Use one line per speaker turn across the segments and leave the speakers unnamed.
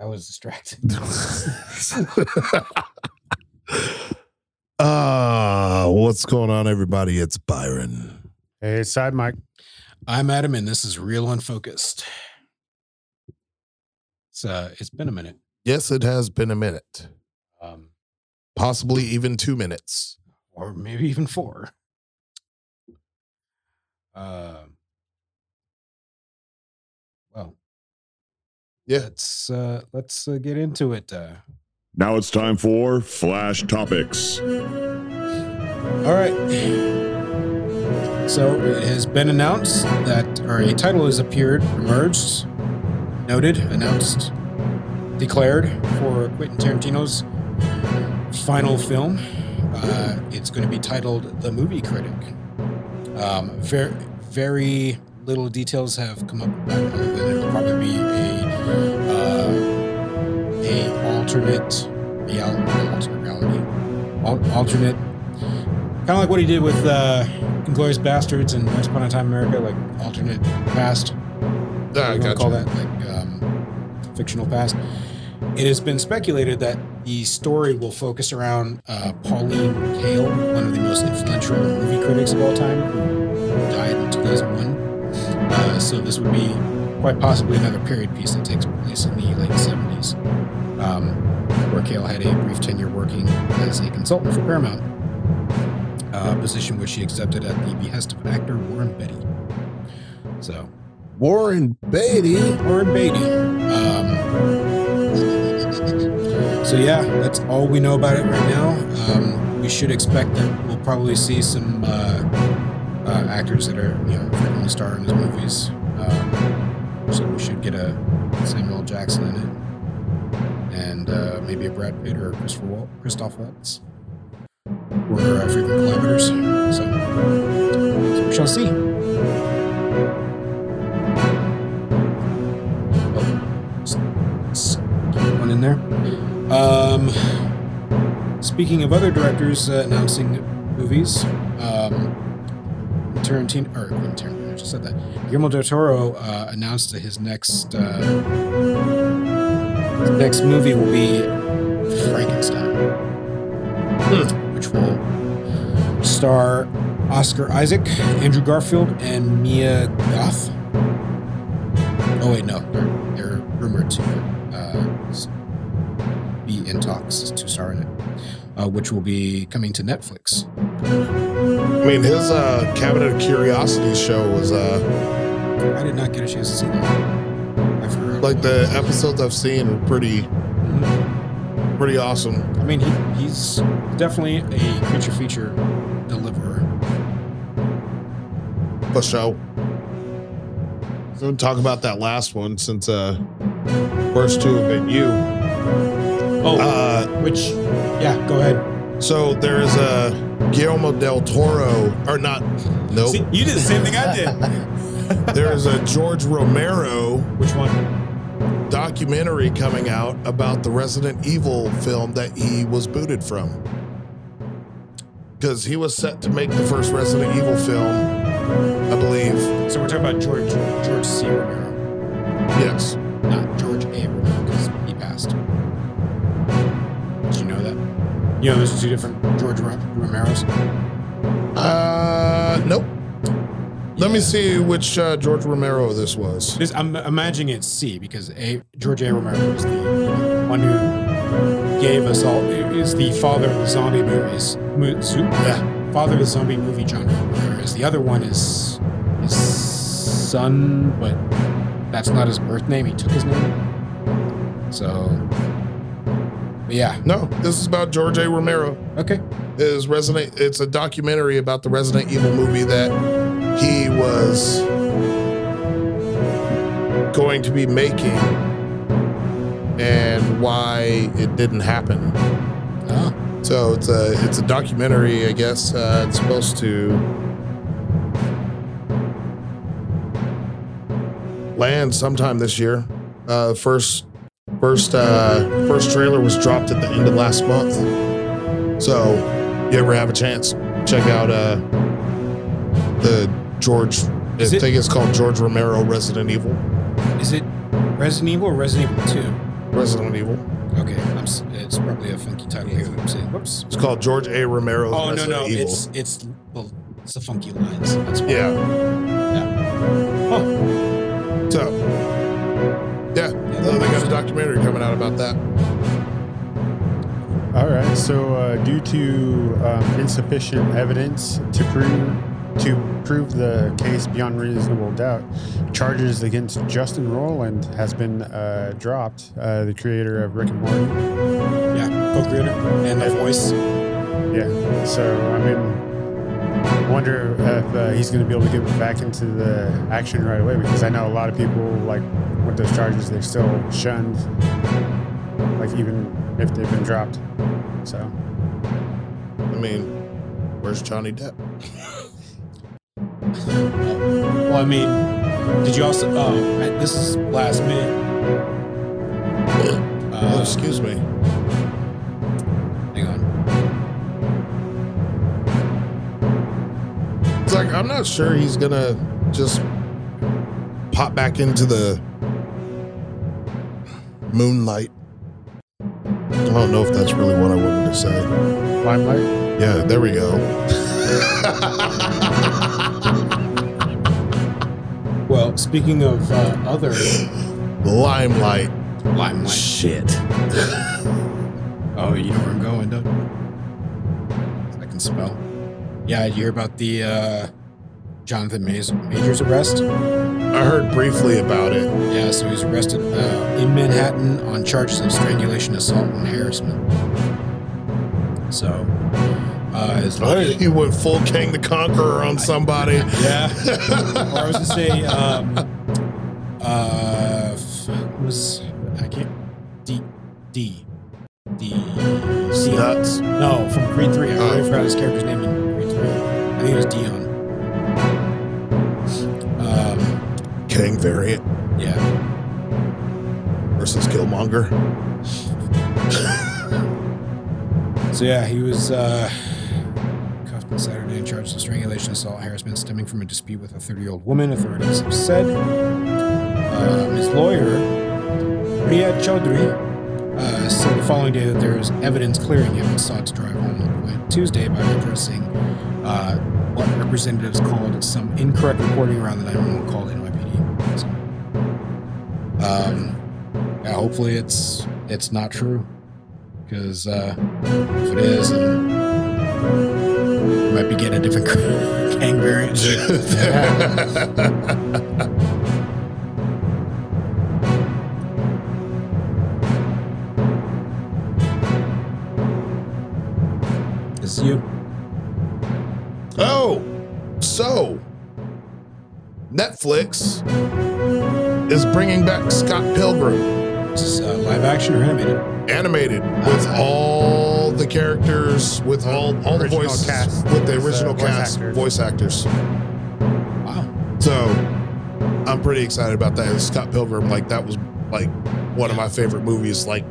I was distracted.
Ah, what's going on, everybody? It's Byron.
Hey, side mic.
I'm Adam, and this is Real Unfocused. It's uh, it's been a minute.
Yes, it has been a minute,
Um,
possibly even two minutes.
or maybe even four. Uh, well,
Yeah.
Let's uh, let's uh, get into it. Uh,
Now it's time for Flash Topics.
all right. So it has been announced that, or a title has appeared, emerged, noted, announced, declared for Quentin Tarantino's final film. Uh, it's going to be titled "The Movie Critic." Um, very, very little details have come up about it. other than It'll probably be a uh, a alternate reality, alternate reality, al- alternate, kind of like what he did with uh, *Inglorious Bastards* and *Once Upon a Time in America*, like alternate past.
Ah,
I
gotcha.
call that like um, fictional past. It has been speculated that the story will focus around uh, Pauline Kael, one of the most influential movie critics of all time, who died in 2001. Uh, so this would be quite possibly another period piece that takes place in the late 70s, um, where Kael had a brief tenure working as a consultant for Paramount, uh, a position which she accepted at the behest of actor Warren Beatty. So
Warren Beatty.
or Beatty. Um, so yeah, that's all we know about it right now. Um, we should expect that we'll probably see some uh, uh, actors that are you know frequently star in his movies. Um, so we should get a Samuel L. Jackson in it, and uh, maybe a Brad Pitt or a Christopher Walt, Christoph Waltz. We're uh, frequent collaborators, so, so we shall see. S- one in there. Um, speaking of other directors uh, announcing movies, um, Tarantino or Quentin Tarantino I just said that Guillermo del Toro uh, announced that his next uh, his next movie will be Frankenstein, which will star Oscar Isaac, Andrew Garfield, and Mia Goth. Oh wait, no, they're, they're rumored to uh, s- be in talks to star in it, uh, which will be coming to Netflix.
I mean, his uh, Cabinet of Curiosities show was uh,
I did not get a chance to see that. I've heard
like the episodes I've seen were pretty,
Mhm.
pretty awesome.
I mean, he, he's definitely a creature feature deliverer.
The show. So we'll talk about that last one since uh, first two have been you.
Oh,
Uh,
which, yeah, go ahead.
So there is a Guillermo del Toro, or not? Nope.
See, you did the same thing I did.
There is a George Romero
Which one?
documentary coming out about the Resident Evil film that he was booted from. Because he was set to make the first Resident Evil film, I believe.
So we're talking about George George C. Romero,
Yes.
not George A. Romero, because he passed. Did you know that? You know, there's two different George Ro- Romero's.
Uh, nope. Let me see which uh, George Romero this was.
This, I'm imagining it's C because A, George A. Romero was the one who gave us all. Is the father of the zombie movies. Mo- zo- yeah, father of the zombie movie genre. Whereas the other one is his son, but that's not his birth name. He took his name. So, but yeah.
No, this is about George A. Romero.
Okay.
is Resident. It's a documentary about the Resident Evil movie that he was going going to be making and why it didn't happen.
Ah,
So it's a it's a documentary, I guess. Uh, it's supposed to land sometime this year. Uh, first first uh, first trailer was dropped at the end of last month. So you ever have a chance, check out uh, the George. I
Is it-
think it's called George Romero Resident Evil.
is it Resident Evil or Resident Evil Two?
Resident Evil.
Okay, I'm, s- it's probably a funky title here. that I'm saying. Whoops.
It's called George A. Romero's
Oh no
Resident
no,
Evil.
it's it's well, it's the funky lines. That's why.
yeah.
Huh.
So, yeah, so they got a documentary coming out about that.
All right. So, uh, due to um, insufficient evidence to prove to prove the case beyond reasonable doubt, charges against Justin Roland has been uh, dropped. Uh, the creator of Rick and Morty.
Yeah, co-creator and my voice.
Yeah. So, I mean, wonder if uh, he's going to be able to get back into the action right away because I know a lot of people like with those charges they're still shunned, like even if they've been dropped. So.
I mean, where's Johnny Depp?
Well, I mean, did you also? Oh, I- this is last minute.
oh,
Uh,
excuse me.
hang on.
It's like I'm not sure he's gonna just pop back into the moonlight. I don't know if that's really what I wanted to say.
Limelight.
Yeah, there we go.
Well, speaking of uh, other
Limelight.
limelight.
Shit.
Oh, you know where I'm going, don't you? I can spell. Yeah, you hear about the uh, Jonathan Mays- Major's arrest?
I heard briefly about it.
Yeah, so he's arrested uh, in Manhattan on charges of strangulation, assault, and harassment. So, uh, his lawyer.
He went full King the Conqueror on somebody.
Yeah. or I was gonna say, um, uh, f- it was I can't D D D C
Nuts.
no from Creed Three. I
Oh.
already forgot his character's name in Creed Three. I think it was Dion. Um,
King variant
yeah,
versus Killmonger.
So yeah, he was uh, cuffed on Saturday and charged with strangulation, assault, harassment stemming from a dispute with a 30-year-old woman. Authorities have said um, his lawyer, Ria Chaudhry, uh, said the following day that there is evidence clearing him and sought to drive home on Tuesday by addressing uh, what representatives called some incorrect reporting around the 911 call to NYPD. So, um, yeah, hopefully it's it's not true because. Uh, if it is, then we might be getting a different gang variant. It's you.
Oh, so Netflix is bringing back Scott Pilgrim
It's uh, live action or animated?
animated with all the characters, with all all the
Original
voices,
cast.
with the
Voice
original
actors.
cast, voice actors.
Wow.
So I'm pretty excited about that. Scott Pilgrim, like that was like one of my favorite movies. Like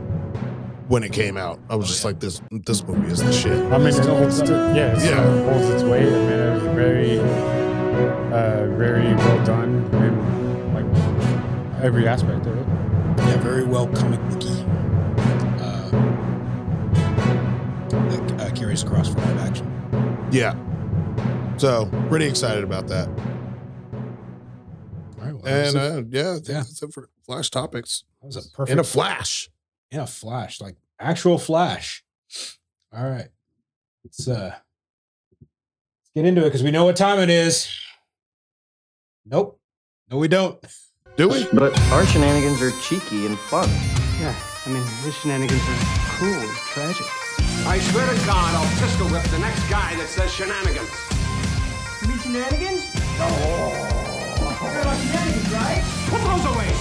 when it came out,
Oh,
I was just like, this this movie is the shit.
I mean, it holds it, yeah, it
Yeah.
holds its weight. I mean, it was very, uh, very well done. I mean, like every aspect of it.
Yeah, very well comic booky. Uh, that uh, carries across for live action.
Yeah. So pretty excited about that.
All right. Well,
And
that,
uh, yeah, I think
Yeah.
that's it for flash topics.
was a, that was a perfect
In a flash.
in a flash, like actual flash. All right, let's uh, let's get into it because we know what time it is. Nope, no, we don't.
Do we?
But our shenanigans are cheeky and fun.
Yeah, I mean, his shenanigans are cruel and tragic.
I swear to God, I'll pistol whip the next guy that says shenanigans.
You mean shenanigans? No. You're talking about shenanigans, right?
Put those away!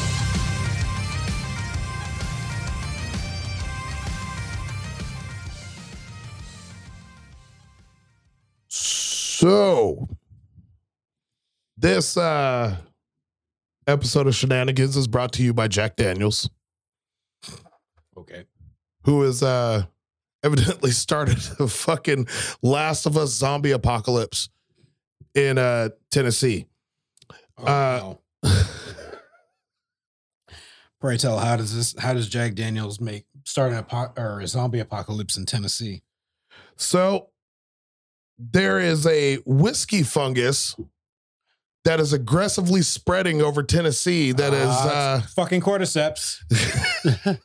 This uh, episode of Shenanigans is brought to you by Jack Daniels,
Okay.
who is uh, evidently started the fucking Last of Us zombie apocalypse in uh, Tennessee.
Oh,
Uh,
wow. Pray tell, how does this? How does Jack Daniels make start an apo- or a zombie apocalypse in Tennessee?
So there is a whiskey fungus that is aggressively spreading over Tennessee that is
Ah,
uh,
it's fucking cordyceps.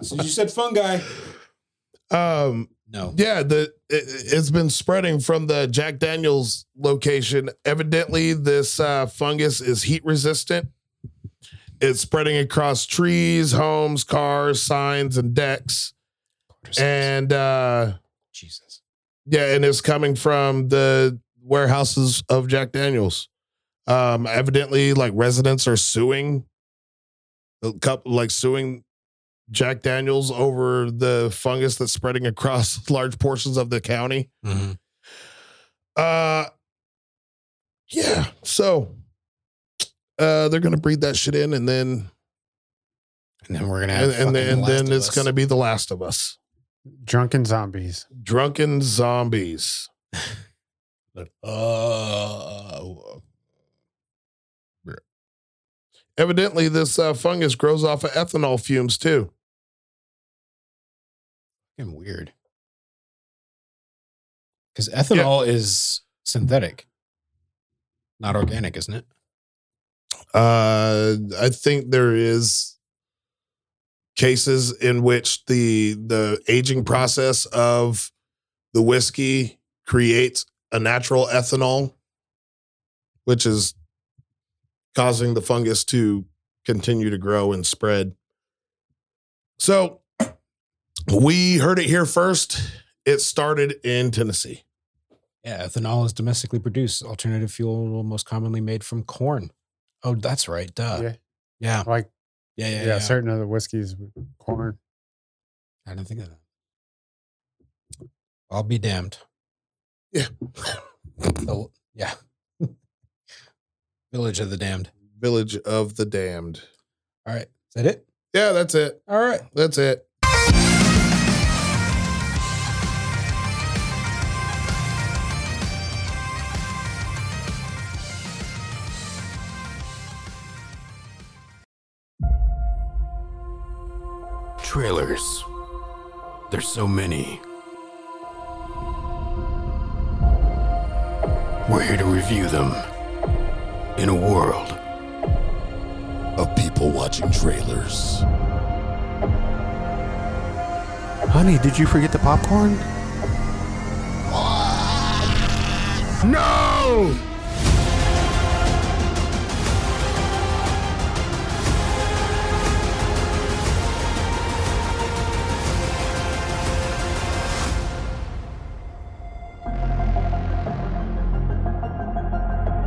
so you said fungi?
um
No.
yeah the it, it's been spreading from the Jack Daniels location evidently this uh, fungus is heat resistant it's spreading across trees homes cars signs and decks
Cordyceps.
and uh
Jesus.
Yeah, and it's coming from the warehouses of Jack Daniels. Um, evidently, like residents are suing a couple, like suing Jack Daniels over the fungus that's spreading across large portions of the county.
Mhm.
Uh, yeah. So, uh, they're gonna breed that shit in, and then
And then we're gonna have
and, and
fucking
then, and
The Last
then
of
it's
Us.
gonna be the Last of Us,
Drunken zombies.
drunken zombies.
Oh.
Evidently, this uh, fungus grows off of ethanol fumes too.
Fucking weird. Because ethanol is synthetic, not organic, isn't it?
Uh, I think there is cases in which the the aging process of the whiskey creates a natural ethanol, which is causing the fungus to continue to grow and spread. So we heard it here first. It started in Tennessee.
Yeah, ethanol is domestically produced alternative fuel most commonly made from corn. Oh, that's right. Duh.
yeah.
Yeah.
Like,
Yeah. Yeah.
yeah,
Yeah.
certain other whiskeys with corn.
I didn't think of that. I'll be damned.
Yeah.
The- yeah. Village of the damned.
Village of the Damned.
All right. Is that it?
Yeah, that's it.
All right.
That's it.
Trailers. There's so many. We're here to review them in a world of people watching trailers.
Honey, did you forget the popcorn?
No!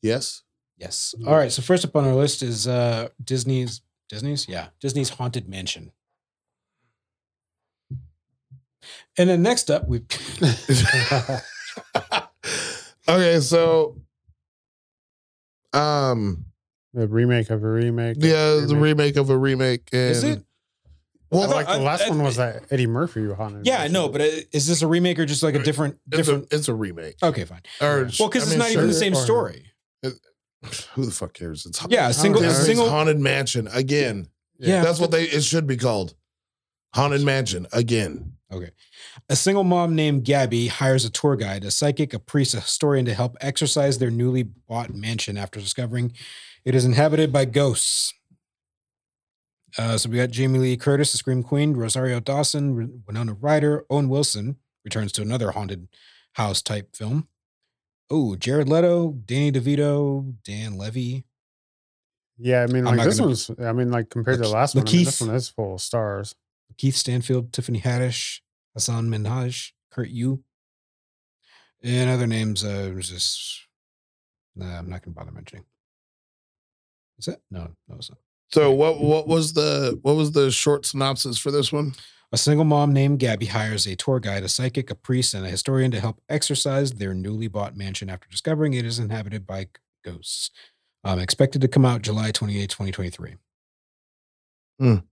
Yes.
Yes. All right. So first up on our list is uh Disney's Disney's? Yeah. Disney's Haunted Mansion. And then next up we've
okay, so um
The remake of a remake.
yeah, the
Remake.
remake of a remake and
Is it?
Well,
I
thought-
like the
I-
last
I-
one was that Eddie Murphy haunted.
Yeah, I know, but uh, is this a remake or just like a
Right.
different
it's a,
different
it's a remake.
Okay, fine.
Or,
Well, because
I
it's
mean,
not even the
sure,
same
or-
story.
Who the fuck cares? It's
Yeah, a single a
Disney's
single
haunted mansion again.
Yeah.
that's what they it should be called. Haunted mansion again.
A single mom named Gabby hires a tour guide, a psychic, a priest, a historian to help exorcise their newly bought mansion after discovering it is inhabited by ghosts. Uh, so we got Jamie Lee Curtis, the Scream Queen, Rosario Dawson, Win- Winona Ryder, Owen Wilson returns to another haunted house type film. Oh, Jared Leto, Danny DeVito, Dan Levy.
Yeah, I mean,
I'm
like
not
this
gonna-
one's. I mean, like compared to the
Lakeith-
last one, I mean, this
Lakeith.
one is full of stars.
Keith Stanfield, Tiffany Haddish, Hassan Minhaj, Kurt Yu, and other names. Uh, was just nah, I'm not going to bother mentioning. Is it? No, no, it's not.
So what what was the what was the short synopsis for this one?
A single mom named Gabby hires a tour guide, a psychic, a priest, and a historian to help exorcise their newly bought mansion after discovering it is inhabited by ghosts. Um, expected to come out July 28, 2023.
A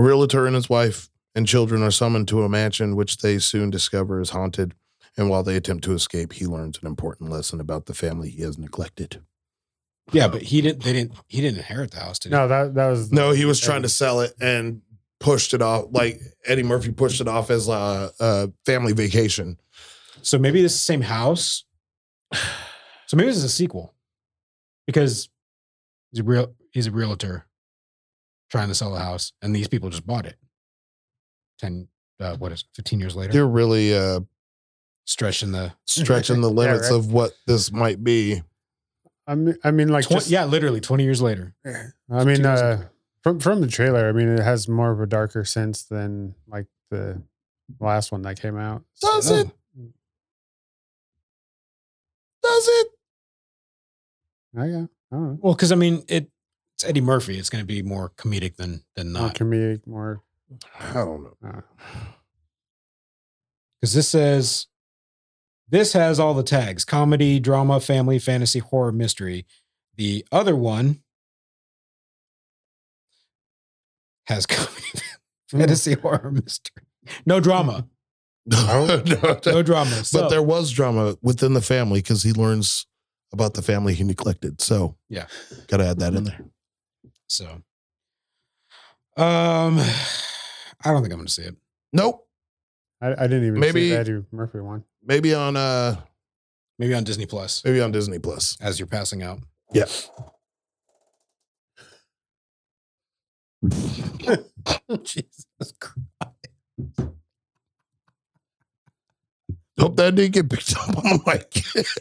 realtor and his wife and children are summoned to a mansion which they soon discover is haunted. And while they attempt to escape, he learns an important lesson about the family he has neglected.
Yeah, but he didn't. They didn't. He didn't inherit the house, did he?
No, that that was
No, he was trying to sell it and pushed it off. Like Eddie Murphy pushed it off as a, a family vacation.
So maybe this is the same house. So maybe this is a sequel, because he's a real. He's a realtor trying to sell a house, and these people just bought it. Ten. Uh, what is it, fifteen years later?
You're really uh,
Stretching the
stretching the limits
right.
of what this might be.
I mean, I mean, like
Twen-
just-
yeah, literally twenty years later.
I mean,
15 years
uh, from from the trailer, I mean, it has more of a darker sense than like the last one that came out.
Does
Oh.
it? Does it?
Oh, yeah, I don't know.
Well, because I mean, it, it's Eddie Murphy. It's going to be more comedic than than
More
not.
comedic, more.
I don't know.
Uh,
Because this says this has all the tags: comedy, drama, family, fantasy, horror, mystery. The other one has comedy, fantasy, horror, mystery. No drama. No drama. So,
but there was drama within the family because he learns about the family he neglected. So
Yeah.
gotta add that in there.
so, um, I don't think I'm going to see it.
Nope.
I, I didn't even
Maybe-
see the Eddie Murphy one.
Maybe on uh
Maybe on Disney Plus
maybe on Disney Plus.
as you're passing out.
Yeah.
Jesus Christ.
Hope that didn't get picked up on the mic.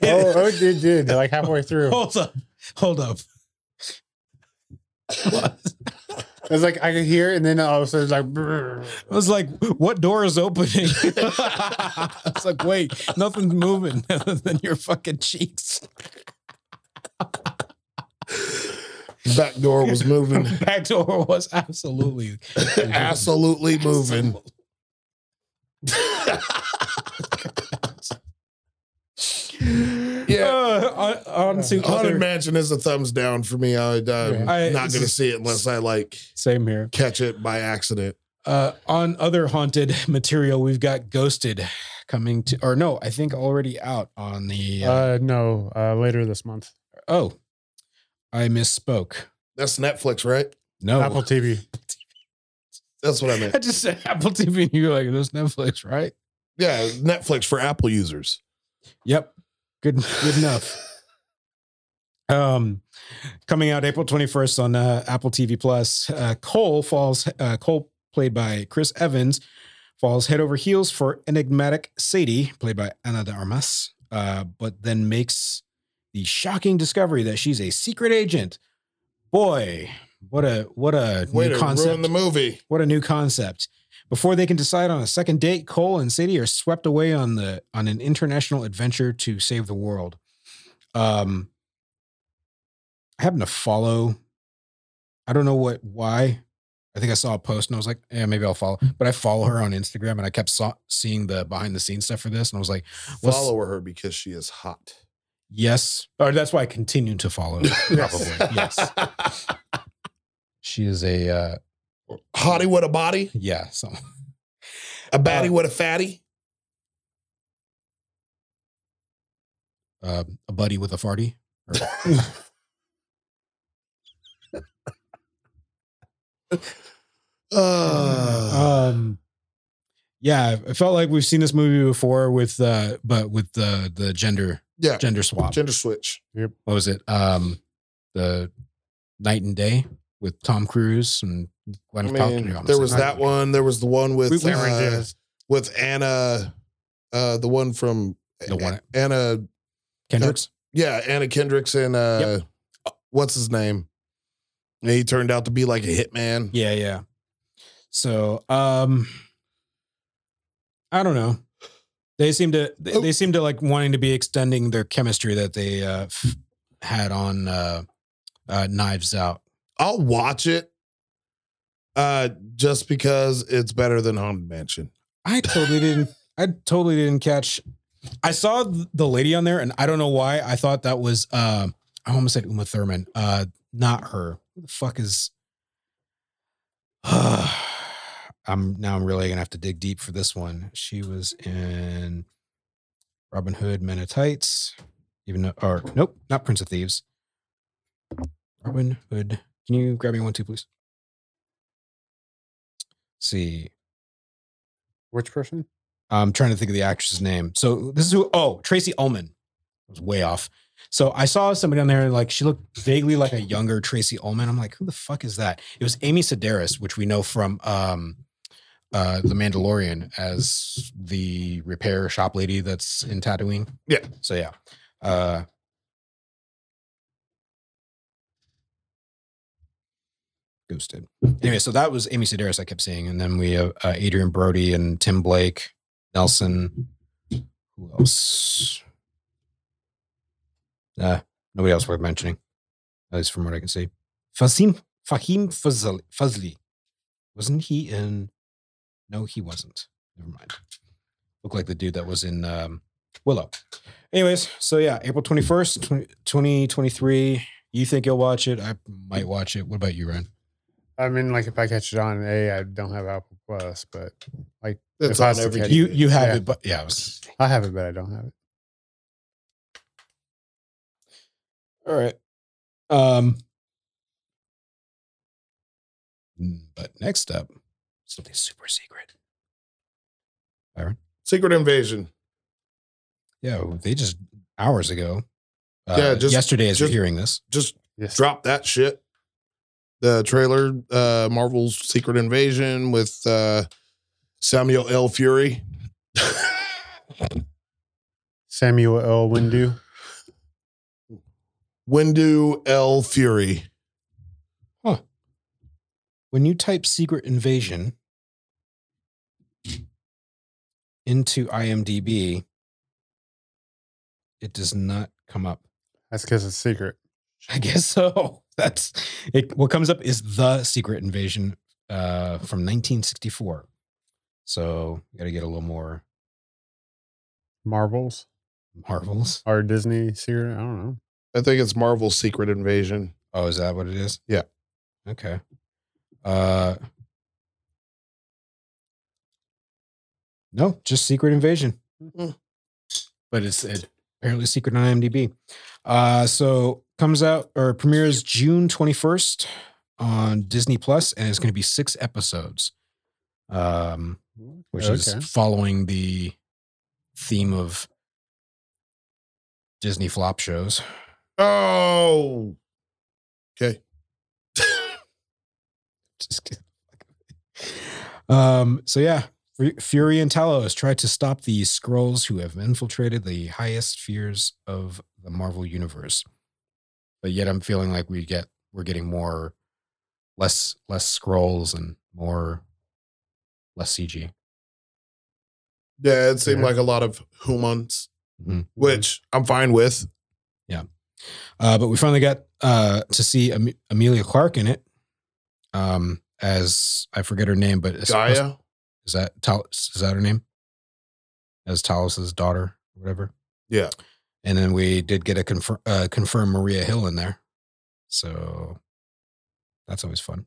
Oh, oh, it did, did like halfway through.
Oh.
I
Hold up. Hold up.
was like, I could hear, it, and then all of a sudden, it's like, brrr.
I was like, what door is opening? It's like, wait, nothing's moving other than your fucking cheeks.
Back door was moving.
Back door was absolutely
Absolutely moving. yeah.
Uh, hon- honestly,
Haunted
other-
Mansion is a thumbs down for me. I, I'm
I-
not going to see it unless I like
same here.
catch it by accident.
Uh, on other haunted material, we've got Ghosted coming to, or no, I think already out on the. Uh,
uh, no, uh, later this month,
oh, I misspoke.
That's Netflix, right?
No,
Apple TV.
That's what I
I
meant.
just said Apple TV, and you're like, "There's Netflix, right?"
Yeah, Netflix for Apple users.
Yep. Good good enough. Um coming out April 21st on uh, Apple TV Plus, uh, Cole falls uh, Cole played by Chris Evans falls head over heels for enigmatic Sadie played by Ana de Armas, uh, but then makes the shocking discovery that she's a secret agent. Boy, what a what a
Way
new
to
concept.
ruin the movie.
What a new concept. Before they can decide on a second date, Cole and Sadie are swept away on the on an international adventure to save the world. Um I happen to follow I don't know what why. I think I saw a post and I was like, yeah, maybe I'll follow. But I follow her on Instagram and I kept saw, seeing the behind the scenes stuff for this and I was like, what's-
Follow her because she is hot.
yes. Or that's why I continue to follow. Probably. yes. She is a uh
Hottie with a body,
yeah, so
a baddie
Uh,
with a fatty,
uh, a buddy with a farty.
uh,
um yeah it felt like we've seen this movie before with uh but with the the gender
yeah,
gender swap
gender switch.
what was it um the night and day with tom cruise and
I
Gwyneth
mean,
Paltrow. I'm
there
saying
was that one. There was the one with
We- we-
uh, with Anna, uh, the one from
The one-
Anna.
kendricks
Yeah, Anna Kendricks and uh, what's his name? And he turned out to be like a hitman.
yeah yeah so um i don't know they seem to they,
Oh.
they seem to like wanting to be extending their chemistry that they uh f- had on uh uh knives out
I'll watch it Uh, just because it's better than Haunted Mansion.
I totally didn't. I totally didn't catch. I saw th- the lady on there, and I don't know why. I thought that was. um I almost said Uma Thurman. Uh, not her. Who the fuck is? I'm now. I'm really gonna have to dig deep for this one. She was in Robin Hood, Men of Tights. Even though, or nope, not Prince of Thieves. Robin Hood. Can you grab me one too, please? see.
Which person?
I'm trying to think of the actress's name. So this is who. Oh, Tracy Ullman. I was way off. So I saw somebody on there, like she looked vaguely like a younger Tracy Ullman. I'm like, who the fuck is that? It was Amy Sedaris, which we know from um, uh, The Mandalorian as the repair shop lady that's in Tatooine.
Yeah.
So yeah. Uh, ghosted. Anyway, so that was Amy Sedaris I kept seeing, and then we have uh, Adrian Brody and Tim Blake, Nelson. Who else? Nah, nobody else worth mentioning, at least from what I can see. Fazim Fahim Fazli, Fazli. wasn't he in? No, he wasn't. Never mind. Looked like the dude that was in um, Willow. Anyways, so yeah, April twenty first, twenty twenty three. You think you'll watch it? I might watch it. What about you, Ryan?
I mean, like if I catch it on A, I don't have Apple Plus, but like
It's
If I
on
was to
every.
catch-
You you have
Yeah.
it, but yeah, I was-
I have it, but I don't have it.
all right. Um, mm, but next up, something super secret.
Secret Invasion.
Yeah, they just hours ago. Uh,
Yeah, just-
yesterday as
just-
you're hearing this.
Just
Yes.
drop that shit. The trailer, uh, Marvel's Secret Invasion with uh, Samuel L. Fury.
Samuel L. Windu.
Windu L. Fury.
When you type "secret invasion" into IMDb, it does not come up.
That's because it's secret.
I guess so. That's it. What comes up is the Secret Invasion uh, from 1964. So got to get a little more
Marvels
Marvels.
or Disney secret. I don't know.
I think it's Marvel's Secret Invasion.
Oh, is that what it is?
Yeah.
Okay. Uh, no, just Secret Invasion. But it's it, apparently secret on IMDb. Uh, so comes out or premieres June 21st on Disney Plus, and it's going to be six episodes. Um, which is
Okay.
following the theme of Disney flop shows.
Oh, okay.
Just kidding. um, so yeah, Fu- Fury and Talos try to stop the scrolls who have infiltrated the highest spheres of the Marvel universe. But yet I'm feeling like we get we're getting more less less scrolls and more less CG.
Yeah, it seemed
Yeah.
like a lot of humans,
Mhm.
which I'm fine with.
Uh, but we finally got uh, to see Am- Amelia Clark in it. Um, as I forget her name, but it's supposed-
Gaia.
Is that Talos? Is that her name? As Talos's daughter, or whatever.
Yeah.
And then we did get a confirm uh, confirm Maria Hill in there, so that's always fun.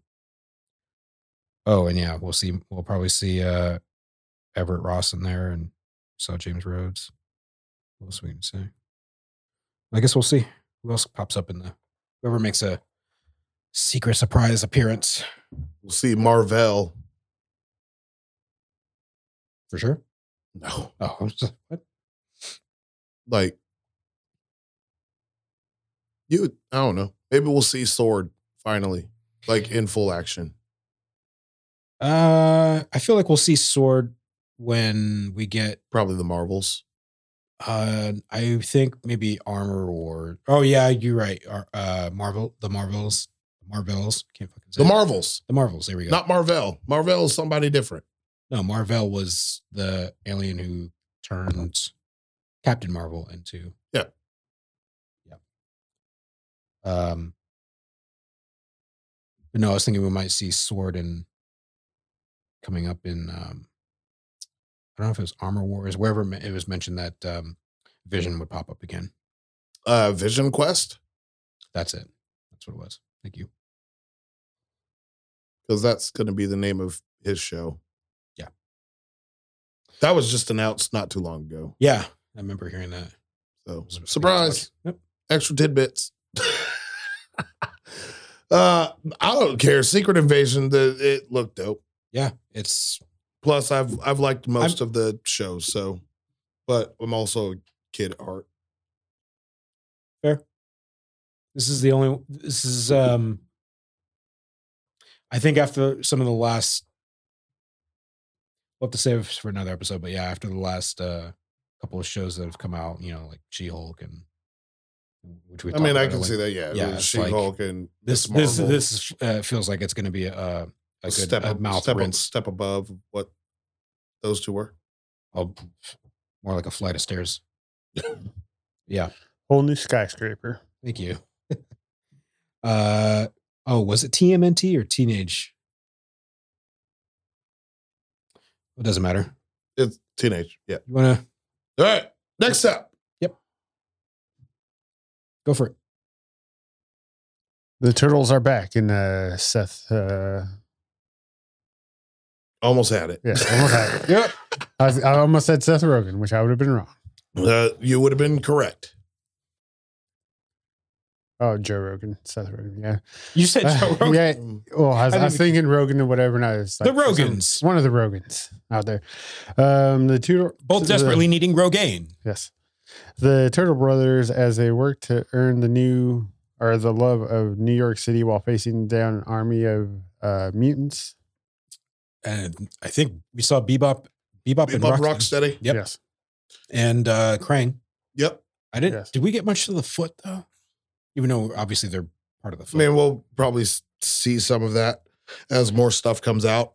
Oh, and yeah, we'll see. We'll probably see uh, Everett Ross in there, and saw James Rhodes. What else we can say? I guess we'll see who else pops up in the whoever makes a secret surprise appearance
We'll see Marvel.
for sure.
No,
Oh, what?
like you. I don't know. Maybe we'll see Sword finally, like in full action.
Uh, I feel like we'll see sword when we get.
Probably the Marvels.
Uh, I think maybe armor or. Oh yeah, you're right. Ar- Uh, Marvel, the Marvels, Marvels. Can't fucking say
The
it.
Marvels,
The Marvels. There we go.
not Marvel. Marvel is somebody different.
No, Marvel was the alien who turned Captain Marvel into.
Yeah.
Yeah. Um. But no, I was thinking we might see sword and coming up in um, I don't know if it was Armor Wars, wherever me- it was mentioned that um, Vision would pop up again.
Uh, Vision Quest,
That's it. That's what it was. Thank you.
because that's going to be the name of his show.
Yeah.
That was just announced not too long ago.
Yeah, I remember hearing that.
So
It was a-
surprise,
Yep.
extra tidbits. uh, I don't care. Secret Invasion. The it looked dope.
Yeah, it's
Plus, I've I've liked most of the shows. So, but I'm also a kid at heart.
this is the only this is um I think after some of the last we'll have to save this for another episode, but yeah, after the last uh couple of shows that have come out, you know, like She Hulk and which we
I mean,
talked
I
about
can
at
see
length.
that. Yeah,
Yeah, it's
She
like-
Hulk and
This
Miss
this
Marvel.
this uh, feels like it's gonna be a uh, a
a
good
step,
a
ab-
mouth
step, ab-
rinse.
step above what those two were.
Oh, more like a flight of stairs. yeah.
Whole new skyscraper.
Thank you. uh oh, was it TMNT or teenage? It doesn't matter.
It's teenage. Yeah.
You wanna
All right. Next up,
go for it?
The turtles are back in uh, Seth. Uh,
almost had it.
yeah, almost had it.
Yep.
I, was- I almost said Seth Rogen, which I would have been wrong.
Uh, you would have been correct.
Oh, Joe Rogan, Seth Rogan. Yeah.
You said Joe Rogan.
Yeah. Well, I was,
I
I was
didn't
thinking Rogan or whatever, and I was like,
The
for some-
Rogans.
one of the Rogans out there. Um, the two
Both
the-
desperately needing Rogaine.
Yes. The Turtle Brothers, as they work to earn the new or the love of New York City while facing down an army of uh, mutants.
And I think we saw Bebop, Bebop, and
Bebop
Rocksteady,
Rocksteady.
Yep.
Yes.
and uh, Krang.
Yep.
I didn't.
Yes.
Did we get much to the foot though? Even though obviously they're part of the
I
foot.
mean, we'll probably s- see some of that as more stuff comes out.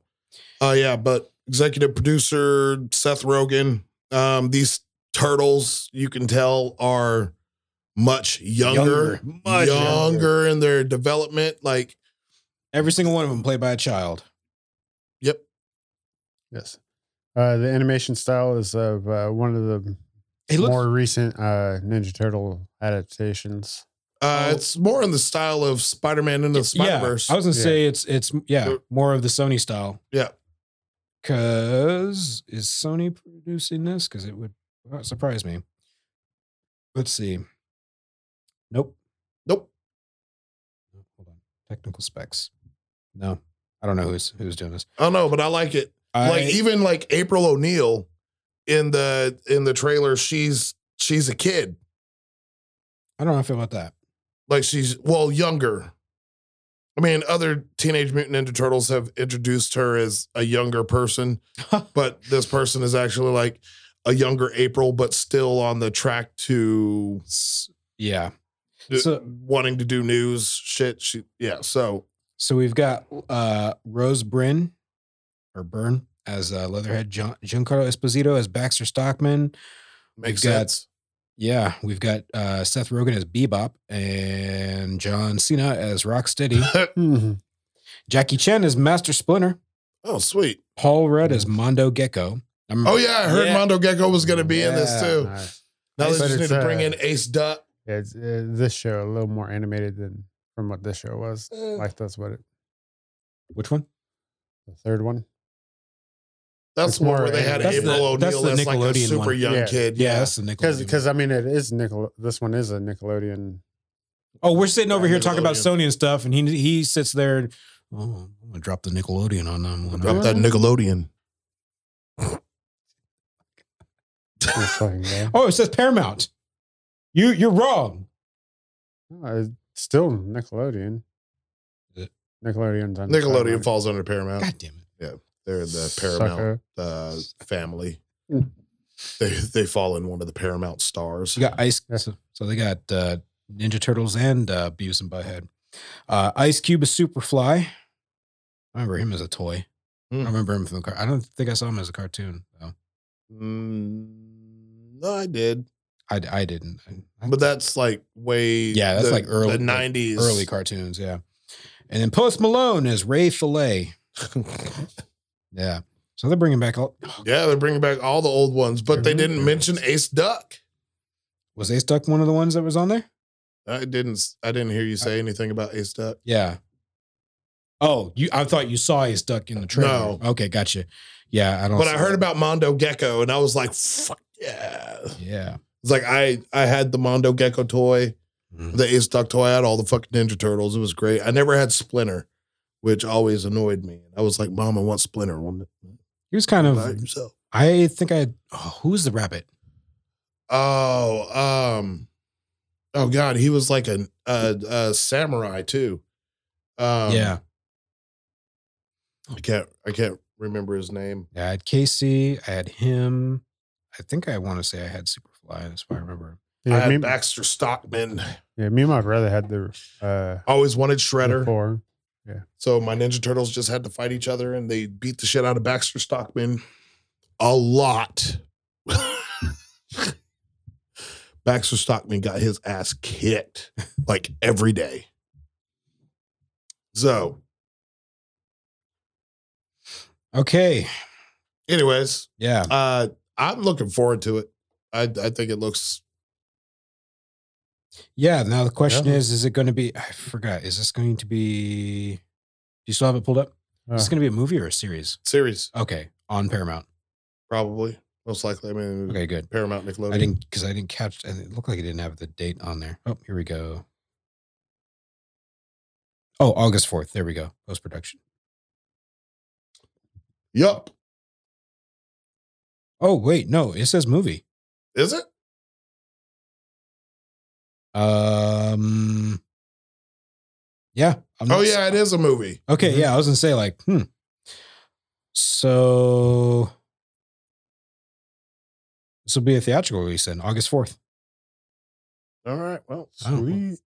Uh, yeah, but executive producer Seth Rogen, um, these turtles, you can tell, are much younger,
Younger. Much
younger in their development. Like,
Every single one of them played by a child.
yep,
Yes. Uh, the animation style is of uh, one of the
It looks
more recent uh, Ninja Turtle adaptations.
Uh,
Oh.
It's more in the style of Spider-Man into the
yeah.
Spider-Verse.
I was gonna
Yeah.
say it's it's yeah
They're-
more of the Sony style.
Yeah.
Cause is Sony producing this? Because it would not surprise me. Let's see. Nope.
nope.
Nope, Hold on. Technical specs. No, I don't know who's who's doing this.
I don't know, but I like it.
I,
like e even like April O'Neil in the in the trailer, she's she's a kid.
I don't know how I feel about that.
Like she's well younger. I mean, other Teenage Mutant Ninja Turtles have introduced her as a younger person, but this person is actually like a younger April, but still on the track to
S- yeah.
d-
So-
wanting to do news shit. She, yeah, so
So we've got uh, Rose Bryn or Byrne as uh, Leatherhead, Gian- Giancarlo Esposito as Baxter Stockman.
makes
We've got-
sense.
Yeah, we've got uh, Seth Rogen as Bebop and John Cena as Rocksteady.
Hmm.
Jackie Chan as Master Splinter.
oh, sweet.
Paul Rudd as Mondo Gecko. I'm-
Mm-hmm. Oh yeah, I heard
Mm. Yeah.
Mondo Gecko was going to be in this
Yeah.
too.
Nice.
Now they
But
just need
it's,
to bring
uh,
in Ace Duck.
Yeah, it's, uh, this show a little more animated than from what this show was. Like that's what it,
Which one?
the third one.
That's
it's
one
more
where they had
That's
April
the-
O'Neil
that's the
as like a
Nickelodeon
super
one.
young
Yeah.
kid.
Yeah, that's the Nickelodeon.
Because
one.
because I mean it is Nickel. This one is a Nickelodeon.
Oh, we're sitting over
Yeah,
here talking about
Nickelodeon.
Sony and stuff, and he he sits there. And, oh, I'm gonna drop the Nickelodeon on them. when
Drop
I'm-
that Nickelodeon.
It's like, yeah.
Oh, it says Paramount. You you're wrong.
No, it's still Nickelodeon.
Is it?
Nickelodeon's on
Nickelodeon falls under Paramount.
God damn it.
They're the Paramount uh, family.
Hmm.
Mm.
They they fall in one of the Paramount stars.
You got Ice.
Yeah.
So, so they got uh, Ninja Turtles and uh, Beavis and Butthead. Uh, Ice Cube is Superfly. I remember him as a toy.
Hmm.
I remember him from the car. I don't think I saw him as a cartoon. Though.
Mm, no, I did,
I, I didn't. I- I-
but that's like way
Yeah, that's
the-
like early-
the nineties
early cartoons, yeah. And then Post Malone is Ray Fillet. Yeah. So they're bringing back all.
Yeah, they're bringing back all the old ones, but they didn't mention Ace Duck.
Was Ace Duck one of the ones that was on there?
I didn't. I didn't hear you say anything about Ace Duck.
Yeah. Oh, you. I thought you saw Ace Duck in the trailer.
No.
Okay, gotcha. Yeah, I don't.
But I
see
heard
that.
about Mondo Gecko, and I was like, "Fuck yeah!"
Yeah.
It's like I I had the Mondo Gecko toy,
Mhm.
the Ace Duck toy. I had all the fucking Ninja Turtles. It was great. I never had Splinter, which always annoyed me. I was like, "Mom, I want Splinter." One
He was kind
by
of.
himself.
I think I. Oh, who was the rabbit?
Oh, um, oh God, he was like a a, a samurai too. Um,
yeah.
I can't I can't remember his name.
I had Casey. I had him. I think I want to say I had Superfly. That's why I remember.
I
Yeah,
had
me,
Baxter Stockman.
yeah, me and my brother had the uh,
Always wanted
the
Shredder.
four.
So my Ninja Turtles just had to fight each other and they beat the shit out of Baxter Stockman a lot. Baxter Stockman got his ass kicked like every day. So,
Okay.
anyways,
Yeah.
uh, I'm looking forward to it. I, I think it looks
Yeah. Now the question
Yeah.
is: Is it going to be? I forgot. Is this going to be? Do you still have it pulled up?
Uh,
Is this going to be a movie or a series?
series,
Okay, on Paramount.
probably, most likely. I mean,
Okay, good.
Paramount Nickelodeon.
I didn't because I didn't catch. And it looked like it didn't have the date on there. Oh, here we go. Oh, August fourth. There we go. Post production.
Yup.
Oh wait, no, it says movie.
Is it?
Um. Yeah. I'm
Oh,
not-
yeah, it is a movie.
Okay.
Mm-hmm.
Yeah, I was gonna say like, hmm. So this will be a theatrical release then, August fourth.
All right. Well,
Oh.
sweet.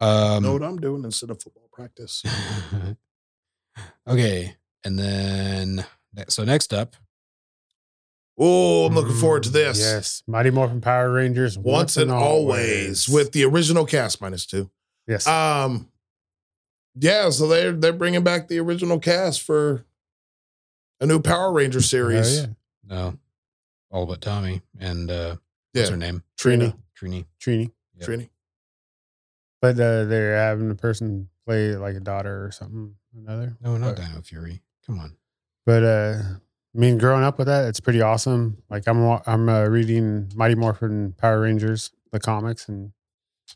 Um,
know what I'm doing instead of football practice.
okay, and then ne- so next up,
Oh, I'm looking forward to this.
Yes, Mighty Morphin Power Rangers
Once, and always. with the original cast minus two.
yes,
Um, yeah, so they're they're bringing back the original cast for a new Power Ranger series.
Oh, yeah.
no, all but Tommy and uh,
yeah.
what's her name,
Trini,
Trini.
Trini.
Yeah.
Trini.
But uh, they're having a person play like a daughter or something or another.
No, not
Right.
Dino Fury. Come on.
But uh, I mean, growing up with that, it's pretty awesome. Like I'm wa- I'm uh, reading Mighty Morphin Power Rangers the comics and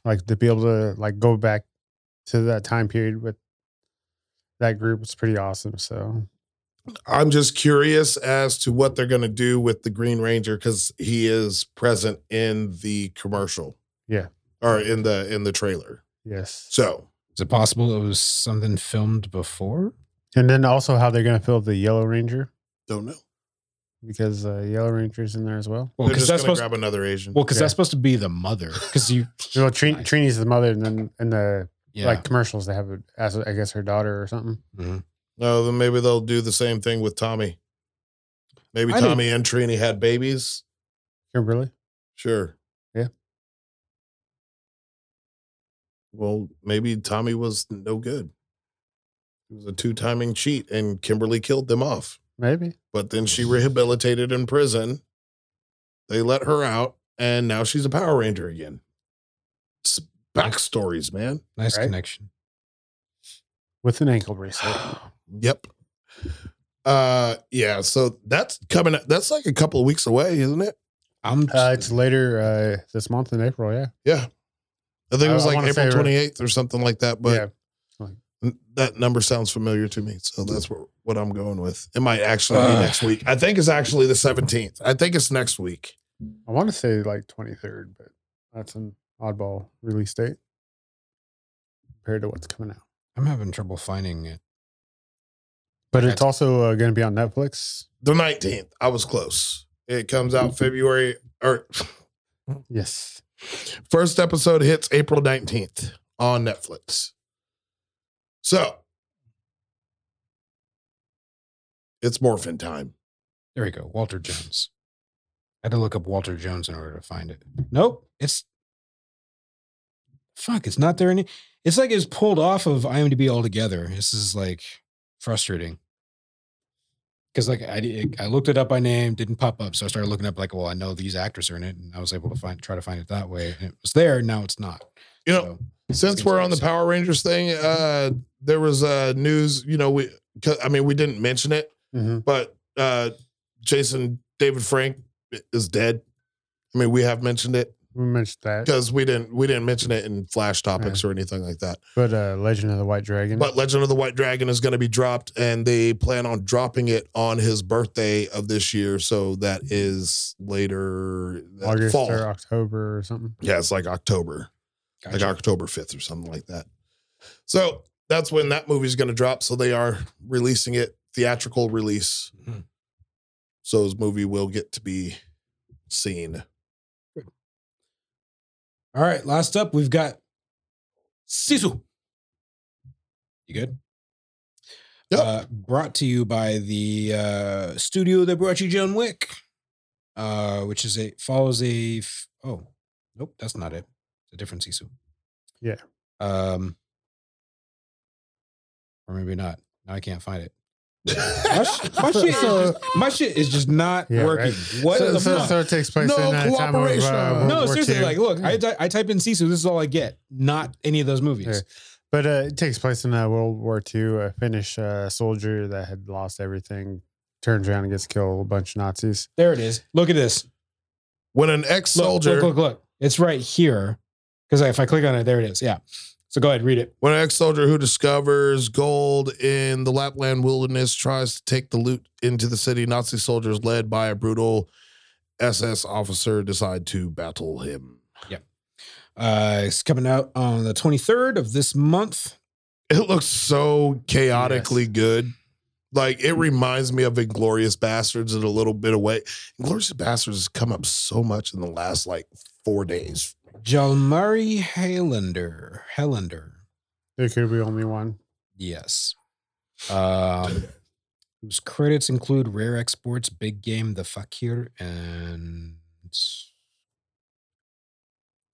like to be able to like go back to that time period with that group was pretty awesome. So
I'm just curious as to what they're going to do with the Green Ranger because he is present in the commercial.
Yeah.
or in the in the trailer.
yes,
So
Is it possible it was something filmed before?
and then also how they're gonna fill the Yellow Ranger
don't know.
because uh, Yellow Ranger's in there as well.
Well,
they're
because
just
that's
going to
supposed.
grab another Asian.
well, because
Yeah.
that's supposed to be the mother. Because you,
Well, Trini,
Nice.
Trini's the mother, and then in the
yeah.
like commercials they have it as I guess her daughter or something.
Mhm.
No, then maybe they'll do the same thing with Tommy. Maybe
I
Tommy and Trini had babies.
Kimberly.
Sure.
Yeah.
Well, maybe Tommy was no good. He was a two timing cheat, and Kimberly killed them off.
Maybe.
But then she rehabilitated in prison. They let her out, and now she's a Power Ranger again. It's backstories, man.
nice
right?
connection.
With an ankle bracelet.
yep. Uh yeah, so that's coming that's like a couple of weeks away, isn't it?
I'm.
Uh, it's later uh, this month in April, yeah.
Yeah. I think it
I-
was
I
like
wanna
April
say-
28th or something like that, but
yeah.
N- that number sounds familiar to me. So that's what, what I'm going with. It might actually be
Ugh.
next week. I think it's actually the 17th. I think it's next week.
I want to say like 23rd, but that's an oddball release date compared to what's coming out.
I'm having trouble finding it.
But
That's-
it's also uh, going to be on Netflix.
The 19th. I was close. It comes out February or
Yes.
first episode hits April 19th on Netflix. So it's morphin time.
There we go. Walter Jones. I had to look up Walter Jones in order to find it. Nope. It's fuck. It's not there any. It's like it's pulled off of IMDb altogether. This is like frustrating. because like I did- I looked it up by name, didn't pop up, so I started looking up like, well, I know these actors are in it, and I was able to find try to find it that way. And it was there, now it's not.
You know,
So,
since
Seems
we're on the
like so.
Power Rangers thing, uh, there was uh, news. You know, we 'cause- I mean, we didn't mention it,
Mm-hmm.
but uh, Jason David Frank is dead. I mean, we have mentioned it
We mentioned that.
because we didn't we didn't mention it in Flash topics or anything like that.
But uh, Legend of the White Dragon.
But Legend of the White Dragon is going to be dropped, and they plan on dropping it on his birthday of this year. So that is later uh,
August
fall.
or October or something.
yeah, it's like October.
gotcha.
like October 5th or something like that. So that's when that movie's going to drop. So they are releasing it theatrical release.
Mhm.
So his movie will get to be seen.
All right, last up we've got Sisu. You good?
Yep.
Uh, brought to you by the uh, studio that brought you John Wick, uh, which is a follows a f- oh nope that's not it. It's a different Sisu.
Yeah.
Um, or maybe not. Now I can't find it. My, sh- my shit, is just, my shit is just not
Yeah,
working.
right.
What
so,
the
so,
fuck?
so it takes place
No
in a time of
cooperation.
uh, World
no,
War
seriously.
II.
Like, look, I, di- I type in Sisu. This is all I get. Not any of those movies.
Yeah. But uh, it takes place in uh, World War II. A Finnish uh, soldier that had lost everything turns around and gets killed a bunch of Nazis.
There it is. Look at this.
When an ex
Look,
soldier,
Look, look, look. It's right here. Because if I click on it, there it is. Yeah. So go ahead, read it.
when an ex soldier who discovers gold in the Lapland wilderness tries to take the loot into the city, Nazi soldiers led by a brutal SS officer decide to battle him.
Uh, it's coming out on the 23rd of this month.
It looks so chaotically
Yes.
good. Like
Mm.
it reminds me of Inglorious Bastards in a little bit of way. Inglorious Bastards has come up so much in the last like four days.
Jalmari Halander. Halander.
There could be only one.
Yes. Um, whose credits include Rare Exports, Big Game, The Fakir, and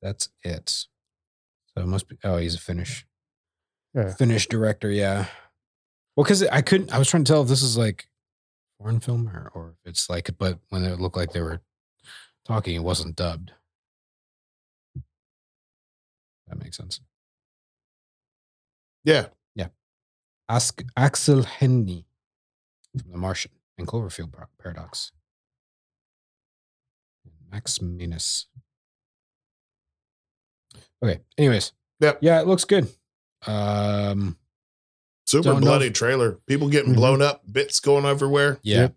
that's it. So it must be. Oh, he's a Finnish,
Yeah.
Finnish director. Yeah. Well, because I couldn't. I was trying to tell if this is like foreign film or, or if it's like. But when it looked like they were talking, it wasn't dubbed. That makes sense.
Yeah.
Ask Axel Henny from The Martian and Cloverfield Par- Paradox. Max Minus. Okay. Anyways.
Yep.
Yeah, it looks good. Um.
Super
Don't know
bloody
if- Mm-hmm.
trailer. People getting
Mhm.
blown up, bits going everywhere.
Yeah.
Yep.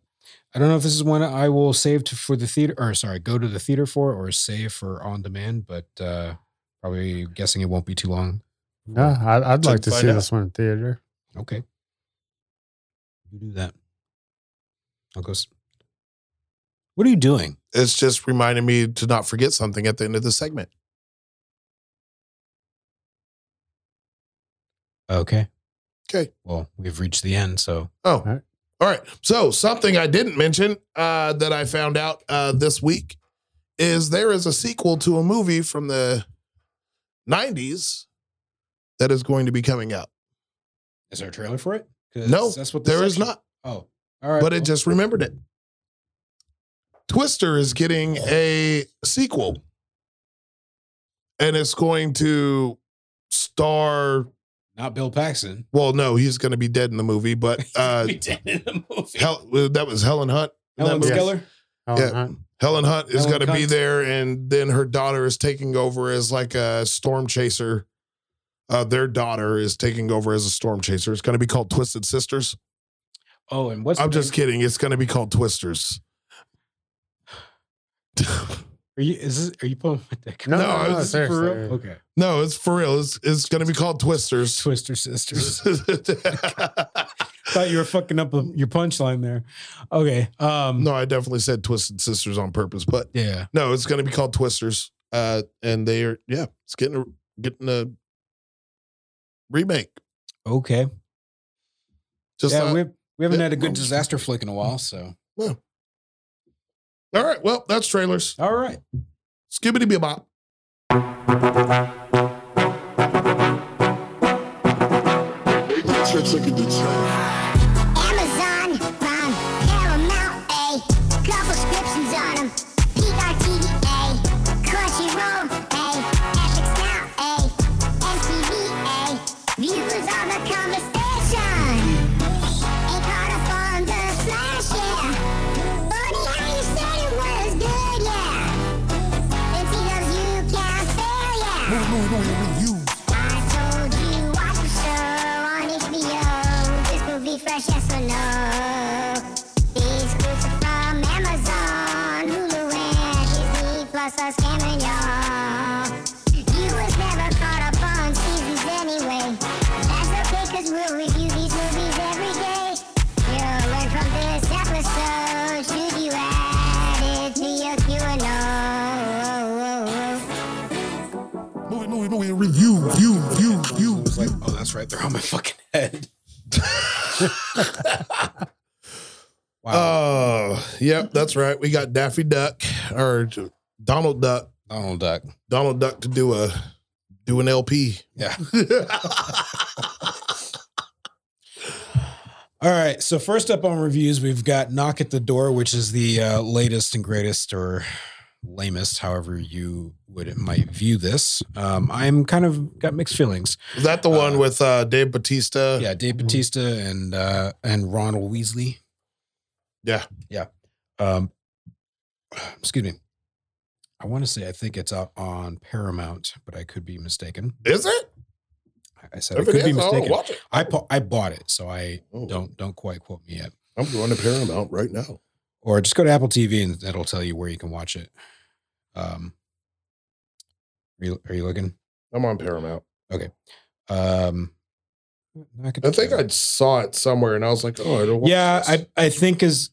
I don't know if this is one I will save to, for the theater, or sorry, go to the theater for, or save for on demand. But uh probably guessing it won't be too long.
No, I'd, I'd
To
like to
find
see
out.
this one in theater.
Okay. You do that. I'll go. s- What are you doing?
It's just reminding me to not forget something at the end of the segment.
Okay.
Okay.
Well, we've reached the end, so
Oh.
right.
All right. So something I didn't mention uh, that I found out uh, this week is there is a sequel to a movie from the 90s that is going to be coming out.
is there a trailer for it? 'Cause
No,
that's what the
There is
section-
not,
Oh, all right.
but I
well,
just remembered it. Twister is getting a sequel, and it's going to star.
not Bill Paxton.
Well, no, he's going to be dead in the movie, but uh,
We did in the movie.
Hel- well, that was Helen Hunt. in that
Helen
movie.
Skeller.
Oh,
Yeah.
huh?
Helen Hunt is
Helen
going to be
Hunt.
there, and then her daughter is taking over as like a storm chaser. Uh, their daughter is taking over as a storm chaser. It's going to be called Twisted Sisters.
Oh, and what's
I'm
the
just
name-
kidding. It's going to be called Twisters.
Are you? Is this? Are you pulling my dick?
No,
No, no,
is
no,
this
seriously.
for real? Okay.
No, it's for real. It's, it's going to be called Twisters.
Twister sisters. Thought you were fucking up a- your punchline there. Okay. Um.
no, I definitely said Twisted Sisters on purpose, but
Yeah.
no, it's going to be called Twisters. Uh, and they are, yeah, it's getting a, getting a remake.
Okay.
Just
yeah.
not-
we we haven't
Yeah,
had a good
well-
disaster flick in a while, so
All right. Well, that's trailers.
all right.
Skibbity bebop.
Amazon Prime Movie, movie, movie reviews.
I told you watch a show on HBO. This movie fresh, yes or no? These boots are from Amazon, Hulu, and Disney Plus are scamming y'all. You was never caught up on seasons anyway. That's okay, cause we'll review these movies every day. You'll learn from this episode, should you add it to your QAnon?
Movie, movie, movie review, view, view, view.
was like, oh, that's right. They're on my fucking head. wow.
Oh, yep, that's right. We got Daffy Duck or Donald Duck,
Donald Duck.
Donald Duck to do a do an LP.
Yeah. All right. So first up on reviews, we've got Knock at the Door, which is the uh, latest and greatest or lamest, however you would might view this. Um, I'm kind of got mixed feelings.
Is that the one with uh, Dave Batista?
Yeah, Dave Batista and uh, and Ronald Weasley.
Yeah.
Um, excuse me. I want to say I think it's out on Paramount, but I could be mistaken.
Is it?
I- I said
If
I
it
could be
is, Oh, I don't
mistaken.
watch it.
I po- I bought it, so I
Oh,
don't don't quite quote me yet.
I'm going to Paramount right now.
Or just go to Apple TV and that'll tell you where you can watch it. Um, are you, are you looking?
I'm on Paramount.
Um, I, could-
I think I saw it somewhere and I was like, oh, I don't watch
yeah,
this.
I I think is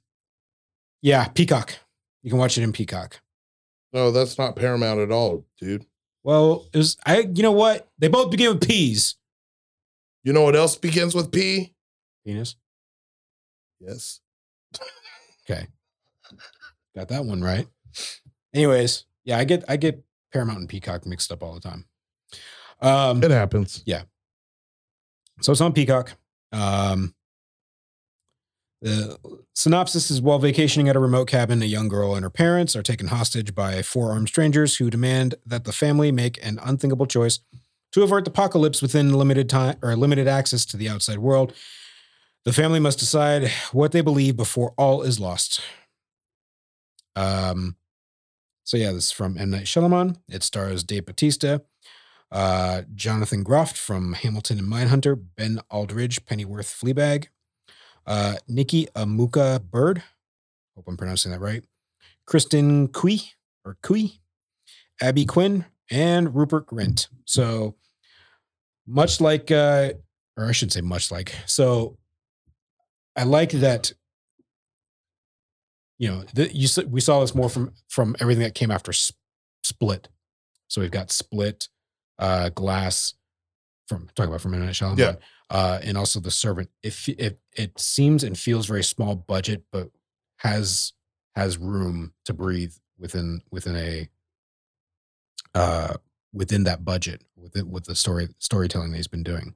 yeah Peacock. You can watch it in Peacock.
No, that's not Paramount at all, dude.
Well, it was I. You know what? They both begin with P's.
You know what else begins with P?
Penis.
Yes.
Got that one right. Anyways, yeah, I get I get Paramount and Peacock mixed up all the time. Um,
It happens.
so it's on Peacock. Um, the synopsis is while vacationing at a remote cabin, a young girl and her parents are taken hostage by four armed strangers who demand that the family make an unthinkable choice to avert the apocalypse within limited time or limited access to the outside world. The family must decide what they believe before all is lost. Um, so yeah, this is from M. Night Shyamalan. It stars Dave Batista, uh, Jonathan Groff from Hamilton and Mindhunter, Ben Aldridge, Pennyworth Fleabag, uh, Nikki Amuka Bird, hope I'm pronouncing that right, Kristen Kui or Kui, Abby Quinn, and Rupert Grint. So much like, uh, or I should say much like, so I like that. You know, the, you s- we saw this more from from everything that came after S- Split. So we've got Split, uh, Glass from talk about from Internet Shyamalan,
Yeah.
uh, and also The Servant. If it it seems and feels very small budget, but has has room to breathe within within a uh, within that budget with it, with the story storytelling that he's been doing.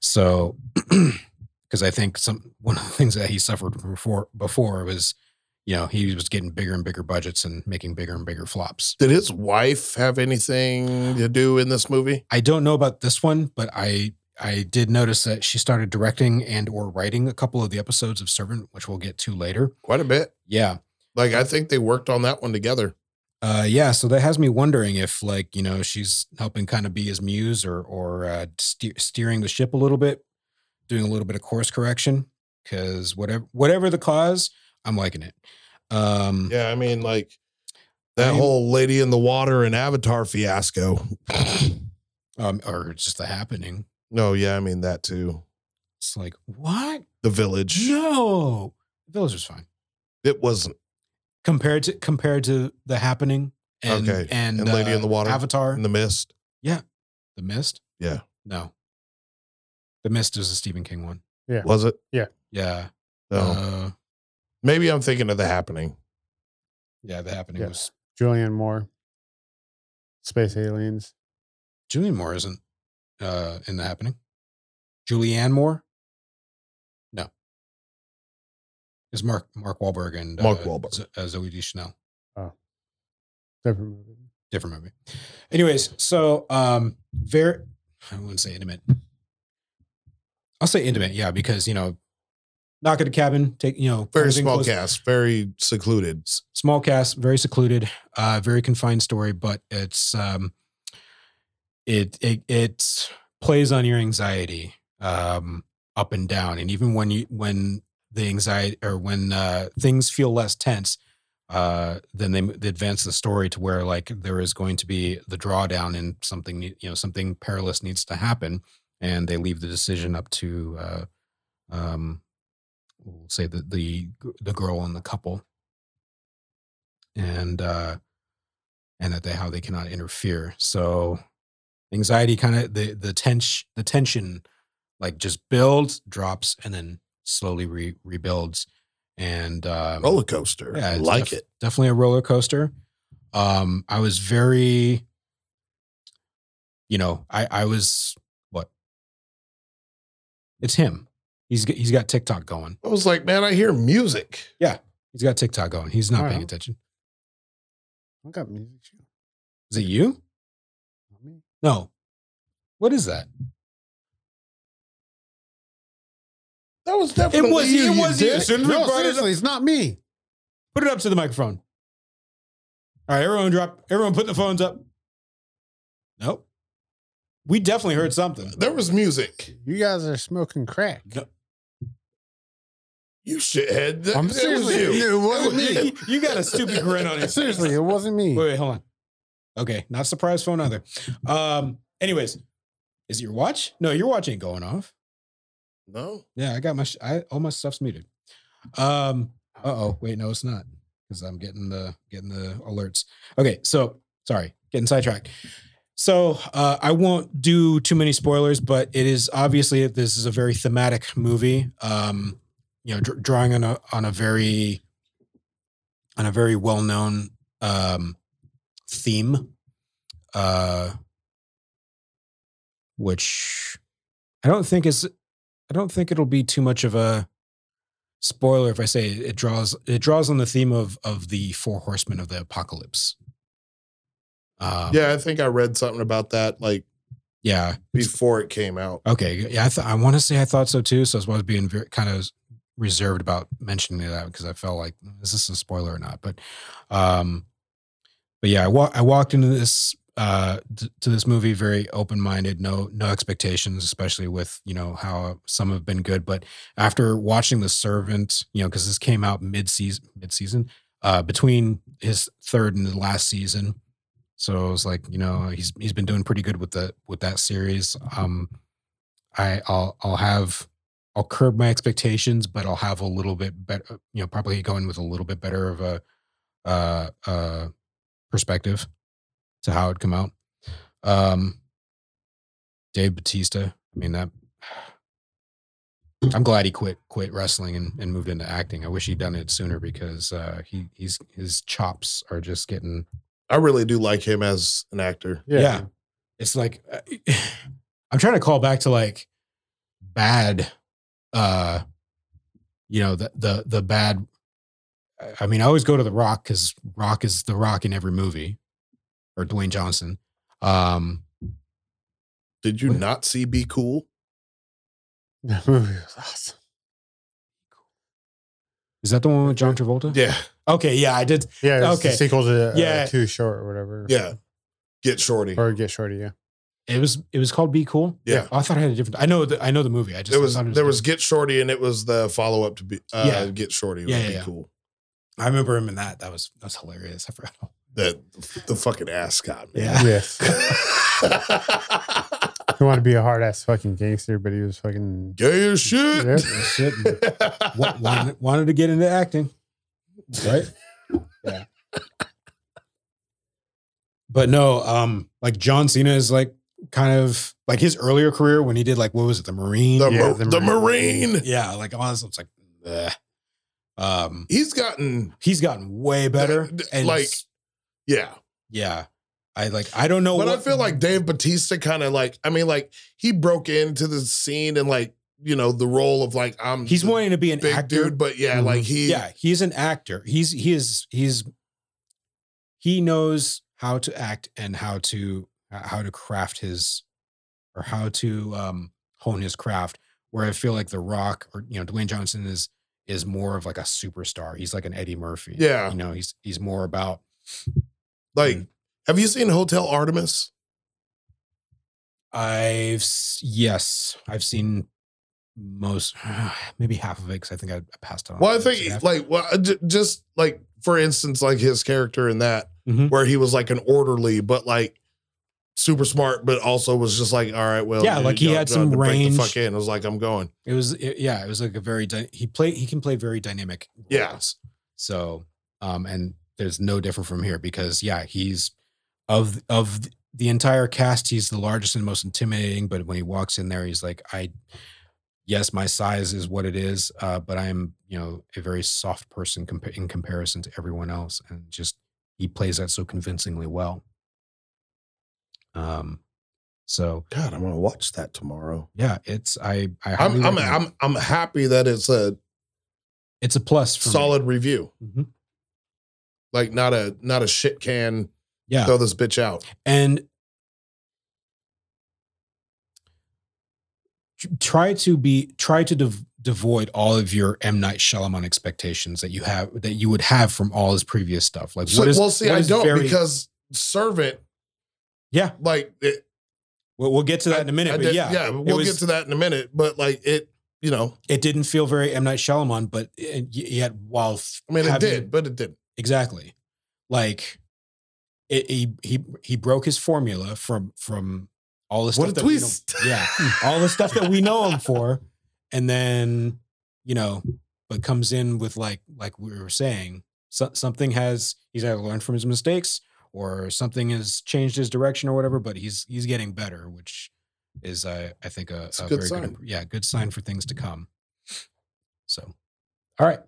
So, because I think some one of the things that he suffered before before was, you know, he was getting bigger and bigger budgets and making bigger and bigger flops.
Did his wife have anything to do in this movie?
I don't know about this one, but I I did notice that she started directing and or writing a couple of the episodes of Servant, which we'll get to later.
Quite a bit.
Yeah.
Like I think they worked on that one together.
Uh, yeah, so that has me wondering if, like, you know, she's helping kind of be his muse or or uh, steer, steering the ship a little bit, doing a little bit of course correction. Because whatever whatever the cause, I'm liking it. Um,
Yeah, I mean, like that
I'm-
whole lady in the water and Avatar fiasco.
um, or it's just the happening.
no, yeah, I mean that too.
It's like what?
The village.
No, Village was fine
It wasn't.
compared to compared to the happening. And,
Okay,
and, um,
and Lady in the Water,
Avatar,
In
the,
the mist.
Mist.
Yeah.
no, the Mist is a Stephen King one.
Was it?
Yeah,
No.
uh,
Maybe I'm thinking of the happening.
yeah, the happening
Yeah.
was
Julian Moore, Space Aliens.
Julian Moore isn't uh, in the happening. Julianne Moore? No. Is Mark Mark Wahlberg and
Mark
uh,
Wahlberg.
Z- uh, Zoe Deschanel
Different movie.
different movie? Anyways, so um, very I wouldn't say intimate. I'll say intimate, yeah, because you know, knock at a cabin, take you know,
Very
closing-
small
close-
cast, very secluded.
s- small cast, very secluded, uh, very confined story, but it's um, it it it plays on your anxiety um, up and down, and even when you when the anxiety or when uh, things feel less tense, uh, then they, they advance the story to where like there is going to be the drawdown and something ne- you know something perilous needs to happen, and they leave the decision up to uh, um, we'll say the the the girl and the couple, and uh, and that they how they cannot interfere. So anxiety kind of the the tension the tension like just builds, drops, and then slowly re- rebuilds. And um,
Roller coaster.
yeah, it's
like
def-
it.
Definitely a roller coaster. Um, I was very, you know, I I was what? It's him. He's g- he's got TikTok going.
I was like, man, I hear music.
He's got TikTok going. He's not
All
paying
right.
attention.
I got music. too.
Is it you?
Not me.
No. What is that?
That was definitely
was you, it
you
was you.
dick.
As soon as we
No,
brought it up-
seriously, it's not me.
Put it up to the microphone. All right, everyone drop. Everyone put the phones up. Nope. We definitely heard something.
There was music.
You guys are smoking crack.
No,
You shithead. That,
I'm
it was
seriously-
you.
it
It was
wasn't me.
you.
you, you got a stupid grin on your
Seriously, it wasn't me.
Wait, wait, hold on. Okay, not surprise phone either. Um, anyways, is it your watch? No, your watch ain't going off.
No.
Yeah, I got my sh- I all my stuff's muted. Um, uh oh, wait, no, it's not because I'm getting the getting the alerts. Okay, so sorry, getting sidetracked. So uh, I won't do too many spoilers, but it is obviously this is a very thematic movie. Um, you know, dr- drawing on a on a very on a very well known um, theme, uh, which I don't think is I don't think it'll be too much of a spoiler if I say it draws it draws on the theme of of the four horsemen of the apocalypse. Um,
Yeah, I think I read something about that like
yeah.
before it came out.
Okay. Yeah, I th- I want to say I thought so too. So I was being very, kind of reserved about mentioning that because I felt like "Hmm, is this a spoiler or not? But, um, but yeah, I, wa- I walked into this uh t- to this movie very open minded, no no expectations, especially with you know how some have been good. But after watching The Servant, you know, because this came out mid season mid season, uh, between his third and the last season. So I was like, you know, he's he's been doing pretty good with the with that series. Um, I I'll I'll have I'll curb my expectations, but I'll have a little bit better, you know, probably go in with a little bit better of a uh uh perspective to how it come out. Um Dave Batista, I mean that I'm glad he quit quit wrestling and, and moved into acting. I wish he'd done it sooner because uh he he's his chops are just getting
I really do like him as an actor.
yeah. It's like uh, I'm trying to call back to like bad uh you know the the the bad I- I mean I always go to the rock cuz rock is the rock in every movie or Dwayne Johnson. Um
Did you not see Be Cool?
That movie was awesome.
is that the one with John Travolta?
Yeah.
Okay, yeah, I did.
Yeah, it's
Okay.
the sequel to uh,
Yeah.
Too Short or whatever.
Yeah. Get Shorty.
Or Get Shorty, yeah.
It was it was called Be Cool.
Yeah.
Oh, I thought I had a different I know the, I know the movie. I just
There was
I thought it
there was
different.
Get Shorty and it was the follow up to Be uh,
Yeah.
Get Shorty. was
Yeah, yeah,
Be
yeah.
Cool.
I remember him in that. That was that was hilarious. I forgot.
The the fucking ascot. man.
Yeah.
Yes. he wanted to be a hard ass fucking gangster, but he was fucking.
Gay as shit.
Yeah.
Shit. Wa- wanted, wanted to get into acting, right? yeah. But no, um, like John Cena is like kind of like his earlier career when he did like what was it, the Marine?
The,
Yeah,
mar-
the
the
Marine.
Marine.
yeah, like all this. It's like, bleh. um,
He's gotten
he's gotten way better.
d-
And
like-
it's-
yeah.
yeah, I like. I don't know.
But I feel like Dave Batista kind of like I mean like he broke into the scene and like you know the role of like I'm
he's
the
wanting to be an
big
actor,
dude, but yeah, like he
Mm-hmm. yeah he's an actor he's he is he's he knows how to act and how to how to craft his or how to um hone his craft where i feel like the rock or you know dwayne johnson is is more of like a superstar he's like an eddie murphy
Yeah.
you know he's he's more about Mm-hmm.
like have you seen Hotel Artemis?
I've s- yes, I've seen most, maybe half of it because I think I, I passed on.
Well, I
it, so
think
half-
like well, I ju- just like for instance, like his character in that
Mhm.
where he was like an orderly, but like super smart, but also was just like, all right, well,
Yeah, like he
y'all-
had
y'all
some
have to break
range.
The fuck in. It was like I'm going.
it was it- yeah, it was like a very dy- he play he can play very dynamic.
Yeah.
roles. So um, and there's no different from here because yeah, he's of of the entire cast, he's the largest and most intimidating. But when he walks in there, he's like, I yes, my size is what it is, uh, but I am you know a very soft person compa- in comparison to everyone else, and just he plays that so convincingly well. Um, so
God, I'm gonna watch that tomorrow.
yeah, it's I I highly
I'm I'm,
recommend it.
I'm I'm happy that it's a
it's a plus for me.
solid review,
Mhm.
like not a not a shit can
Yeah.
throw this bitch out.
and t- try to be try to dev- devoid all of your M Night Shyamalan expectations that you have that you would have from all his previous stuff. Like,
So,
what is,
well, see,
what
I
is
don't
very-
because servant,
yeah,
like it,
we'll, we'll get to that in a minute.
I
but
did-
yeah,
yeah,
it
we'll
was-
get to that in a minute. But like it, you know,
It didn't feel very M Night Shyamalan, but and y- yet while f-
I mean, it
having-
did, but it didn't.
Exactly. Like it, he he he broke his formula from from all the stuff
What a
that
twist.
We know, yeah, all the stuff that we know him for, and then you know, but comes in with like like we were saying, so, something has he's either learned from his mistakes or something has changed his direction or whatever. But he's he's getting better, which is I I think a,
a
a
good
very
sign.
good imp- yeah good sign for things to come. So, all right.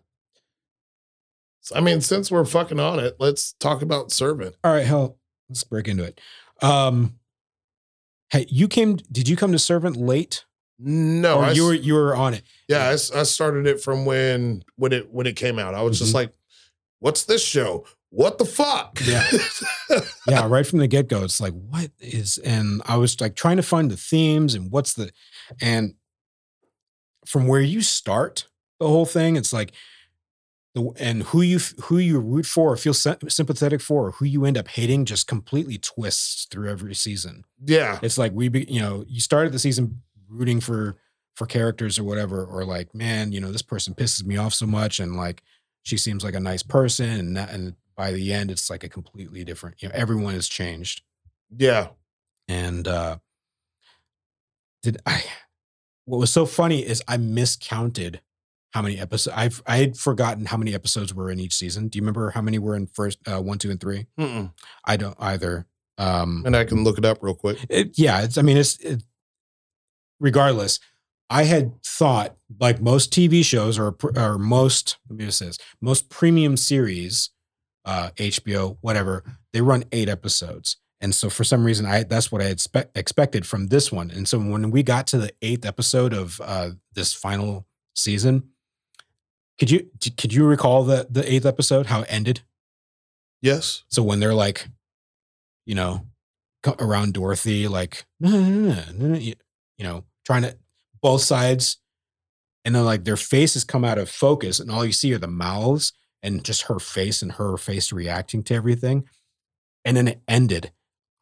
I mean, since we're fucking on it, let's talk about servant.
All right, hell, let's break into it. Um, hey, you came? Did you come to Servant late?
No,
or
I,
you
s-
were you were on it.
yeah, I, s- I started it from when when it when it came out. I was just
Mhm.
like, "What's this show? What the fuck?"
Yeah. Yeah, right from the get go, it's like what is? And I was like trying to find the themes and what's the, and from where you start the whole thing, it's like the and who you f- who you root for or feel sy- sympathetic for or who you end up hating just completely twists through every season.
yeah,
It's like we, be, you know, you started the season rooting for for characters or whatever, or like, man, you know, this person pisses me off so much, and like, she seems like a nice person, and that, and by the end, it's like a completely different. You know, everyone has changed,
yeah.
and uh did I? What was so funny is I miscounted how many episodes I've I had forgotten how many episodes were in each season. Do you remember how many were in first uh, one, two, and three?
Mm-mm.
I don't either. Um,
And I can look it up real quick.
it, yeah, it's, I mean, it's it, regardless. I had thought, like most TV shows or pr- or most let me just say this, most premium series, uh, HBO, whatever, they run eight episodes, and so for some reason, I that's what I had spe- expected from this one. And so when we got to the eighth episode of uh, this final season, could you d- could you recall the the eighth episode how it ended?
Yes.
So when they're like, you know, c- around Dorothy, like, "No, no, no, no, no, no," you you know, trying to both sides, and then like their faces come out of focus, and all you see are the mouths and just her face and her face reacting to everything, and then it ended.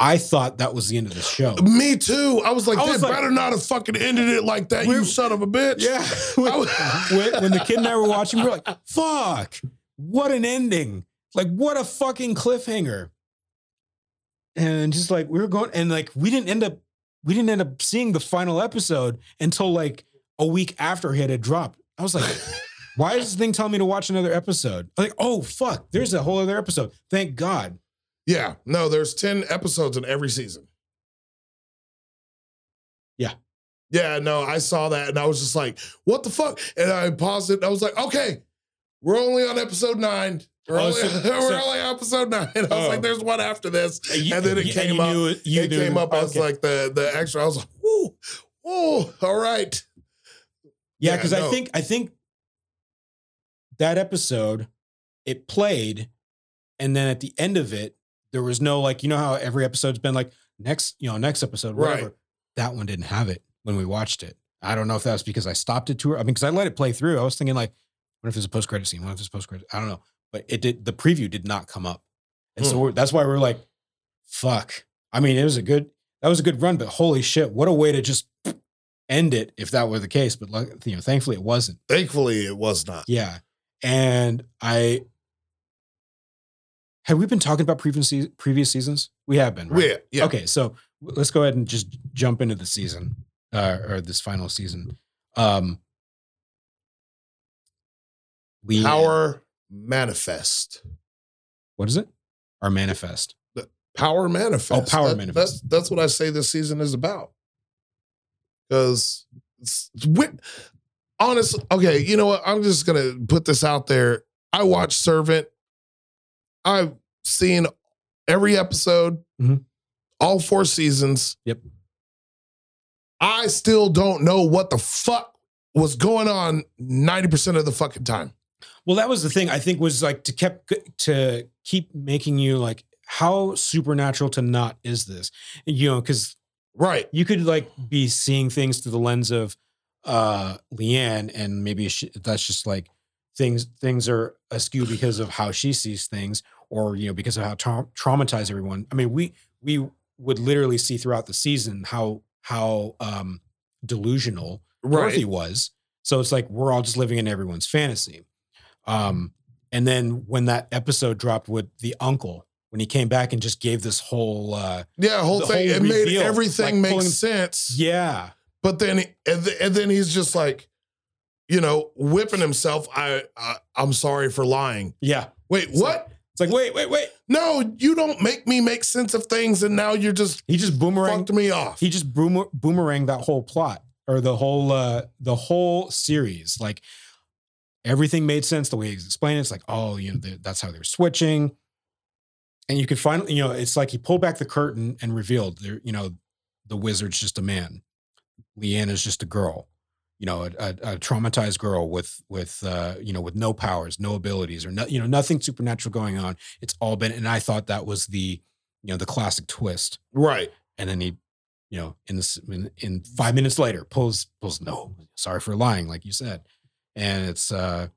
I thought that was the end of the show.
Me too. I was like,
Oh. I
they
was like-
better not have fucking ended it like that, you
We're-
son of a bitch.
Yeah. when,
I was-
when- when the kid and I were watching, we were like, fuck, what an ending. Like, what a fucking cliffhanger. And just like, we were going, and like, we didn't end up, we didn't end up seeing the final episode until like a week after it had dropped. I was like, why is this thing telling me to watch another episode? I'm like, oh, fuck, there's a whole other episode. Thank God.
Yeah. No, there's 10 episodes in every season.
Yeah.
Yeah, no, I saw that and I was just like, what the fuck? And I paused it and I was like, okay, we're only on episode nine. We're,
Oh,
only,
so-
we're
so-
only on episode nine. I was
Oh.
like, there's one after this. and then it came
you
up.
knew you
it
knew-
came up as
okay.
like the the extra. I was like, whoa, whoa, all right.
Yeah,
Yeah,
because
no.
I think I think that episode it played, and then at the end of it, there was no like you know how every episode's been like next you know next episode whatever.
Right.
That one didn't have it when we watched it. I don't know if that was because I stopped it too. I mean, because I let it play through. I was thinking like, what if it's a post credit scene? What if it's post credit? I don't know, but it did. The preview did not come up, and so we're, that's why we're like, fuck. I mean, it was a good. that was a good run, but holy shit, what a way to just end it if that were the case. But luck- you know, thankfully it wasn't.
Thankfully, it was not.
Yeah. And I have we been talking about previous se- previous seasons? We have been, right?
We- yeah.
Okay, so w- let's go ahead and just jump into the season uh, or this final season. Um, Leanne.
Power manifest.
What is it? Our manifest.
Power manifest.
Power
That-
Manifest.
That's that's what I say this season is about. Because it's, it's wit- honest. Okay, you know what? I'm just gonna put this out there. I watch Servant. I've seen every episode,
Mhm.
all four seasons.
Yep.
I still don't know what the fuck was going on 90% of the fucking time.
Well, that was the thing I think was like to kept to keep making you like how supernatural to not is this? You know, because
Right.
you could like be seeing things through the lens of uh Leanne and maybe she, that's just like things things are askew because of how she sees things or you know because of how tra- traumatized everyone I mean we we would literally see throughout the season how how um delusional Dorothy was so it's like we're all just living in everyone's fantasy um and then when that episode dropped with the uncle when he came back and just gave this whole uh
Yeah, whole
The
thing.
whole
it made
reveal,
everything
like
make
pulling-
sense.
yeah
But then, and, th- and then he's just like, you know, whipping himself. I, I I'm sorry for lying.
yeah
Wait, what?
it's like wait wait wait
no, you don't make me make sense of things, and now you're just
He just boomeranged.
fucked me off.
He just boomer, boomeranged that whole plot or the whole uh, the whole series. Like everything made sense the way he's explaining. It's like, oh, you know, they- that's how they're switching. And you could finally, you know, it's like he pulled back the curtain and revealed, there, you know, the wizard's just a man. Leanne is just a girl, you know, a, a, a traumatized girl with with uh, you know with no powers, no abilities, or no, you know, nothing supernatural going on. It's all been, and I thought that was the, you know, the classic twist
right.
and then he you know in this in, in five minutes later pulls pulls no sorry for lying like you said and it's uh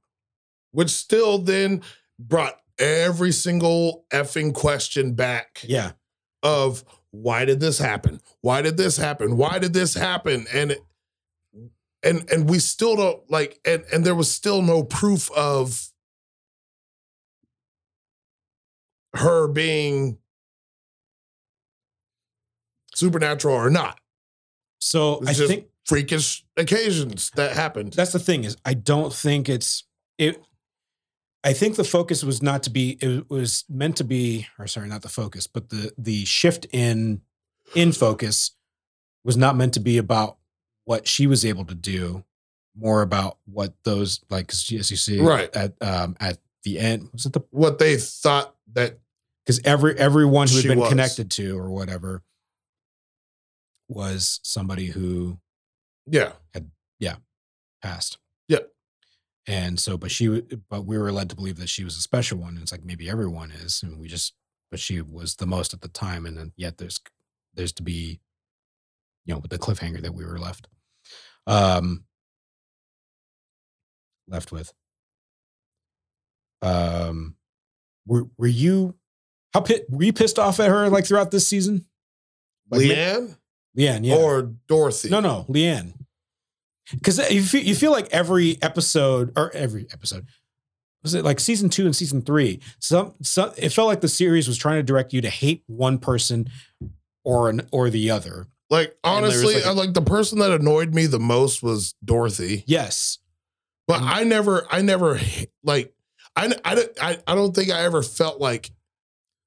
Which still then brought every single effing question back
yeah
of why did this happen? Why did this happen? Why did this happen? And it- and and we still don't like and and there was still no proof of her being supernatural or not.
so
It's
i
just
think
freakish occasions that happened.
that's the thing is i don't think it's it i think the focus was not to be it was meant to be or sorry not the focus but the the shift in in focus was not meant to be about what she was able to do more about what those like 'cause as you see
Right.
at um at the end was it the
what they thought that
because every everyone who had
She
been
was.
connected to or whatever was somebody who
yeah,
passed.
Yeah.
And so, but she, w- but we were led to believe that she was a special one. And it's like maybe everyone is, and we just, but she was the most at the time. And then yet there's, there's to be, you know, with the cliffhanger that we were left, um, left with. Um, were were you, how pit were you pissed off at her like throughout this season? Like, ma-
Leanne
Leanne, yeah.
or Dorothy.
No, no, Leanne. Because you feel, you feel like every episode or every episode was it like season two and season three. Some, some it felt like the series was trying to direct you to hate one person or an or the other.
Like
And there was,
honestly,
like, a-
I- like the person that annoyed me the most was Dorothy.
Yes,
But
Mm.
I never, I never like, I, I, don't- I, I don't think I ever felt like,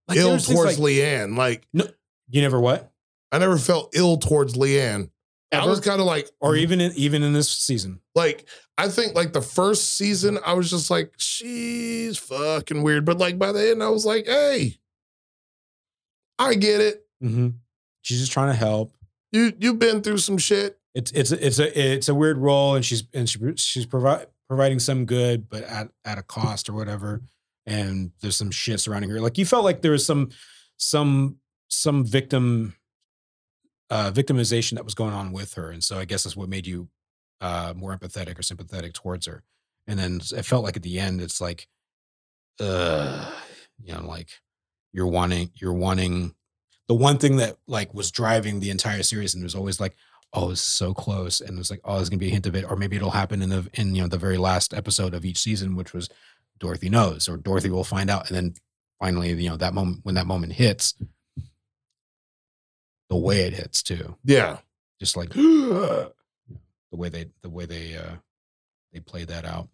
Like,
ill
there's things
towards
like-
Leanne. Like
You never what
I never felt ill towards Leanne. I
Ever?
was kind of like,
or even in, even in this season.
like I think like the first season, I was just like, she's fucking weird. But like by the end, I was like, hey, I get it.
Mm-hmm. She's just trying to help.
You you've been through some shit.
It's it's it's a it's a weird role, and she's and she she's provi- providing some good, but at at a cost or whatever. And there's some shit surrounding her. Like you felt like there was some some some victim uh, victimization that was going on with her, and so I guess that's what made you uh, more empathetic or sympathetic towards her. And then it felt like at the end, it's like, uh, you know, like you're wanting you're wanting the one thing that like was driving the entire series and it was always like oh it's so close and it was like oh there's gonna be a hint of it or maybe it'll happen in the in you know the very last episode of each season which was dorothy knows or dorothy will find out and then finally you know that moment when that moment hits the way it hits too
Yeah.
just like the way they the way they uh they play that out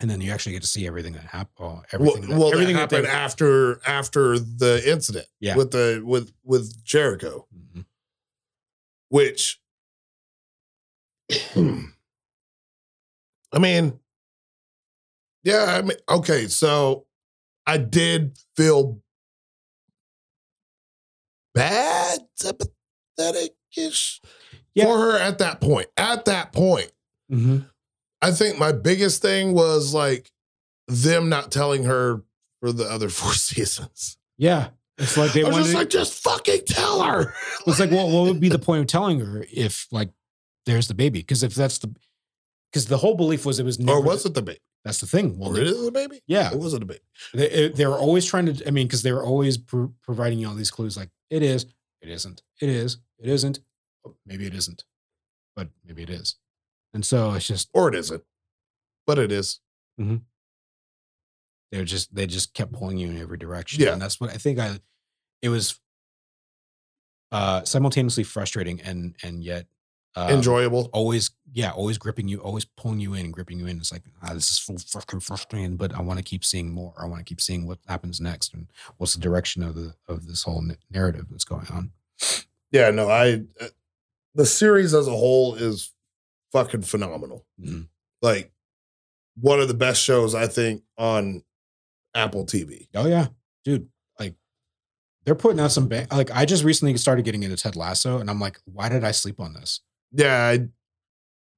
and then you actually get to see everything that happened
Well,
everything that,
well,
everything
that happened
they-
after after the incident
Yeah.
with the with with Jericho,
Mhm.
which I mean, yeah, I mean, okay, so I did feel bad, sympathetic-ish
Yeah.
for her at that point. At that point,
Mhm.
I think my biggest thing was like them not telling her for the other four seasons.
yeah it's like
I
they
was
wanted
just like, just fucking tell her.
It's like, well, what would be the point of telling her if like there's the baby? Because if that's the because the whole belief was it was never
or was it the baby?
that's the thing. Well,
Or is it the baby?
yeah,
Or was it the baby?
they, it- they were always trying to. I mean, because they were always pro- providing you all these clues, like it is, it isn't, it is, it isn't, oh, maybe it isn't, but maybe it is, and so it's just
Or it isn't. But it is.
they were just they just kept pulling you in every direction
Yeah.
and that's what i think i it was uh simultaneously frustrating and and yet um,
Enjoyable.
always yeah always gripping you always pulling you in and gripping you in it's like ah, this is full fucking frustrating but i want to keep seeing more i want to keep seeing what happens next and what's the direction of the of this whole n- narrative that's going on
Yeah, no, I uh, the series as a whole is fucking phenomenal.
Mhm.
Like one of the best shows I think on Apple TV.
oh yeah dude like they're putting out some bang- like i just recently started getting into ted lasso and i'm like why did i sleep on this
Yeah, I,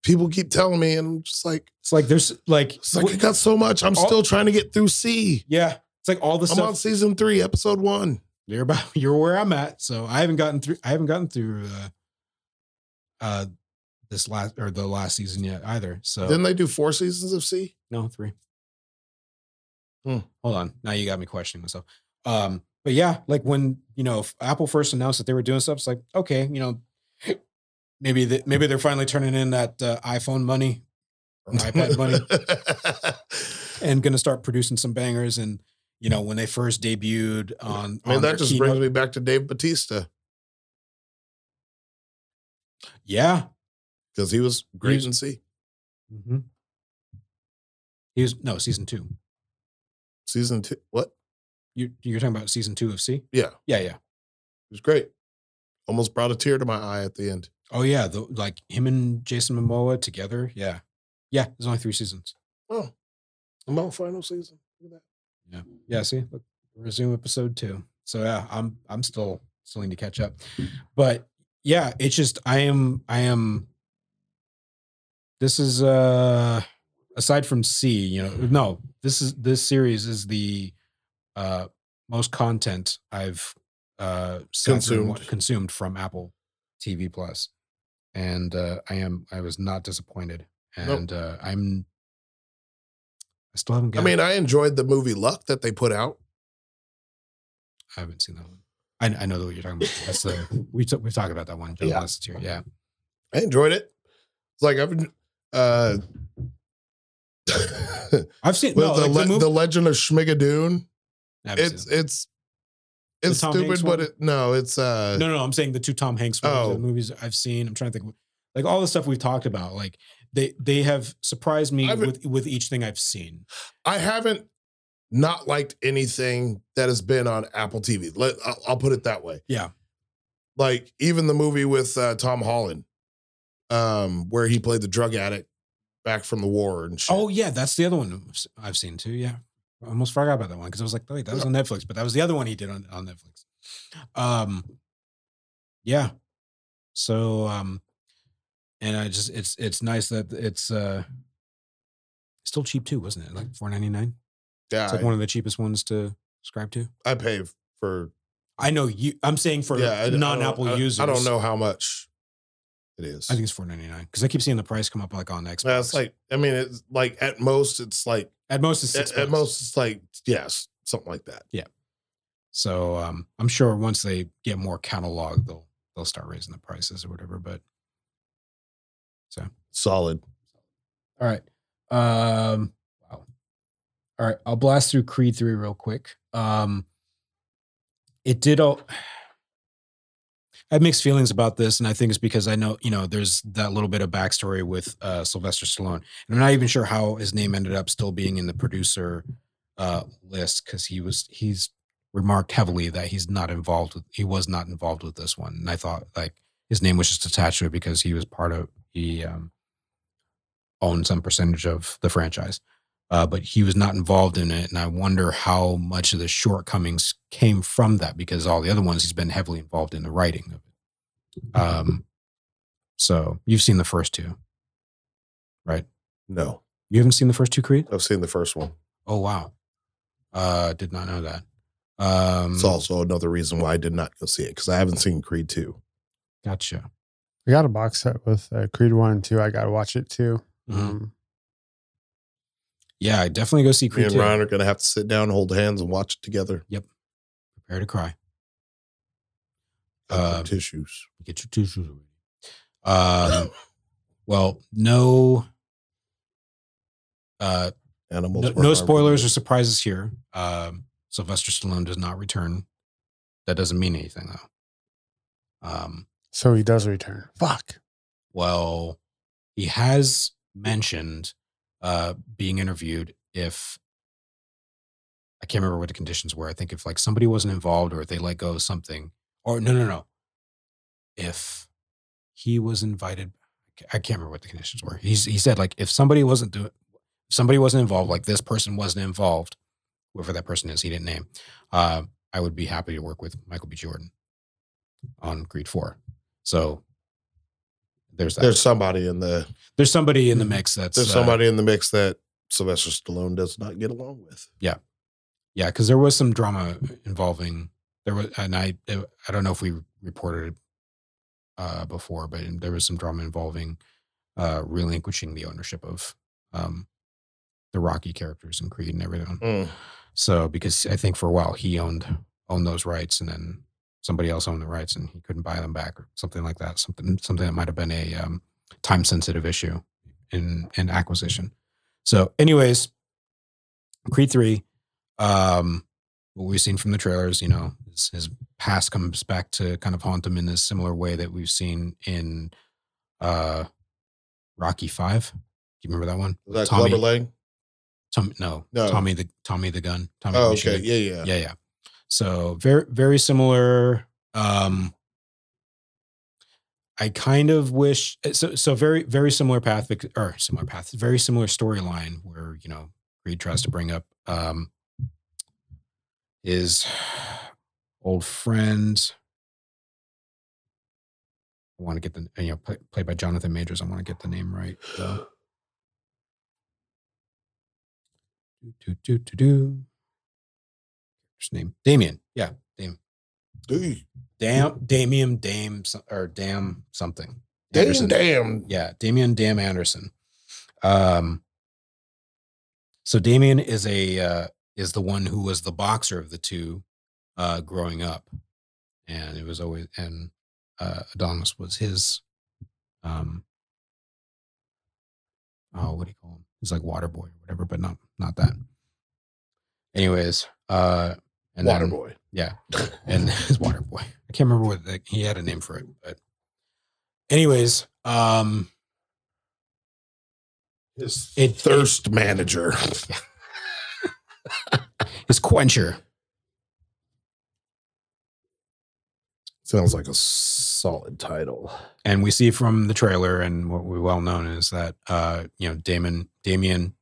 people keep telling me, and I'm just like,
it's like there's like,
it's like I got so much. I'm
All-
still trying to get through C.
yeah it's like all the
I'm
stuff
on season three, episode one.
you're about you're where I'm at. So I haven't gotten through I haven't gotten through uh uh this last or the last season yet either. So
Didn't they do four seasons of C?
no three.
Hmm.
Hold on. Now you got me questioning myself. Um but yeah, like when you know if Apple first announced that they were doing stuff, it's like, okay, you know, maybe that maybe they're finally turning in that uh, iPhone money or iPad money and gonna start producing some bangers and you know, when they first debuted on,
I mean,
on
that
their
just
keynote-
brings me back to Dave Batista
yeah,
because he was great
He's-
in C
Mm-hmm. He was no season two.
season two. What?
You you're talking about season two of C?
Yeah,
Yeah, yeah.
It was great. Almost brought a tear to my eye at the end.
Oh yeah, the, like him and Jason Momoa together. Yeah, yeah. There's only three seasons.
Oh, I'm on final season. Look at
Yeah, see, look, resume episode two. So yeah, I'm I'm still still need to catch up, but yeah, it's just I am I am. This is uh aside from C, you know, no, this is this series is the uh most content I've uh sat through and wa-
Consumed.
consumed from Apple TV Plus, and uh, I am I was not disappointed,
Nope.
and uh, I'm. I still haven't.
that. I mean, I enjoyed the movie Luck that they put out.
I haven't seen that one. I, I know what you're talking about. That's the we t- we've talked about that one Joe,
Yeah.
last year. Yeah,
I enjoyed it. It's like I've uh
I've seen
well
no,
the,
like,
le-
the, movie,
the Legend of Schmigadoon.
I haven't
It's
seen
it's
The
it's
Tom Hanks
stupid, but
one?
it no, it's uh
it. no, no, no, I'm saying the two Tom Hanks ones,
Oh.
the movies I've seen. I'm trying to think, like all the stuff we've talked about. Like they they have surprised me
I've-
with with each thing I've seen.
I haven't not liked anything that has been on Apple TV. Let, I'll, I'll put it that way.
Yeah.
Like even the movie with uh, Tom Holland, um, where he played the drug addict back from the war and shit.
Oh yeah, that's the other one I've s- I've seen too. Yeah, I almost forgot about that one because I was like, wait, that was on Netflix, but that was the other one he did on, on Netflix. Um, yeah. So um, and I just it's it's nice that it's uh still cheap too, wasn't it? Like four ninety nine.
yeah,
It's like one of the cheapest ones to subscribe to.
I, I pay for
I know you. I'm saying for
yeah, I- I don't-
non Apple
I-
users,
I don't know how much it is.
I think it's four ninety nine because I keep seeing the price come up like on Xbox.
Yeah, it's like I mean, it's like at most, it's like
at most it's
at,
six
at
bucks.
most, it's like yes, something like that.
So um, I'm sure once they get more catalog, they'll they'll start raising the prices or whatever. But
Solid.
all right, um, wow, all right, I'll blast through Creed three real quick. Um, it did all. I have mixed feelings about this, and I think it's because I know you know there's that little bit of backstory with uh, Sylvester Stallone, and I'm not even sure how his name ended up still being in the producer uh, list because he was he's remarked heavily that he's not involved with he was not involved with this one, and I thought like his name was just attached to it because he was part of he um, owned some percentage of the franchise, uh, but he was not involved in it, and I wonder how much of the shortcomings came from that because all the other ones he's been heavily involved in the writing of it. Um, so you've seen the first two, right?
No,
You haven't seen the first two Creed?
I've seen the first one.
Oh wow, uh, did not know that. Um,
It's also another reason why I did not go see it because I haven't seen Creed 2.
gotcha.
I got a box set with uh, Creed One and Two. I got to watch it too.
Mhm.
Um,
Yeah, definitely go see
Me
Creed.
and
two.
Ryan are going to have to sit down, hold hands, and watch it together.
Prepare to cry.
I've got
Um,
tissues.
Get your tissues ready. Um, well, no, uh,
Animals.
no,
were
no
harmed.
spoilers or surprises here. Um, Sylvester Stallone does not return. That doesn't mean anything though. Um,
so he does return. Fuck.
well, he has mentioned uh, being interviewed if I can't remember what the conditions were. I think if like somebody wasn't involved or if they let go of something, or no, no, no, if he was invited, I ca- I can't remember what the conditions were. He's, he said like if somebody wasn't doing, if somebody wasn't involved, like this person wasn't involved, whoever that person is, he didn't name. Uh, I would be happy to work with Michael B. Jordan on Creed Four. So there's that
There's somebody in the
there's somebody in the mix that's
Mm-hmm. there's
uh,
somebody in the mix that Sylvester Stallone does not get along with.
yeah because there was some drama involving there was and i i don't know if we reported it uh before but there was some drama involving uh relinquishing the ownership of um the rocky characters in creed and everything
Mm.
so because i think for a while he owned owned those rights and then somebody else owned the rights and he couldn't buy them back or something like that something something that might have been a um, time sensitive issue in in acquisition so anyways creed 3 um what we've seen from the trailers you know his, his past comes back to kind of haunt him in a similar way that we've seen in uh rocky 5 do you remember that one
Is that
Tommy-
Clever Lang?
Tom, no,
No.
tommy the tommy the gun tommy
Oh,
Machine
okay. Yeah, yeah.
yeah yeah so very very similar um i kind of wish eh, so so very very similar path bec- or similar path very similar storyline where you know Creed tries to bring up um his old friend i want to get the you know play, played by jonathan majors i want to get the name right though. do do do do do his name Damien. Yeah, Damien.
Dude,
Dam Damien Dame so- or Dam something.
damn,
Anderson.
damn.
Yeah, Damien Dam Anderson. Um so Damien is a uh, is the one who was the boxer of the two uh growing up. And it was always and uh Adonis was his um oh what do you call him? He's like water boy or whatever, but not not that. Anyways, uh and then-
Waterboy.
yeah. And his water boy. I can't remember what the, he had a name for it, but anyways, um
His
It-
thirst manager.
his quencher.
Sounds like a solid title.
And we see from the trailer and what we well known is that uh, you know, Damon Damien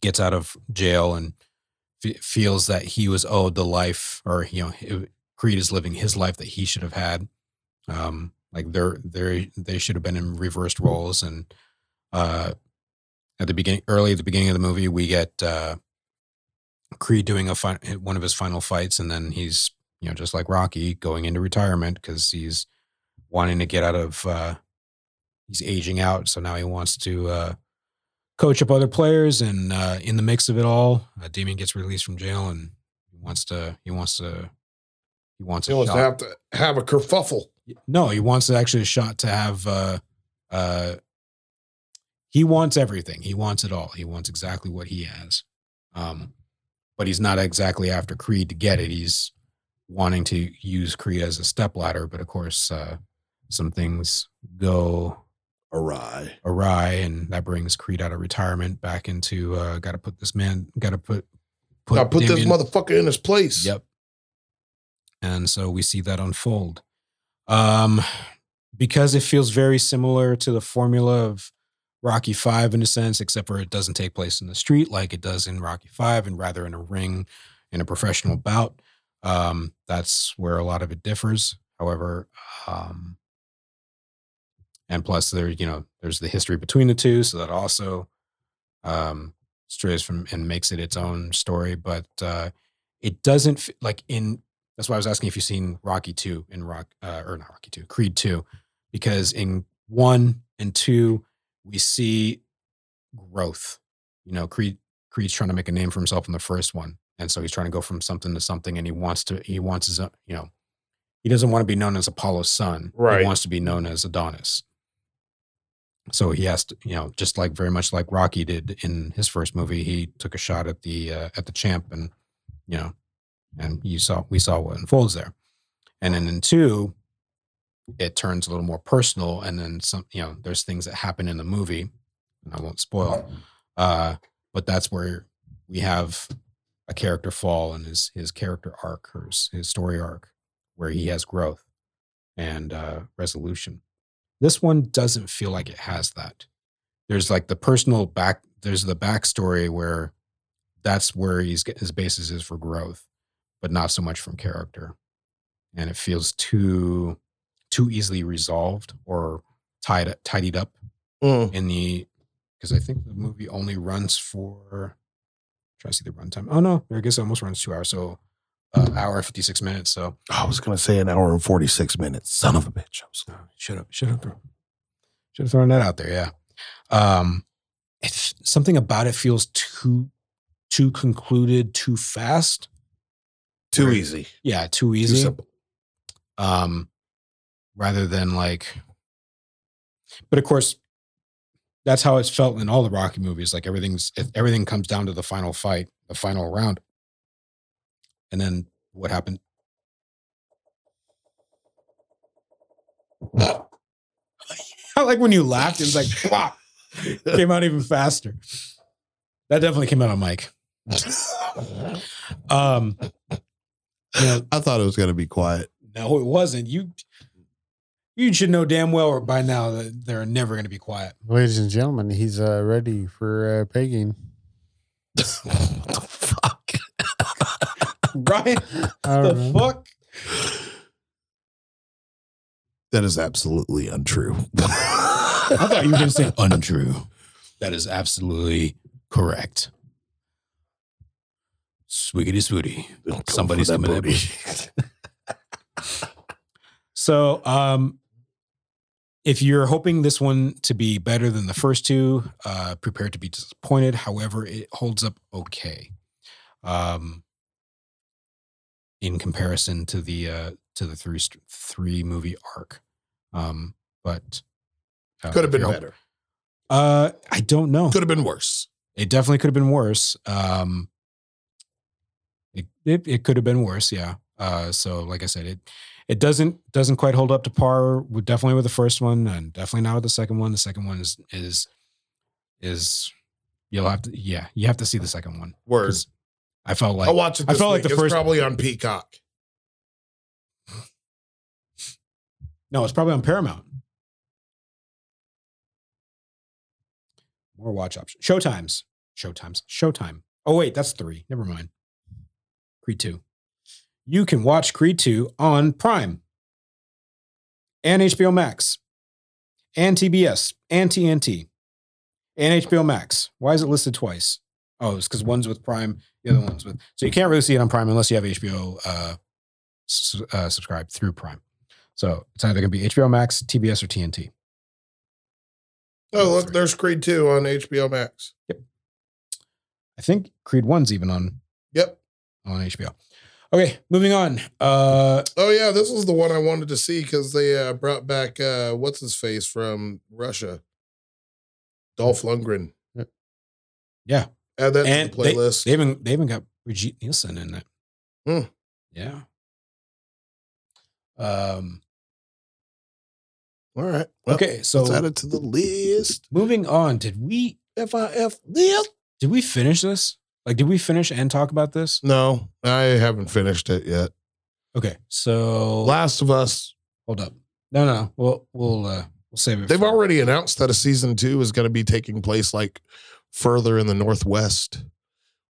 gets out of jail and fe feels that he was owed the life or you know, it- Creed is living his life that he should have had. Um like they're they they should have been in reversed roles and uh at the beginning early at the beginning of the movie we get uh Creed doing a fi- one of his final fights and then he's you know just like Rocky going into retirement cuz he's wanting to get out of uh he's aging out so now he wants to uh coach up other players and uh in the mix of it all uh, Damien gets released from jail and He wants to. He wants to. He wants.
He
a
wants
shot.
to have to have a kerfuffle.
No, he wants actually a shot to have. Uh, uh, he wants everything. He wants it all. He wants exactly what he has. Um, but he's not exactly after Creed to get it. He's wanting to use Creed as a stepladder. But of course, uh, some things go
awry.
awry, and that brings Creed out of retirement back into. Uh, got to put this man. Got to put.
I put this
Damien-
motherfucker in his place.
Yep. And so we see that unfold. Um, because it feels very similar to the formula of Rocky Five in a sense, except for it doesn't take place in the street like it does in Rocky Five, and rather in a ring in a professional bout. Um, that's where a lot of it differs. However, um, and plus there, you know, there's the history between the two, so that also um, strays from and makes it its own story. But uh, it doesn't f- like in that's why I was asking if you've seen Rocky two in Rock uh, or not Rocky two Creed two because in one and two we see growth. You know, Creed Creed's trying to make a name for himself in the first one, and so he's trying to go from something to something, and he wants to he wants his own- you know he doesn't want to be known as Apollo's son.
Right.
He wants to be known as Adonis. So he has to, you know, just like very much like Rocky did in his first movie, he took a shot at the uh, at the champ, and you know, and you saw we saw what unfolds there. And then in two, it turns a little more personal, and then some. You know, there's things that happen in the movie, and I won't spoil. Uh, but that's where we have a character fall and his his character arc, or his, his story arc, where he has growth and uh, resolution. This one doesn't feel like it has that. There's like the personal back. There's the backstory where that's where he's get- his basis is for growth, but not so much from character. And it feels too too easily resolved or tied tidied up
Mm.
in the because I think the movie only runs for try to see the runtime. Oh no, I guess it almost runs two hours. So uh, hour and fifty six minutes. So
I was gonna say an hour and forty six minutes. Son of a bitch. I was
Oh, Should have should have thrown should have thrown that out there. Yeah. Um, it's, something about it feels too too concluded too fast.
too
Right.
easy.
Yeah, too easy.
simple.
Um, rather than like, but of course, that's how it's felt in all the Rocky movies. Like everything's if everything comes down to the final fight, the final round, and then what happened. I like when you laughed. It was like "Pwah!" came out even faster. That definitely came out on mic. Um, you know,
I thought it was gonna be quiet.
no, it wasn't. You you should know damn well by now that they're never going to be quiet.
Ladies and gentlemen, he's uh, ready for uh, pegging.
what the fuck?
Ryan,
I
the
don't know.
fuck?
That is absolutely untrue.
I thought you were going to say untrue. That is absolutely correct. Swiggity swooty. Somebody's coming at me. So, um, if you're hoping this one to be better than the first two, uh, prepare to be disappointed. However, it holds up okay, um, in comparison to the uh, to the three st- three movie arc. Um, but uh,
Could have
if
been
you're-
better.
Uh, I don't know.
Could have been worse.
It definitely could have been worse. Um, it it, it could have been worse, yeah. Uh, so like I said, it it doesn't doesn't quite hold up to par with definitely with the first one and definitely not with the second one. The second one is is is you'll have to yeah you have to see the second one.
Word. Oh,
'Cause I felt like
I'll watch it.
I
This
felt like
week.
the
it's
first-
probably on Peacock.
no, it's probably on Paramount. More watch options. Showtimes. Showtimes. Showtime. Oh wait, that's three. Never mind. Creed two. You can watch Creed two on Prime and HBO Max and TBS and TNT and HBO Max. Why is it listed twice? Oh, it's because one's with Prime, the other one's with. So you can't really see it on Prime unless you have HBO uh, s- uh, subscribed through Prime. So it's either going to be HBO Max, TBS, or TNT.
Oh, look, there's Creed 2 on HBO Max.
I think Creed One's even on
Yep.
on HBO. Okay, moving on. Uh,
oh yeah, this was the one I wanted to see because they uh, brought back uh, what's his face from Russia, Dolph Lundgren.
Yeah,
Add that
and
to the playlist.
They, they even they even got Brigitte Nielsen in it.
Hmm.
Yeah. Um.
All right. Well,
okay, so
let's add it to the list.
moving on. Did we
FIF list.
did we finish this? Like, did we finish and talk about this?
No, I haven't finished it yet.
Okay, so
Last of Us.
hold up. No, no, no. We'll we'll uh, we'll save it.
They've
for-
already announced that a season two is going to be taking place like further in the northwest.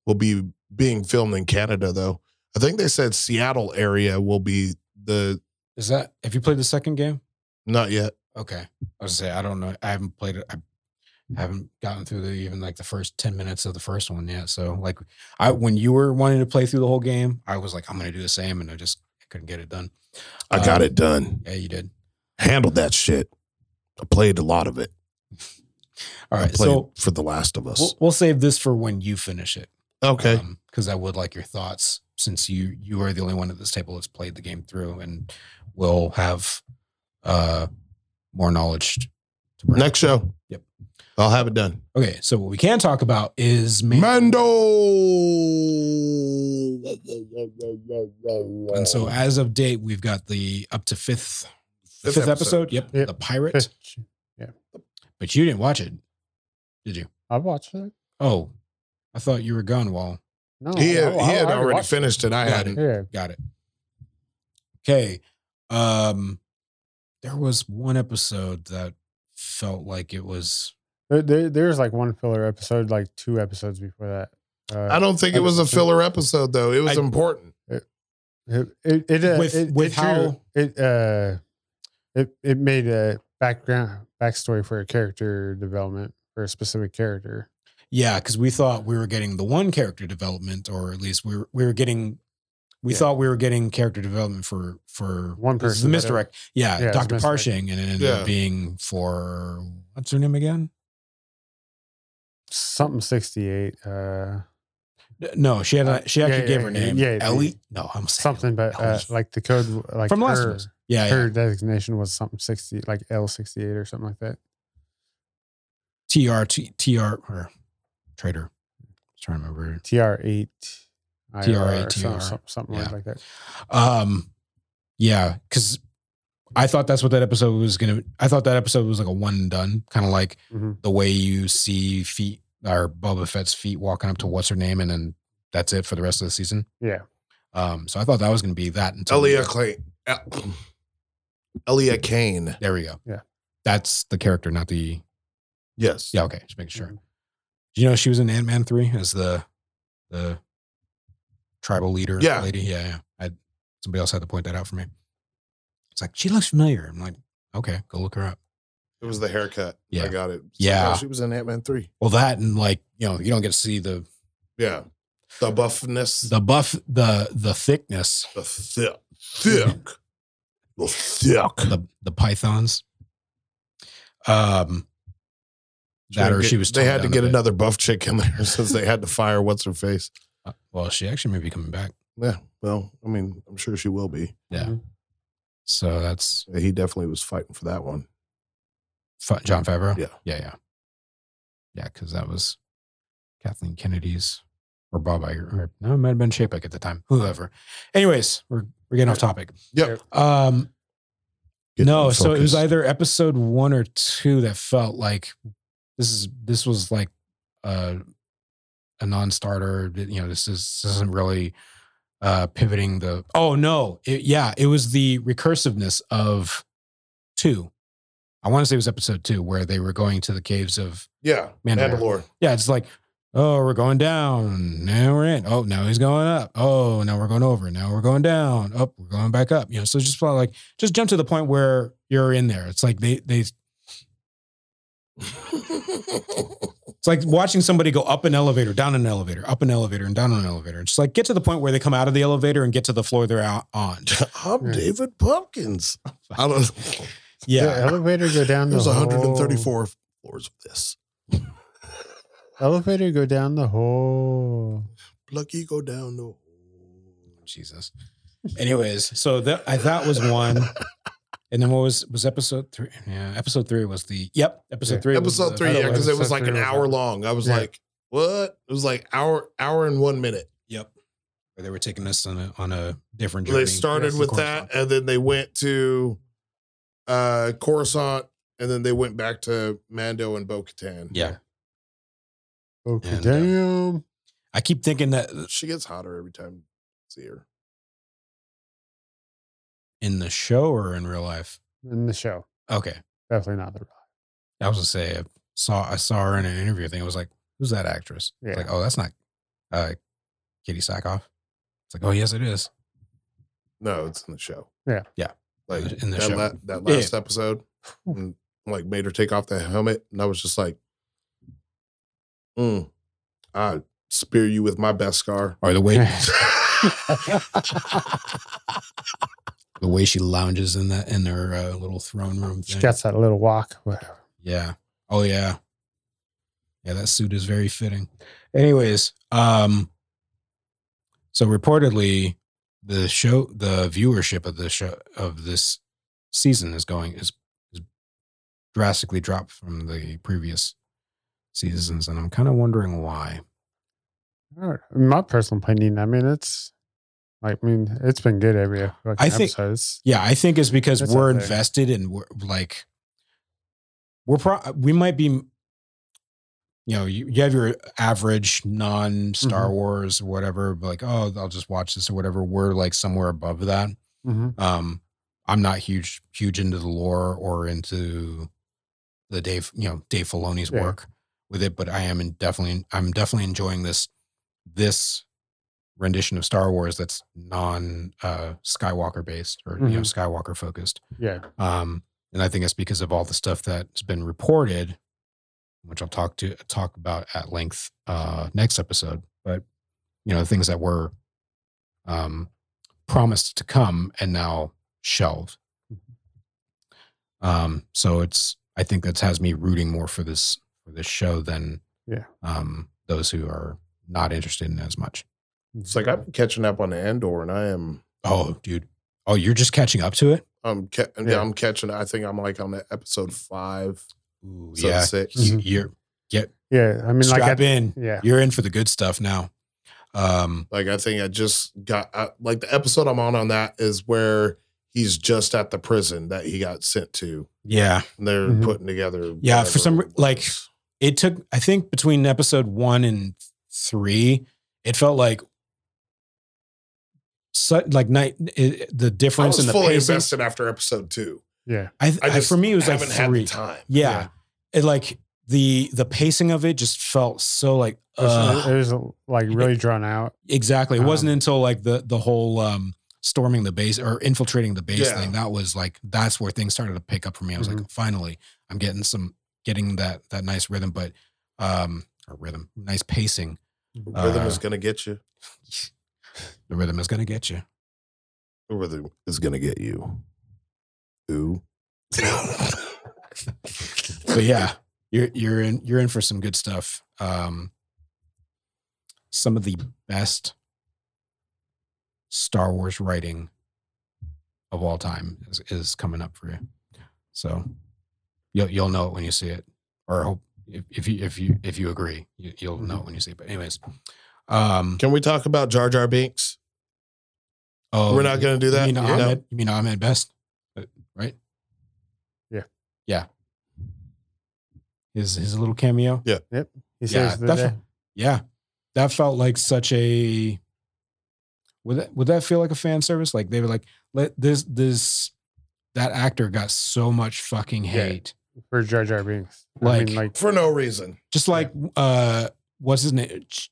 Will be being filmed in Canada though. I think they said Seattle area will be the
Is that have you played the second game?
not yet.
Okay, I was gonna say I don't know. I haven't played it. I haven't gotten through the, even like the first ten minutes of the first one yet. So like, I when you were wanting to play through the whole game, I was like, I'm gonna do the same, and I just couldn't get it done.
I got
Um,
it done.
Yeah, you did.
Handled that shit. I played a lot of it.
All
I
right,
played
so
for The Last of Us.
we'll, we'll save this for when you finish it. um,
Okay.
because I would like your thoughts since you you are the only one at this table that's played the game through and will have uh more knowledge. To bring.
Next show.
Yep.
I'll have it done.
Okay, so what we can talk about is Man-
Mando.
And so, as of date, we've got the up to fifth fifth, episode. Yep,
Yep.
the pirate.
Yeah.
But you didn't watch it, did you?
I watched it.
Oh, I thought you were gone. Wall,
No,
he
I-
had,
Oh,
I-
he had
I
already
watched
finished it. I
Yeah,
hadn't.
Yeah,
got it. Okay, um, there was one episode that felt like it was.
there, there, there's like one filler episode, like two episodes before that. Uh,
I don't think it was a filler episode though. It was
I-
important.
It, it, it, uh,
With-
it-
with
it drew-
how-
it uh it it made a background backstory for a character development for a specific character.
Yeah, because we thought we were getting the one character development, or at least we were we were getting. We
Yeah.
thought we were getting character development for for
One
it was
person,
the
but it-
misdirect. Yeah,
Yeah, it was
Dr.
misdirect.
Parshing, and it ended
Yeah.
up being for what's her name again?
Something sixty eight. Uh
N- No, she had a, she
Yeah,
actually
Uh, yeah,
gave her
yeah,
name.
yeah, yeah.
Ellie. No, I'm saying
something but uh,
Ellie.
like the code w- like
from last
her,
year's. Yeah, yeah.
her designation was something sixty like L sixty eight or something like that.
TR T- TR or traitor. Just trying to remember.
TR eight
TR8, TR.
something, something
Yeah.
like that.
Um, yeah, because I thought that's what that episode was gonna. I thought that episode was like a one and done, kind of like
Mhm.
the way you see feet or Boba Fett's feet walking up to what's her name, and then that's it for the rest of the season.
Yeah.
Um, so I thought that was gonna be that until
Elia Clay. Elia Kane.
There we go.
Yeah.
that's the character, not the.
Yes.
Yeah, okay, just making sure.
Mm-hmm.
Do you know she was in Ant Man three as the the tribal leader
Yeah.
lady? Yeah, yeah. I, somebody else had to point that out for me. It's like she looks familiar. I'm like, okay, go look her up.
It was the haircut. I
Yeah.
got it.
Yeah.
she was in Ant Man three.
Well, that and like you know, you don't get to see the
Yeah. The buffness. The,
the buff the the thickness
thick. Thick. the thick.
the the pythons. Um, that or
Get-
she was.
They
toned
had to
down a
get
bit.
another buff chick in there since they had to fire what's her face.
Uh, Well, she actually may be coming back,
Yeah. Well, I mean, I'm sure she will be.
so that's
He definitely was fighting for that one.
Fa- John Favreau.
Yeah.
yeah, yeah, yeah. Because that was Kathleen Kennedy's or Bob Iger. Or, no, it might have been Chapek at the time. Whoever. Anyways, we're we're getting off topic.
Yep.
Um,
Get
no,
them
so it was
focused.
either episode one or two that felt like this is this was like a a non-starter. that, You know, this is this isn't really uh pivoting the. Oh no, it, yeah, it was the recursiveness of two. I want to say it was episode two where they were going to the caves of.
Yeah.
Mandalore.
Mandalore.
Yeah, it's like. Oh, we're going down. Now we're in. Oh, now he's going up. Oh, now we're going over. Now we're going down. Up, we're going back up. You know, so just felt like just jump to the point where you're in there. It's like they they It's like watching somebody go up an elevator, down an elevator, up an elevator, and down an elevator. It's like get to the point where they come out of the elevator and get to the floor they're out on.
I'm David Pumpkins. I don't.
The elevator go down the
There's
whole-
134 floors of this.
Elevator go down the whole.
Lucky go down the
Jesus. Anyways, so that I, that was one. And then what was was episode three? Yeah, episode three was the yep episode three. was
Episode
the
three, yeah,
title.
because it was
Episode
like an
three
hour long. I was
Yeah.
like, what? It was like hour, hour and one minute.
Yep. Where they were taking us on a on a different journey.
They started
Yes, of
with
course.
that, and then they went to uh Coruscant, and then they went back to Mando and Bo Katan.
Yeah.
Okay,
And, uh,
damn.
I keep thinking that
She gets hotter every time I see her.
in the show or in real life.
In the show,
Okay.
definitely not the
I was gonna say I saw I saw her in an interview thing. I was like, who's that actress? It's
Yeah.
Like, oh, that's not uh Katie Sackhoff. It's like, oh yes, it is.
No, it's in the show.
Yeah.
Yeah.
Like
In the
that,
show.
la- that last episode, and, like made her take off the helmet, and I was just like, mm, I spear you with my best scar.
Or the way
right.
the way she lounges in that in her uh, little throne room
she
thing.
got that little walk. Whatever.
Yeah. Oh yeah. Yeah, that suit is very fitting. Anyways, um so reportedly the show the viewership of the show of this season is going is, is drastically dropped from the previous seasons and I'm kind of wondering why.
I don't- in my personal opinion, I mean, it's like, I mean, it's been good every like,
I think-
episode. It's-
Yeah, I think it's because
That's
we're
up there.
invested and we're like we're pro uh, we might be you know, you, you have your average non Star
Mhm.
Wars or whatever, but like, oh, I'll just watch this or whatever. We're like somewhere above that.
Mhm.
Um I'm not huge huge into the lore or into the Dave, you know, Dave Filoni's
Yeah.
work with it, but I am in definitely I'm definitely enjoying this this rendition of Star Wars that's non uh, Skywalker based or you know
Mhm.
Skywalker focused.
Yeah.
Um, and I think it's because of all the stuff that's been reported, which I'll talk to talk about at length uh, next episode. But you know, things that were um, promised to come and now shelved. Um, so it's I think that has me rooting more for this for this show than
Yeah.
um, those who are not interested in it as much.
It's like
Mm.
I've been catching up on Andor, and I am
Oh, dude. Oh, you're just catching up to it?
I'm ca-
Yeah.
I'm catching. I think I'm like on the episode five,
Ooh,
episode six.
Mm-hmm.
You, you're
Yeah. I mean, like,
strap
I,
in.
yeah.
You're in for the good stuff now. Um,
Like I think I just got I, like the episode I'm on on that is where he's just at the prison that he got sent to.
yeah.
And they're
Mhm.
putting together.
Yeah, for some
whatever
re- like-
it was.
It took, I think, between episode one and three, it felt like so, like night it, the
I
difference
was
in the
fully
pacing.
invested after episode two.
Yeah.
I, th-
I just
for me it was like
haven't had
three.
the time.
yeah.
Yeah.
it like the the pacing of it just felt so like
It was,
uh,
it was like really drawn out.
Exactly. It wasn't
Um,
until like the the whole um storming the base or infiltrating the base
Yeah.
thing that was like that's where things started to pick up for me. I was like, finally, I'm getting some getting that that nice rhythm, but um or rhythm, nice pacing.
Rhythm
Uh,
is gonna get you.
The rhythm is gonna get you.
Rhythm is gonna get you. Ooh.
So yeah, you're you're in you're in for some good stuff. Um some of the best Star Wars writing of all time is, is coming up for you. So you'll you'll know it when you see it, or I hope if, if you if you if you agree, you, you'll know it when you see it. But anyways, um,
Can we talk about Jar Jar Binks?
oh,
We're not gonna do that.
You mean
No.
Ahmed? You mean Ahmed Best, uh, right?
Yeah.
yeah. His his little cameo.
He
Yeah,
says that.
that's- Yeah, that felt like such a. Would that would that feel like a fan service? Like they were like, let this this that actor got so much fucking
Yeah.
hate.
for Jar Jar Binks. I
Like-
mean, like
For no reason.
Just like uh, what's his name? J-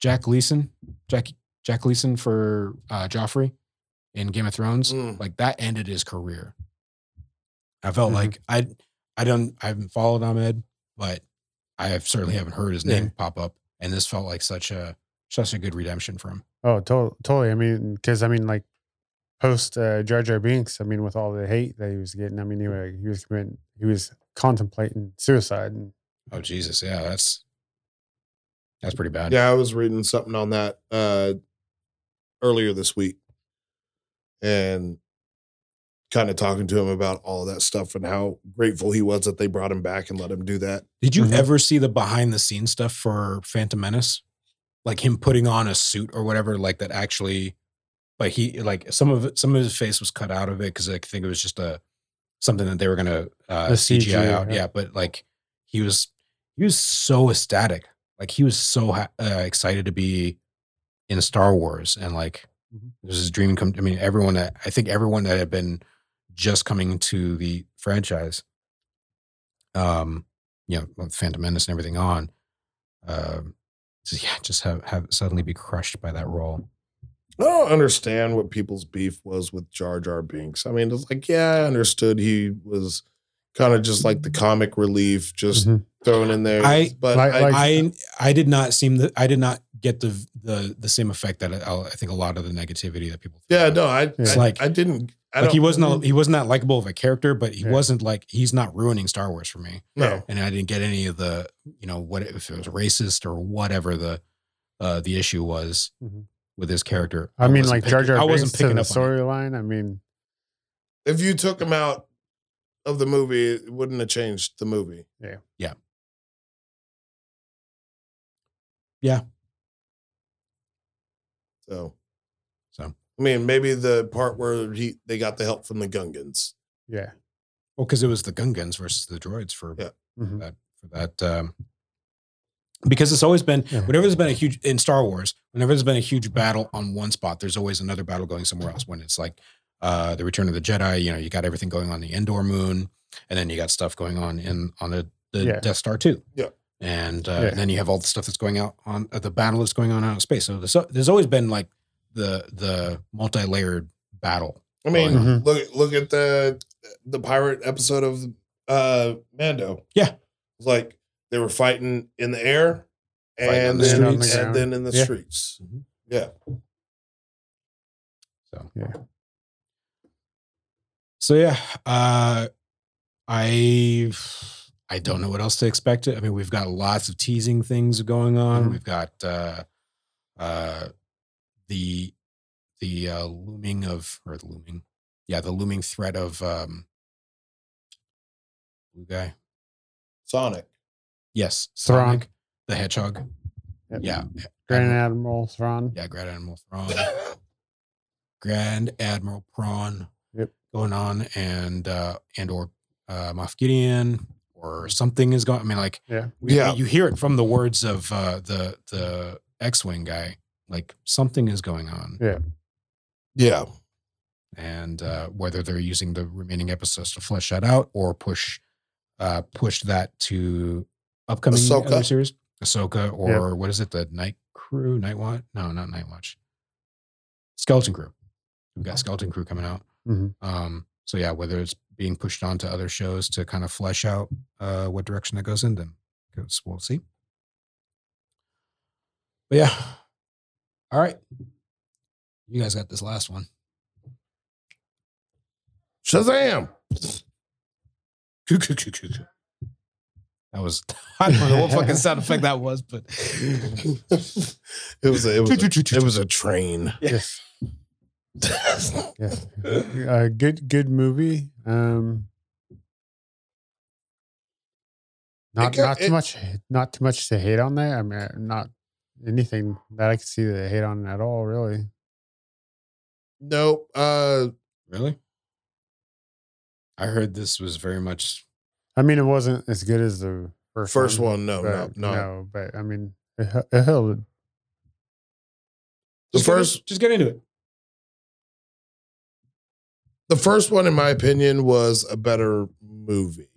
Jack Leeson, Jack Jack Leeson for uh, Joffrey in Game of Thrones.
Mm.
Like that ended his career. I felt
Mhm.
like I I don't I haven't followed Ahmed, but I have certainly haven't heard his name
Yeah.
pop up, and this felt like such a such a good redemption for him.
oh, to- totally. I mean, because I mean, like post uh, Jar Jar Binks. I mean, with all the hate that he was getting, I mean, he, wa- he was committing, he was contemplating suicide. And
Oh Jesus, yeah, that's that's pretty bad.
Yeah, I was reading something on that. Uh, earlier this week and kind of talking to him about all that stuff and how grateful he was that they brought him back and let him do that.
Did you ever see the behind the scenes stuff for Phantom Menace? Like him putting on a suit or whatever, like that actually like he like some of it- some of his face was cut out of it because I think it was just a something that they were gonna uh
A
CGI,
CGI,
out.
yeah.
Yeah. but like he was he was so ecstatic. Like he was so ha- uh, excited to be in Star Wars and like it was his dream come. I mean, everyone that I think everyone that had been just coming to the franchise, um, you know, with Phantom Menace and everything on, um, just, yeah, just have have suddenly be crushed by that role.
I don't understand what people's beef was with Jar Jar Binks. I mean, it's like, yeah, I understood he was kind of just like the comic relief, just
Mhm.
thrown in there.
Mm-hmm. I-
but
Like-
I,
like-
I I did not seem that I did not get the the the same effect that uh, I, I think a lot of the negativity that people
yeah, no, I,
It's
I,
like-
I didn't. I
like he
don't-
wasn't a, he wasn't that likable of a character, but he
Yeah.
wasn't like he's not ruining Star Wars for me.
No.
And I didn't get any of the you know what if it was racist or whatever the uh the issue was
Mhm.
with his character.
I mean,
wasn't
like
picking-
Jar Jar.
I wasn't picking up on it.
storyline. I mean,
If you took him out of the movie, it wouldn't have changed the movie. So,
So.
I mean, maybe the part where he they got the help from the Gungans.
yeah.
Well, because it was the Gungans versus the droids for
Yeah.
Mhm.
that for that um, because it's always been
Yeah.
whenever there's been a huge in Star Wars, whenever there's been a huge battle on one spot, there's always another battle going somewhere else. When it's like uh, the Return of the Jedi, you know, you got everything going on the Endor Moon, and then you got stuff going on in on the, the
Yeah.
Death Star too.
Yeah.
and uh,
Yeah.
and then you have all the stuff that's going out on uh, the battle that's going on out in space. So there's, there's always been like the the multi layered battle.
I mean,
Mhm.
look look at the the pirate episode of uh Mando.
Yeah.
It's like they were fighting in the air
Fighting on
and
the
then,
streets.
and then in the
Yeah.
streets. Yeah.
So
Yeah.
So yeah, uh, I I don't know what else to expect. I mean, we've got lots of teasing things going on.
Mhm.
We've got uh, uh, the the uh, looming of or the looming, yeah, the looming threat of um, blue guy.
Sonic.
Yes,
Thrawn.
Sonic the Hedgehog.
Yep.
Yeah,
Grand Admiral Thrawn.
yeah, Grand Admiral Thrawn. Grand Admiral Prawn
Yep.
going on, and uh, and or uh, Moff Gideon or something is going. I mean, like
Yeah.
we-
Yeah.
you hear it from the words of uh, the the X-wing guy. Like something is going on,
Yeah.
Yeah.
and uh, whether they're using the remaining episodes to flesh that out or push uh, push that to upcoming
Ahsoka.
other series, Ahsoka or what is it, the Night Crew, Night Watch? No, not Night Watch. Skeleton Crew. We've got Skeleton Crew coming out.
Mhm.
Um, so yeah, whether it's being pushed on to other shows to kind of flesh out uh, what direction that goes in, then 'Cause we'll see. But yeah, all right. You guys got this last one.
Shazam.
That was I don't know what fucking sound effect that was, but
it was a, it was a, it was a train.
Yes. Yes. Uh, good. Good movie. Um. Not
ca-
not too
it-
much. Not too much to hate on there. I mean, not anything that I could see that I hate on at all. Really.
no, uh
really, I heard this was very much
I mean, it wasn't as good as the first
first one, no, no,
but
no.
But I mean, it, hel- it held.
The
Just get in-
first
Just get into it.
the first one in my opinion was a better movie.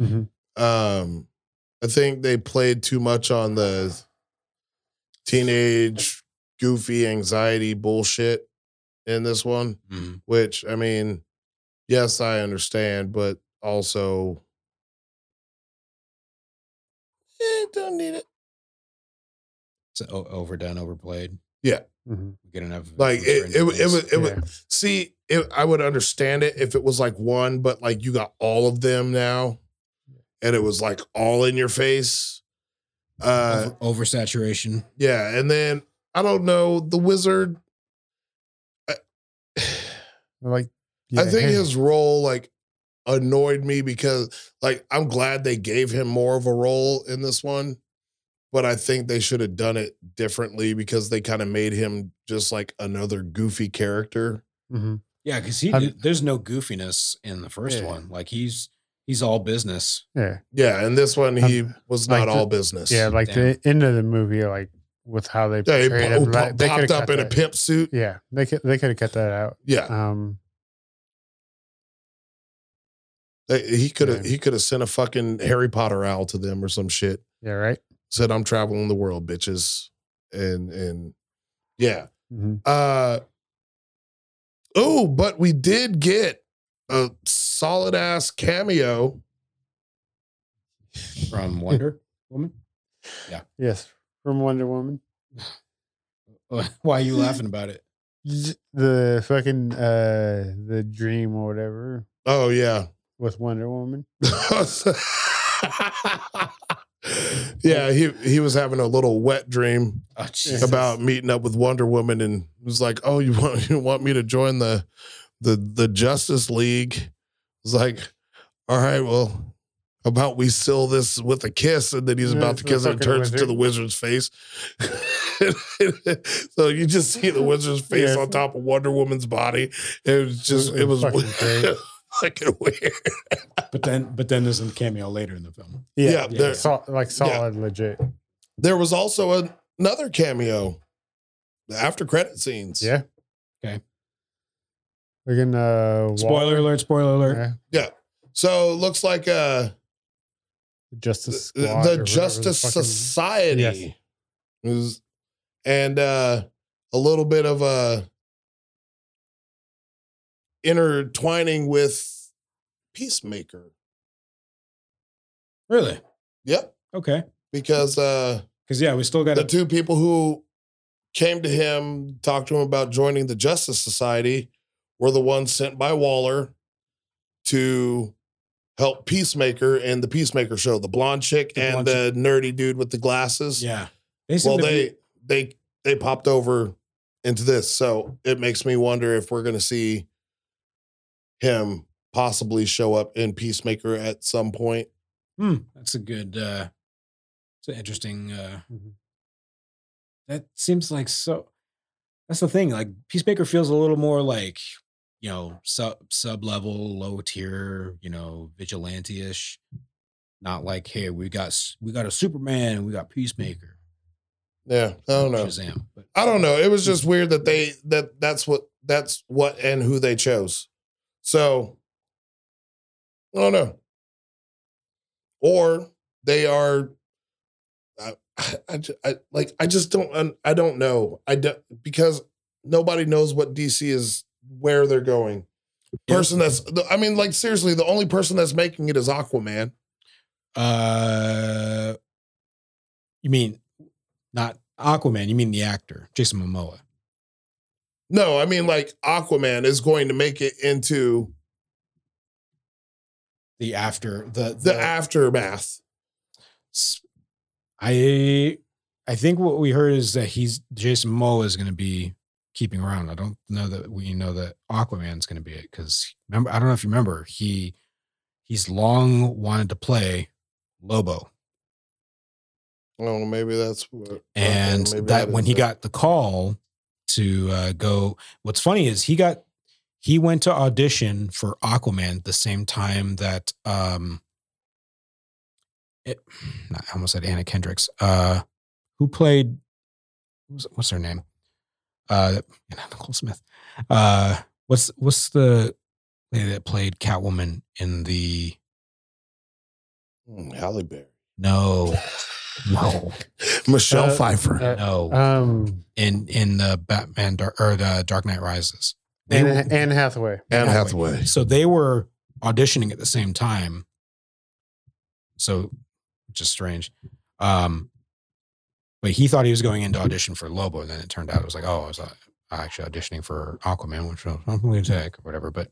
Mm-hmm.
um i think they played too much on the teenage goofy anxiety bullshit in this one which i mean yes i understand but also eh, don't need it
So o- overdone, overplayed.
Mm-hmm.
We get enough.
like it it, wa- it was it was
Yeah.
see it, i would understand it if it was like one but like you got all of them now and it was like all in your face uh
Over- oversaturation.
Yeah, and then I don't know the wizard.
Like,
I think his role like annoyed me because like I'm glad they gave him more of a role in this one, but I think they should have done it differently because they kind of made him just like another goofy character.
hmm
Yeah, because he
I'm-
there's no goofiness in the first
Yeah.
one. Like he's he's all business.
yeah,
Yeah, and this one he
Um,
was
like
not
the-
all business.
yeah. Like
Damn.
the end of the movie, like with how they
Yeah, he
portrayed
po- oh,
him,
po-
like, they
popped
could've
up
cut
in a
that-
pimp suit.
Yeah, they could they could have cut that out.
Yeah,
Um,
They- he could have
Yeah.
he could have sent a fucking Harry Potter owl to them or some shit.
yeah, right.
Said I'm traveling the world, bitches, and and yeah.
hmm
Uh oh, but we did get a solid ass cameo.
From Wonder Woman.
Yes, from Wonder Woman.
Why are you laughing about it?
Z- The fucking uh, the dream or whatever
Oh yeah.
with Wonder Woman.
yeah, he he was having a little wet dream
Oh, Jesus.
about meeting up with Wonder Woman and was like, "Oh, you want you want me to join the the the Justice League?" I was like, "All right, well, how about we seal this with a kiss?" And then he's
Yeah,
about
it's
to
the
kiss and it
fucking
turns to
wizard.
the wizard's face. so you just see the wizard's face
Yeah.
on top of Wonder Woman's body. It was just it was
Fucking great.
fucking weird.
But then but then there's a cameo later in the film.
Yeah, there-
sol- like solid, legit.
There was also an- another cameo. The after credit scenes.
Yeah.
Okay.
We're gonna uh, Wal-
Spoiler alert, spoiler alert.
yeah,
So it looks like uh
Justice
the-
Squad or
the
whatever
Justice
fucking-
Society
Yes.
is, and uh, a little bit of uh, a intertwining with Peacemaker.
Really?
Yep,
Okay.
because uh,
Because yeah, we still got
the
to
two people who came to him, talked to him about joining the Justice Society, were the ones sent by Waller to help Peacemaker and the Peacemaker show, the blonde chick
The
and
blonde
the nerdy dude with the glasses.
Yeah. They seem
well,
to
they
be-
they they popped over into this, so it makes me wonder if we're going to see him possibly show up in Peacemaker at some point.
Hmm, that's a good uh it's an interesting uh
Mm-hmm.
Mhm.
that seems like so that's the thing. Like Peacemaker feels a little more like, you know, sub sub level, low tier, you know, vigilante ish. Not like, hey, we got s- we got a Superman and we got Peacemaker.
Yeah, I don't know.
Shazam. But
I don't know. It was just weird that they that that's what that's what and who they chose. So I don't know. Or they are. I, I, ju- I like. I just don't. un- I don't know. I don't because nobody knows what DC is where they're going.
Yeah.
Person that's. the- I mean, like seriously, the only person that's making it is Aquaman.
Uh, you mean not Aquaman? You mean the actor Jason Momoa?
No, I mean like Aquaman is going to make it into
The after the
the aftermath.
s- I I think what we heard is that he's Jason Momoa is going to be keeping around. I don't know that we know that Aquaman's going to be it because remember I don't know if you remember he he's long wanted to play Lobo.
Oh, maybe that's what.
and
okay, maybe
that when
is
he
it.
got the call to uh, go what's funny is he got he went to audition for aquaman at the same time that um it, i almost said anna kendricks uh who played what's, what's her name uh nicole smith uh what's what's the lady that played catwoman in the
Mm, Halle Berry,
no no
Michelle
Uh,
Pfeiffer.
uh,
no
Um,
in in the Batman Dar- or the Dark Knight Rises. They
Anne,
were-
Anne Hathaway.
Anne
Hathaway.
Hathaway.
so they were auditioning at the same time. So just strange. Um, but he thought he was going into audition for Lobo, and then it turned out it was like, oh, I was uh, actually auditioning for Aquaman, which I'm going to take or whatever. But,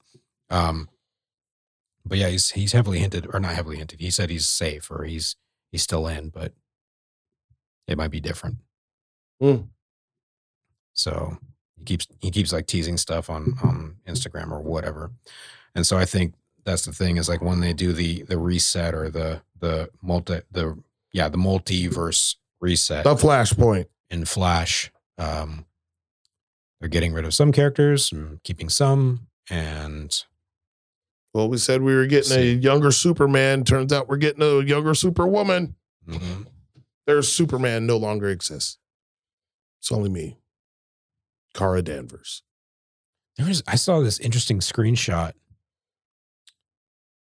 um, but yeah, he's he's heavily hinted or not heavily hinted. He said he's safe or he's he's still in, but it might be different.
Hmm.
So you keeps he keeps like teasing stuff on on Instagram or whatever. And so I think that's the thing is like when they do the the reset or the the multi the yeah the multiverse reset
The Flashpoint.
in Flash, um, they're getting rid of some characters and keeping some. And
Well, we said we were getting
See.
a younger Superman. Turns out we're getting a younger Superwoman.
mm-hmm.
There's Superman no longer exists. It's only me, Kara Danvers.
there was I saw this interesting screenshot. I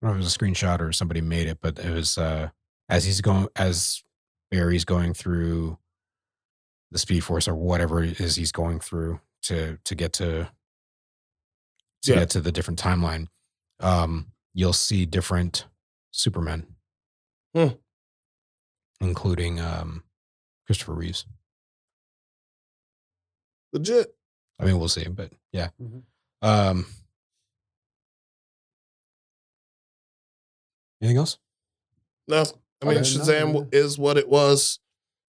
don't know if it was a screenshot or somebody made it, but it was uh, as he's going as Barry's going through the Speed Force or whatever it is he's going through to to get to to
Yeah.
get to the different timeline. Um, you'll see different Supermen,
Hmm.
including um, Christopher Reeves.
Legit.
I mean, we'll see, but yeah.
Mhm.
Um, anything else?
No, I mean
Okay, no,
Shazam
yeah.
is what it was.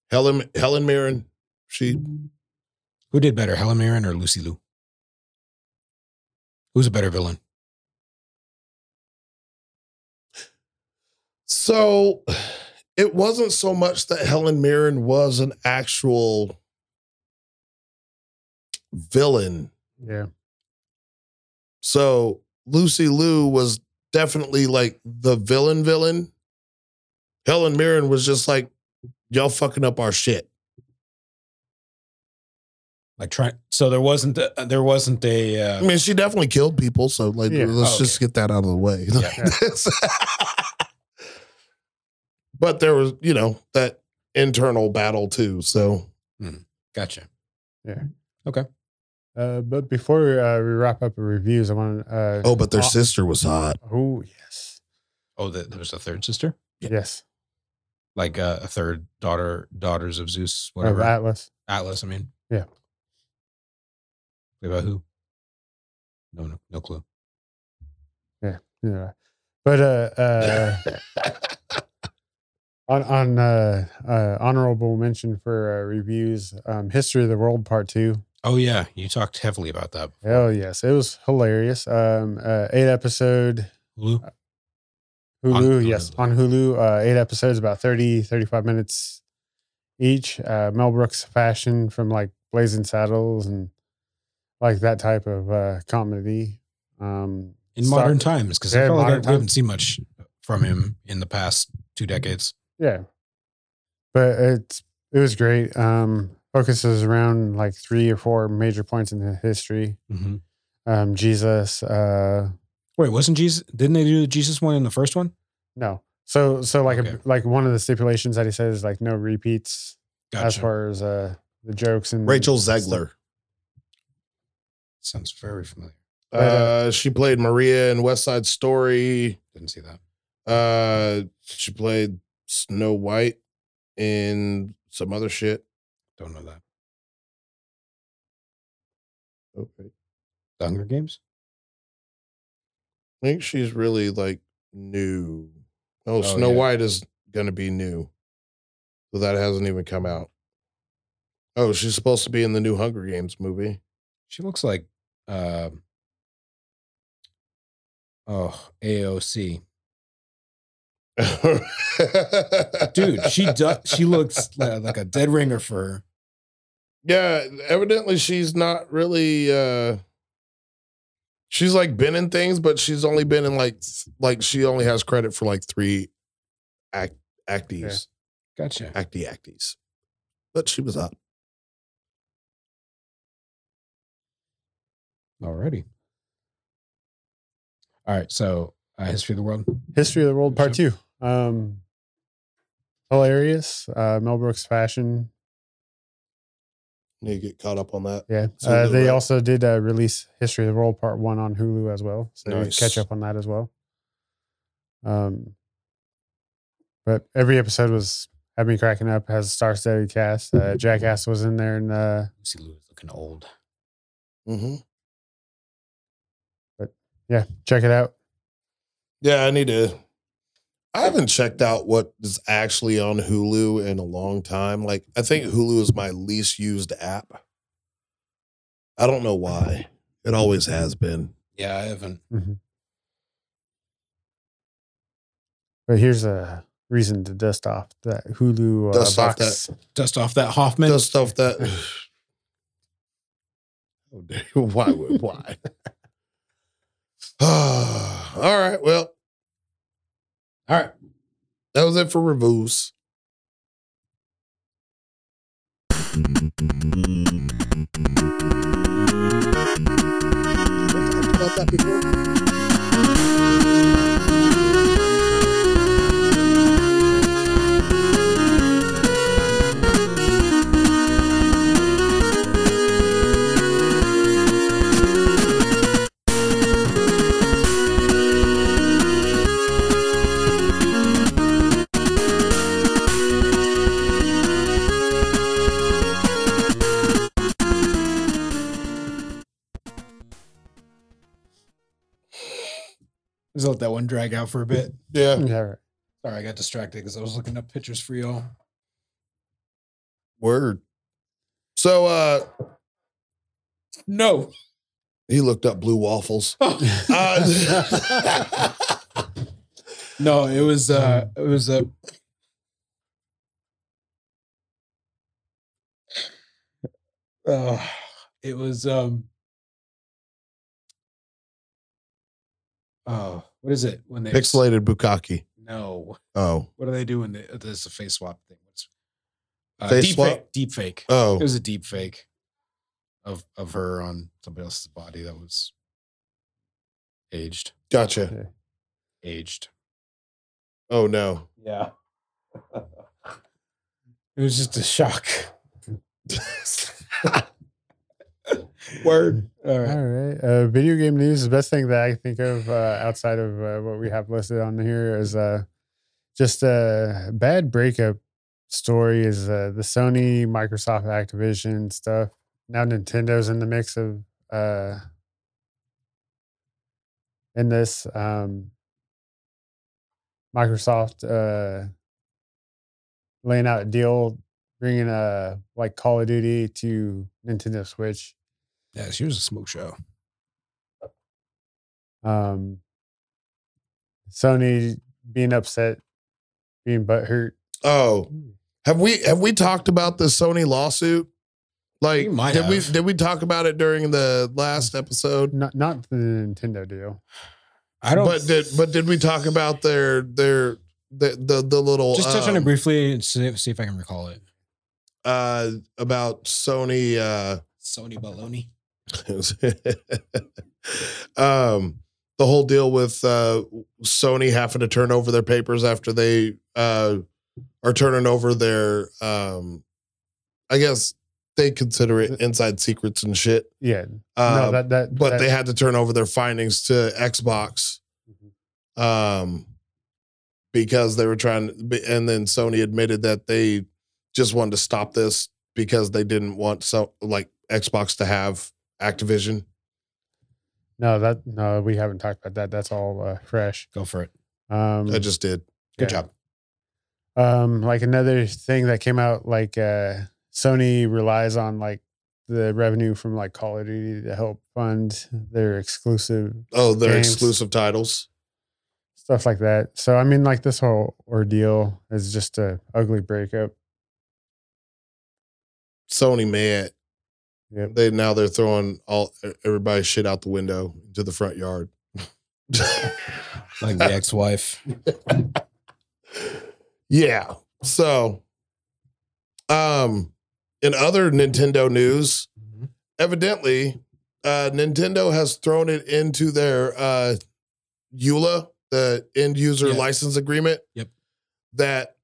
Helen Helen Mirren. She
Who did better, Helen Mirren or Lucy Liu? Who's a better villain?
So it wasn't so much that Helen Mirren was an actual villain.
Yeah.
So Lucy Liu was definitely like the villain villain. Helen Mirren was just like, y'all fucking up our shit.
Like try so there wasn't a, there wasn't a
I
Mm.
uh,
mean, she definitely killed people. So like,
Yeah.
let's
Oh,
just get that out of the way.
Yeah.
but there was, you know, that internal battle too. So
gotcha.
Uh, but before uh, we wrap up the reviews, I want to. Uh,
oh, but their
uh,
sister was hot.
Oh yes,
Oh, the, there was a third sister,
yes.
like uh, a third daughter, daughters of Zeus,
Of
whatever
Atlas.
Atlas. I mean,
Yeah.
About who? No, no, no clue.
Yeah. But uh, uh, on on uh, uh, honorable mention for uh, reviews, um, History of the World Part Two.
Oh yeah, you talked heavily about that.
Hell yes, it was hilarious. Um, uh, eight episode
Lou?
Hulu,
On
yes,
Hulu.
on Hulu. Uh, eight episodes, about 30, 35 minutes each. Uh, Mel Brooks fashion from like Blazing Saddles and like that type of uh, comedy. Um,
in
Stop-
modern times because
Yeah,
I felt like I,
modern
I haven't seen much from him in the past two decades.
yeah, but it's it was great. Um, focuses around like three or four major points in the history. Um, Jesus, uh,
Wait, wasn't Jesus? Didn't they do the Jesus one in the first one?
no. So, so like,
Okay.
a, like one of the stipulations that he says is like no repeats as
Gotcha.
far as uh, the jokes
Hmm.
and
Rachel Zegler.
Sounds very familiar.
Uh, she played Maria in West Side Story.
Didn't see that.
Uh, she played Snow White in some other shit.
Don't know that.
Okay.
The Hunger Games.
I think she's really like new. Oh,
Oh,
Snow
yeah.
White is gonna be new. So that hasn't even come out. Oh, she's supposed to be in the new Hunger Games movie.
She looks like, uh, oh AOC, dude. She does. She looks like, like a dead ringer for her.
Yeah, evidently she's not really uh she's like been in things, but she's only been in like th- like she only has credit for like three act acties.
Gotcha.
Acty acties. But she was up.
Alrighty. All right. So, uh, history of the world.
History of the World Part Two. Um, hilarious. Uh, Mel Brooks fashion.
Need to get caught up on that.
Yeah.
It's
Uh,
Hulu,
they
right?
also did uh, release History of the World Part One on Hulu as well, so you can
Nice.
catch up on that as well. Um, but every episode was had me cracking up. Has a star-studded cast. Uh, Jackass was in there, and uh,
Lucy Liu is looking old.
Mm-hmm.
yeah, check it out.
Yeah, I need to I haven't checked out what is actually on Hulu in a long time. Like I think Hulu is my least used app. I don't know why. It always has been.
Yeah, I haven't.
But here's a reason to dust off that Hulu uh,
Dust off
box.
Dust off that Hoffman.
Does stuff that. Oh, dang. why would why? All right. Well. All right. That was it for reviews.
Just let that one drag out for a bit.
Yeah.
Yeah, right.
Sorry, I got distracted because I was looking up pictures for y'all.
Word. So uh
No.
he looked up blue waffles. Uh,
No, it was uh it was a uh, it was um oh what is it when they
pixelated bukkake.
no
Oh.
what do they do when they uh, there's a face swap thing What's- uh,
Face
deep
swap?
fake deep fake
Oh.
it was a deep fake of of her on somebody else's body that was aged
Gotcha.
aged
Oh no.
Yeah. it was just a shock.
Word.
All right.
All right. Uh, video game news. The best thing that I can think of uh, outside of uh, what we have listed on here is uh, just a bad breakup story is uh, the Sony, Microsoft, Activision stuff. Now Nintendo's in the mix of uh, in this. Um, Microsoft uh, laying out a deal, bringing uh, like Call of Duty to Nintendo Switch.
Yeah, she was a smoke show.
um, Sony being upset, being butthurt.
Oh. Have we have we talked about the Sony lawsuit? Like
We might
did we
have.
did we talk about it during the last episode?
Not not the Nintendo deal.
I don't.
But did but did we talk about their their the the, the little
just touch on it
um,
briefly and see, see if I can recall it.
uh about Sony uh
Sony Baloney.
um, the whole deal with uh, Sony having to turn over their papers after they uh, are turning over their, um, I guess they consider it inside secrets and shit.
Yeah,
Um,
no, that that.
but
that-
they had to turn over their findings to Xbox,
Mm-hmm.
um, because they were trying. And then Sony admitted that they just wanted to stop this because they didn't want so like Xbox to have Activision.
no that no we haven't talked about that. That's all uh, fresh.
Go for it.
Um,
I just did.
Good
yeah.
job.
Um, like another thing that came out, like uh, Sony relies on like the revenue from like Call of Duty to help fund their exclusive
Oh, they're
Games.
exclusive titles.
stuff like that. So I mean, like this whole ordeal is just a ugly breakup.
Sony mad.
Yep.
They now they're throwing all everybody's shit out the window into the front yard.
Like the ex-wife.
Yeah. So, um, in other Nintendo news,
Mm-hmm.
evidently, uh, Nintendo has thrown it into their uh, EULA, the end user
Yeah.
license agreement.
Yep.
That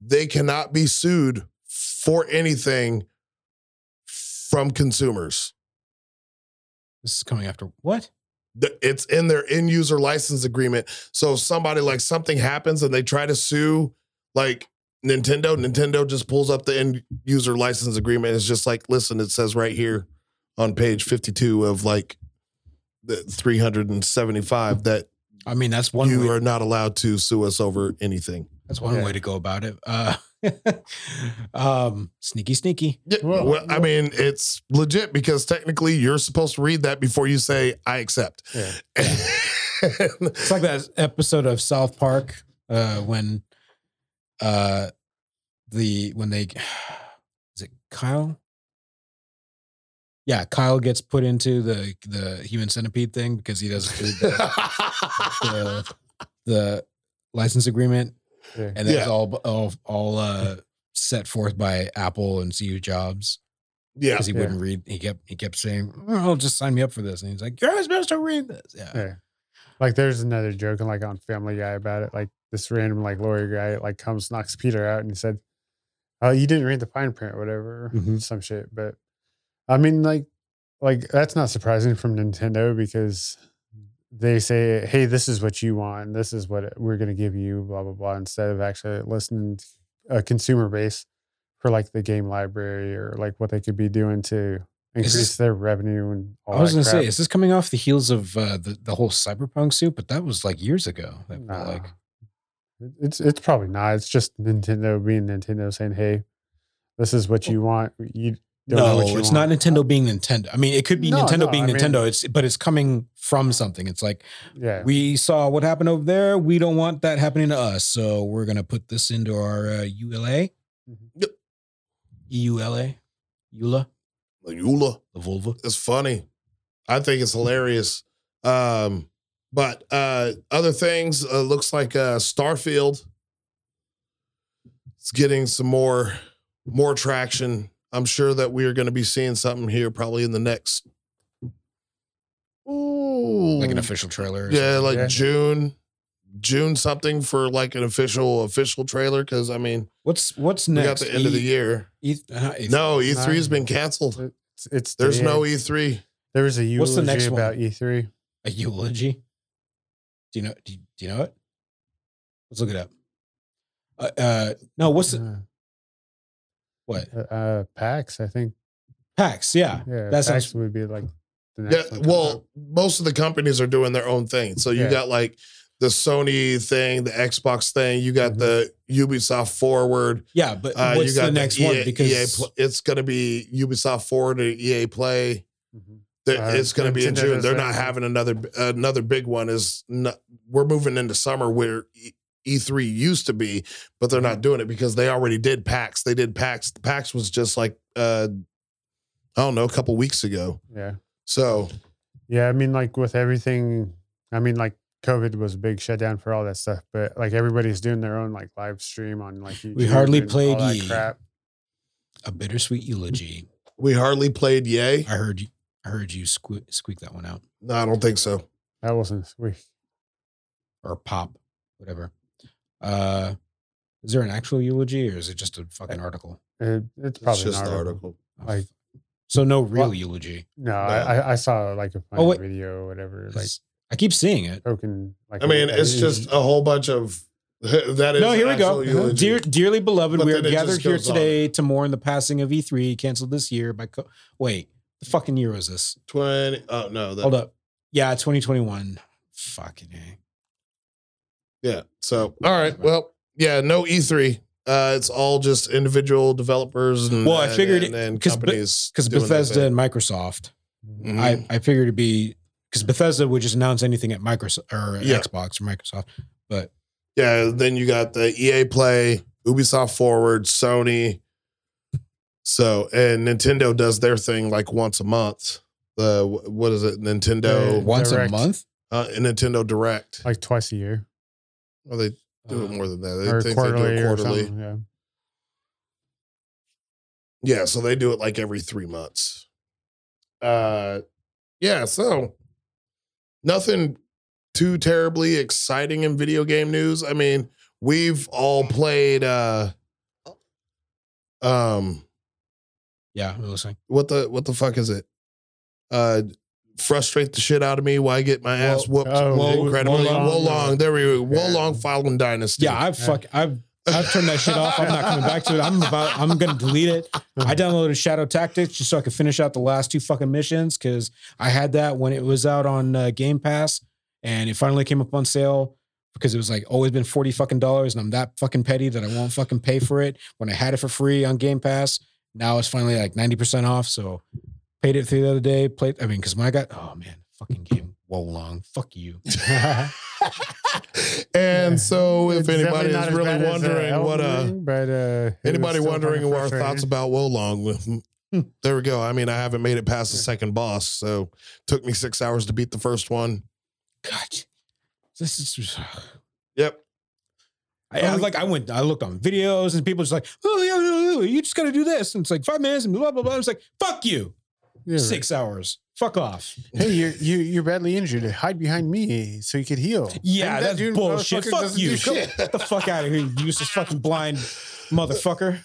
they cannot be sued for anything from consumers.
This is coming after what?
The- It's in their end user license agreement. So if somebody like something happens and they try to sue like Nintendo, Nintendo just pulls up the end user license agreement. It's just like, listen, it says right here on page 52 of like the 375 that
I mean, that's one.
you
Way,
are not allowed to sue us over anything.
that's one
Yeah.
way to go about it. Uh, um, sneaky, sneaky.
Yeah, well, I mean, it's legit because technically you're supposed to read that before you say I accept.
Yeah.
It's like that episode of South Park uh, when uh, the when they is it Kyle? Yeah, Kyle gets put into the the human centipede thing because he doesn't read the, the, the license agreement,
Yeah.
and that's
Yeah.
all all all uh, set forth by Apple and Steve Jobs
yeah.
because he
Yeah.
wouldn't read. He kept he kept saying, "Oh, just sign me up for this," and he's like, "You're supposed to read this." Yeah.
Yeah. Like there's another joke and like on Family Guy about it. Like this random like lawyer guy like comes knocks Peter out and he said, "Oh, you didn't read the fine print, or whatever,
Mhm.
some shit." But I mean, like, like that's not surprising from Nintendo because they say, "Hey, this is what you want. and This is what we're gonna give you." Blah blah blah. Instead of actually listening to a consumer base for like the game library or like what they could be doing to
Is-
increase their revenue and all
I was
that
gonna
crap.
say, is this coming off the heels of uh, the the whole cyberpunk suit? But that was like years ago. That felt
Nah.
like
It- it's it's probably not. It's just Nintendo being Nintendo saying, "Hey, this is what you want. You don't know
Oh. no,
what you
it's
want."
not Nintendo being Nintendo. I mean, it could be
No,
Nintendo
no,
being
I mean-
Nintendo. it's but it's coming from something. It's like
Yeah,
we saw what happened over there. We don't want that happening to us, so we're gonna put this into our uh, ULA,
Mm-hmm.
Yep.
E EULA, EULA,
Like, Eula.
the vulva.
It's funny. I think it's hilarious. Um, but uh, other things uh, looks like uh, Starfield. It's getting some more more traction. I'm sure that we are going to be seeing something here probably in the next. Ooh,
like an official trailer. or
yeah,
something.
like
Mm. Yeah.
June, June something for like an official official trailer. Because I mean,
what's what's
we
next?
got the end of the year.
E- uh, E-
No, E3 has been
Nine.
canceled.
It's, it's
There's
dead.
no e E3.
There was a eulogy
What's the next one?
about E E3.
a eulogy. Do you know? Do you, do you know it? Let's look it up. Uh, uh no, what's the,
Uh,
what?
uh, PAX? I think.
PAX. Yeah,
Yeah,
That
PAX
sounds-
would be like the
Yeah,
next one.
well, most of the companies are doing their own thing. So you
Yeah.
got like the Sony thing, the Xbox thing. You got
Mhm.
the Ubisoft Forward.
yeah. But
Uh,
Mm-hmm. what's
you got
the next
EA
one? Because
EA E Pl- it's going to be Ubisoft Forward or EA Play.
Mhm.
That
Uh,
it's going to be in
Nintendo
June.
does
They're
that.
not having another another big one. Is not, we're moving into summer where E- E3 used to be, but they're
Mm-hmm.
not doing it because they already did PAX. They did PAX. PAX was just like uh, I don't know, a couple weeks ago.
yeah,
So
yeah. I mean, like with everything. I mean, like COVID was a big shutdown for all that stuff, but like everybody's doing their own like live stream on like. YouTube
hardly
and all
played E.
that
Ye.
crap.
a bittersweet eulogy.
we hardly played Yay.
I heard you. I heard you sque- squeak that one out
No, I don't think so.
That wasn't sweet.
or pop, whatever. Uh, is there an actual eulogy or is it just a fucking article?
It, it's probably
it's just
not
the
real.
article.
Like-
so no real
Well,
eulogy.
No, I, I- I saw like
Oh,
a funny
wait.
video or whatever, like
It's- I keep seeing it.
token. Like
I mean,
a-
it's just a whole bunch of that is
no, here we
an
go. Uh-huh.
actual eulogy.
Dear, dearly beloved,
But
we are
then it just
gathered here
goes on.
today to mourn the passing of E3, canceled this year by. Co- Wait, the fucking year was this?
twenty. Oh no, that,
Hold up. Yeah, 2021. Fucking A.
yeah. So all right, well, yeah, no E three. Uh, it's all just individual developers. And,
Well, I
and-
figured
and,
it-
and
'cause Be-
companies
Because
doing their
Bethesda
thing.
and Microsoft,
Mhm.
I, I figured it'd be because Bethesda would just announce anything at Microsoft or
Yeah.
Xbox or Microsoft. But
yeah. Then you got the EA Play, Ubisoft Forward, Sony. So and Nintendo does their thing like once a month. The wh- what is it? Nintendo
Yeah.
once
Direct.
a month?
uh, Nintendo Direct.
like twice a year
Well, they do it
Uh,
more than that.
or
They think they do
quarterly,
it
or
quarterly.
something. Yeah.
Yeah, so they do it like every three months. Uh yeah, so nothing too terribly exciting in video game news. I mean, we've all played uh um
Yeah, I'm listening.
what the what the fuck is it? Uh frustrate the shit out of me, why get my ass
Wo-
whooped
oh, Wo-
incredibly
Wolong.
Wolong, there we go.
Yeah.
Wolong Fallen Dynasty.
Yeah, I've fuck, I've I've turned that shit off. I'm not coming back to it. I'm about. I'm gonna delete it. I downloaded Shadow Tactics just so I could finish out the last two fucking missions because I had that when it was out on uh, Game Pass, and it finally came up on sale because it was like always been 40 fucking dollars and I'm that fucking petty that I won't fucking pay for it when I had it for free on Game Pass. Now it's finally like 90% off. So paid it through the other day. Played, I mean, because when I got, oh man, fucking game, whoa long. Fuck you.
And so, if
It's
anybody
definitely not
is
as
really
bad as, uh,
wondering
Elden
what uh,
Ring, but, uh, it was
anybody
still kinda
wondering what our
frustrating.
thoughts about Wulong, there we go. I mean, I haven't made it past the second boss, so took me six hours to beat the first one.
God, this is.
Yep.
I, I was like, I went, I looked on videos and people just like, oh, yeah, yeah, yeah, you just got to do this. And it's like five minutes and blah, blah, blah. It's like, fuck you.
Yeah, right.
Six hours. Fuck off.
Hey, you're you, you're badly injured. Hide behind me so you could heal.
Yeah,
And that
that's
dude
bullshit.
motherfucker
Fuck
doesn't
you.
do
Shit.
shit.
Get the fuck out of here, you useless fucking blind motherfucker.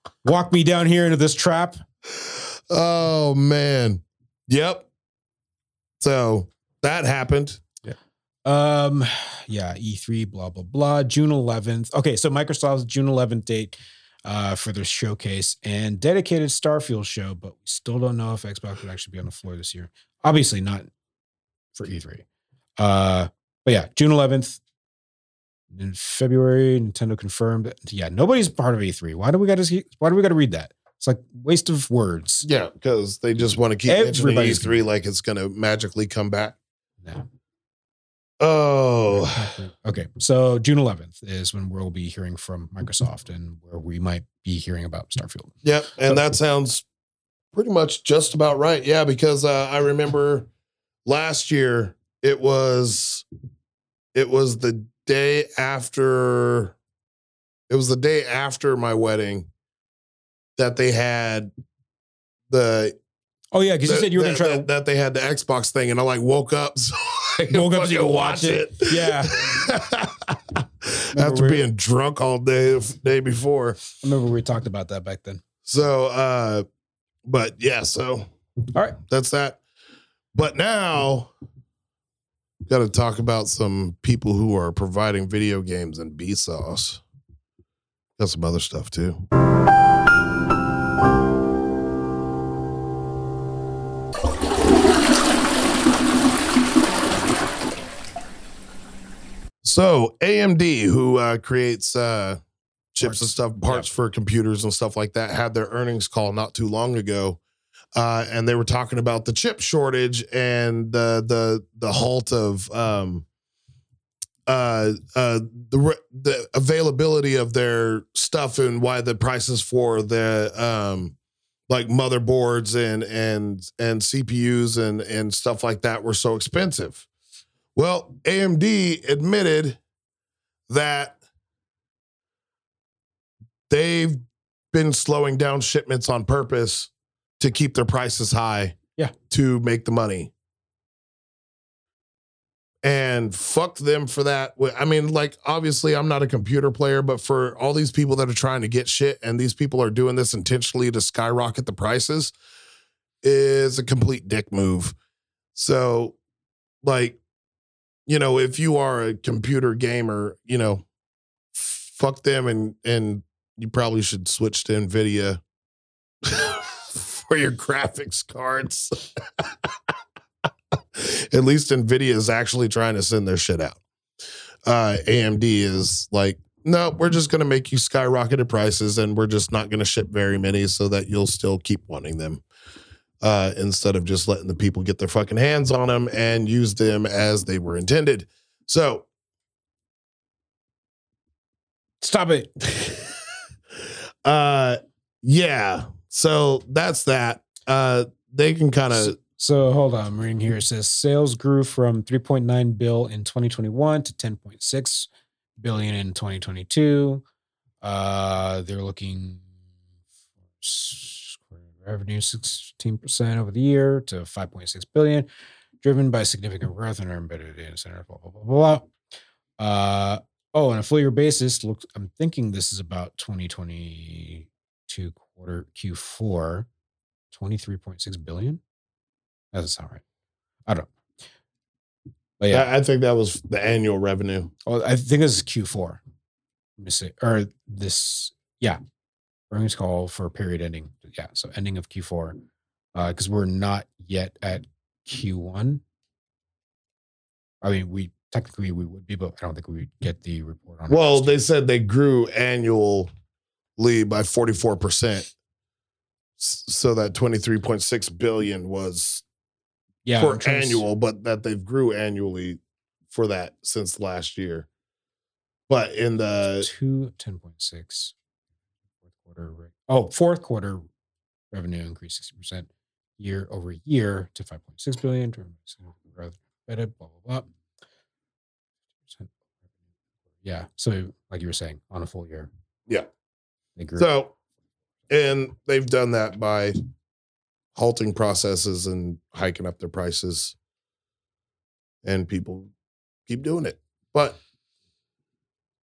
Walk me down here into this trap.
Oh man. Yep. So that happened.
Um, yeah, E3, blah blah blah. June 11th. Okay, so Microsoft's June 11th date uh, for their showcase and dedicated Starfield show, but we still don't know if Xbox would actually be on the floor this year. Obviously not for E3. Uh, but yeah, June 11th. In February, Nintendo confirmed. Yeah, nobody's part of E3. Why do we got to? Why do we got to read that? It's like waste of words.
Yeah, because they just want to keep everybody
Everybody's-
three like it's gonna magically come back.
No.
Oh,
Okay, so June 11th is when we'll be hearing from Microsoft and where we might be hearing about Starfield.
yep.
Uh,
And that sounds pretty much just about right. Yeah, because uh, I remember last year it was it was the day after it was the day after my wedding that they had the
Oh yeah, because you
that-
said you were
that,
going to try
that, that they had the Xbox thing, and I like woke up. So I could
Woke up so you
fucking
could watch it. Yeah. Remember
After
we-
being drunk all day the day before,
to. Remember we talked about that back then.
so uh, but yeah, so
All right.
that's that. But now, got to talk about some people who are providing video games and B sauce. Got some other stuff too. So AMD, who uh, creates uh, chips and stuff, parts for computers and stuff like that, had their earnings call not too long ago, uh, and they were talking about the chip shortage and the the the halt of um, uh, uh, the re- the availability of their stuff and why the prices for the um, like motherboards and and and CPUs and and stuff like that were so expensive. Well, AMD admitted that they've been slowing down shipments on purpose to keep their prices high.
Yeah.
To make the money. And fuck them for that. Wh- I mean, like, obviously, I'm not a computer player, but for all these people that are trying to get shit and these people are doing this intentionally to skyrocket the prices is a complete dick move. So, like, you know, if you are a computer gamer, you know, fuck them and and you probably should switch to Nvidia for your graphics cards. At least Nvidia is actually trying to send their shit out. Uh, AMD is like, no, we're just going to make you skyrocketed prices, and we're just not going to ship very many, so that you'll still keep wanting them uh, instead of just letting the people get their fucking hands on them and use them as they were intended. So,
Stop it.
uh, yeah. So that's that. Uh, they can kind of
So hold on, I'm reading here. It says sales grew from 3.9 bill in 2021 to 10.6 billion in 2022. Uh, they're looking for revenue 16% over the year to 5.6 billion, driven by significant growth in our embedded data center. Blah blah blah blah. blah. Uh, oh, on a full year basis, looks. I'm thinking this is about 2022 quarter Q4, 23.6 billion. That doesn't sound right. I don't know. But yeah,
I, I think that was the annual revenue.
oh, I think this is Q4. Let me see. Or this, yeah. Earnings call for period ending. Yeah. So ending of Uh, Q4. Because we're not yet at Q1. I mean, we technically we would be, but I don't think we would get the report on.
Well, they said they grew annually by 44%. S- So that 23.6 billion was
yeah,
for
I'm trying to s-
annual, but that they've grew annually for that since last year. But in the
two ten point six fourth quarter. re- Oh, fourth quarter revenue increased sixty percent year over year to five point six billion. driven by significant growth in embedded, Blah blah blah. Percent. Yeah. So, like you were saying, on a full year.
Yeah.
They grew.
so and they've done that by halting processes and hiking up their prices. And people keep doing it. But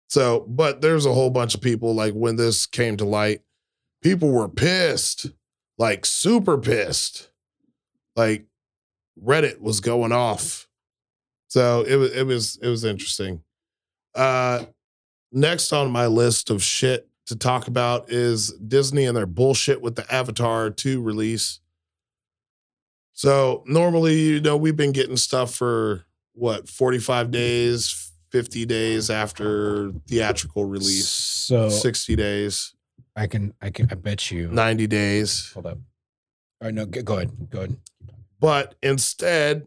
so, but there's a whole bunch of people like when this came to light, people were pissed, like super pissed. Like Reddit was going off. So it was it was it was interesting. Uh next on my list of shit to talk about is Disney and their bullshit with the Avatar 2 release. So normally, you know, we've been getting stuff for what, 45 days, 50 days after theatrical release,
So
60 days,
I can I can I bet you.
90 days.
Hold up. All right. No. Go, go ahead. Go ahead.
But instead,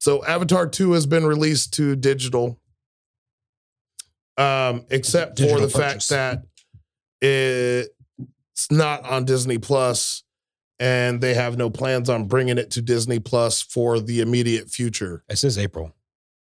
so Avatar 2 has been released to digital. Um, except
Digital
for the
purchase.
fact that it's not on Disney Plus and they have no plans on bringing it to Disney Plus for the immediate future.
It says April.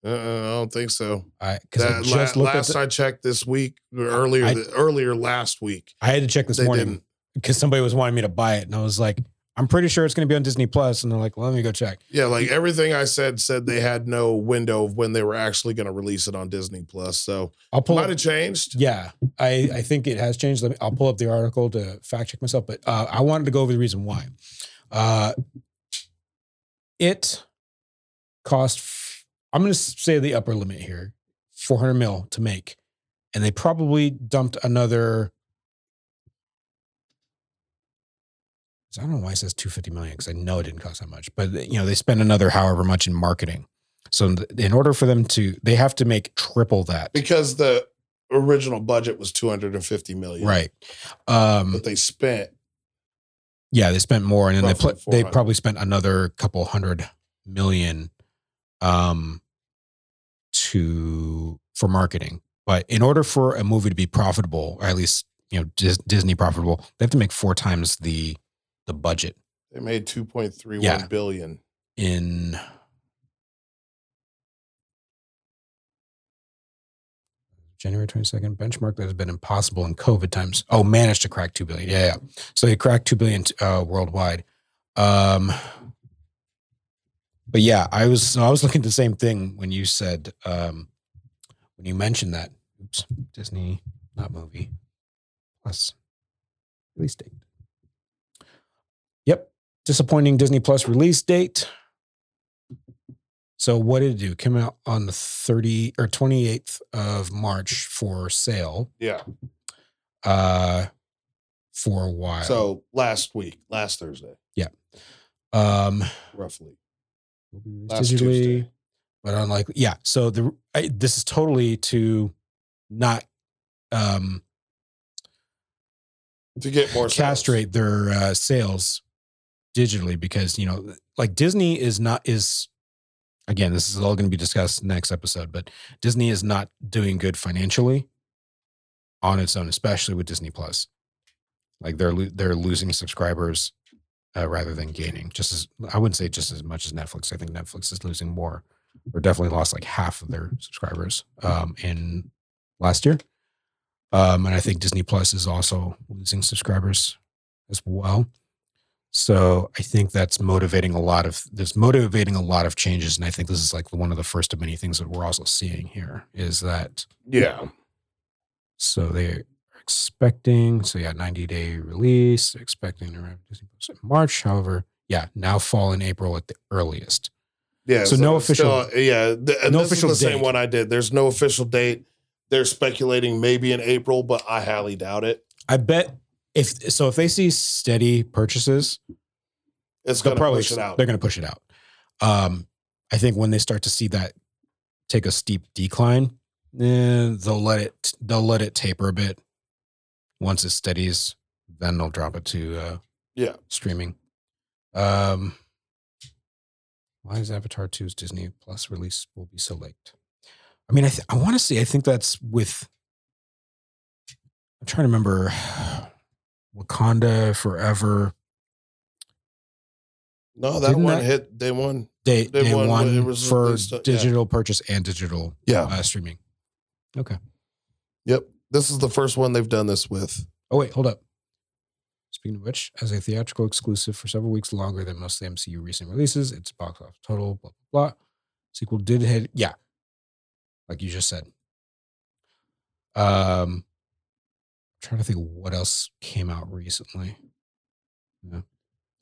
Uh, I don't think so.
I because I
That la-
just looked at.
last
The,
I checked this week, or earlier,
I-
th- earlier last week,
I had to check this
they
morning.
didn't.
because somebody was wanting me to buy it, and I was like, I'm pretty sure it's going to be on Disney Plus, and they're like, well, let me go check.
Yeah, like everything I said said they had no window of when they were actually going to release it on Disney Plus. So
I'll pull.
might
Up,
have changed.
yeah, I I think it has changed. Let me, I'll pull up the article to fact check myself, but uh, I wanted to go over the reason why. Uh, it cost. f- I'm going to say the upper limit here, 400 mil to make, and they probably dumped another. I don't know why it says 250 million because I know it didn't cost that much, but you know they spend another however much in marketing. So th- in order for them to, they have to make triple that,
Because the original budget was 250 million.
right? Um,
But they spent
Yeah, they spent more, and then they
Roughly
pl- they
400.
probably spent another couple hundred million, um, to for marketing. But in order for a movie to be profitable, or at least you know Dis- Disney profitable, they have to make four times the the budget
they made 2.31
Yeah.
billion.
in. January 22nd benchmark that has been impossible in COVID times. Oh, managed to crack 2 billion. Yeah, yeah. So they cracked 2 billion uh, worldwide. Um, but yeah, I was so I was looking at the same thing when you said um, when you mentioned that. Oops, Disney not movie plus release date. Yep, disappointing Disney Plus release date. So what did it do? Came out on the thirty or twenty eighth of March for sale.
Yeah.
Uh, for a while.
So last week, last Thursday,
um,
roughly.
will be released
Last
digitally,
Tuesday.
but unlikely. Yeah. So the I, this is totally to not um,
To get more sales.
castrate their uh, sales digitally because you know, like Disney is not is again. This is all going to be discussed next episode, but Disney is not doing good financially on its own, especially with Disney Plus. Like they're lo- they're losing subscribers uh, rather than gaining. Just as I wouldn't say just as much as Netflix. I think Netflix is losing more, or definitely lost like half of their subscribers um, in last year. Um, and I think Disney Plus is also losing subscribers as well. So I think that's motivating a lot of there's motivating a lot of changes, and I think this is like one of the first of many things that we're also seeing here is that
Yeah.
so they are expecting, so yeah, 90 day release, expecting to arrive Disney Plus in March. However, yeah, now fall in April at the earliest.
Yeah.
So no
it's still-
official-
yeah. th- and
no
this
official
is the
date.
same one I did. There's no official date. They're speculating maybe in April, but I highly doubt it.
I bet if so, if they see steady purchases,
It's
they'll
going to
probably
push it out.
they're going to push it out. Um, I think when they start to see that take a steep decline, eh, they'll let it they'll let it taper a bit. Once it steadies, then they'll drop it to uh,
Yeah.
streaming. Um, why is Avatar 2's Disney Plus release will be so late? I mean, I th- I want to say I think that's with. I'm trying to remember, Wakanda Forever.
No, that
Didn't
one
that-
hit day one.
Day,
Day
day
one,
one,
when it was
for
released, uh, yeah.
digital purchase and digital
Yeah.
uh, streaming. Okay.
Yep. This is the first one they've done this with.
Oh wait, hold up. Speaking of which, as a theatrical exclusive for several weeks longer than most of the MCU recent releases, its box office total blah blah blah. Sequel did hit, yeah, like you just said. Um, trying to think of what else came out recently. Yeah.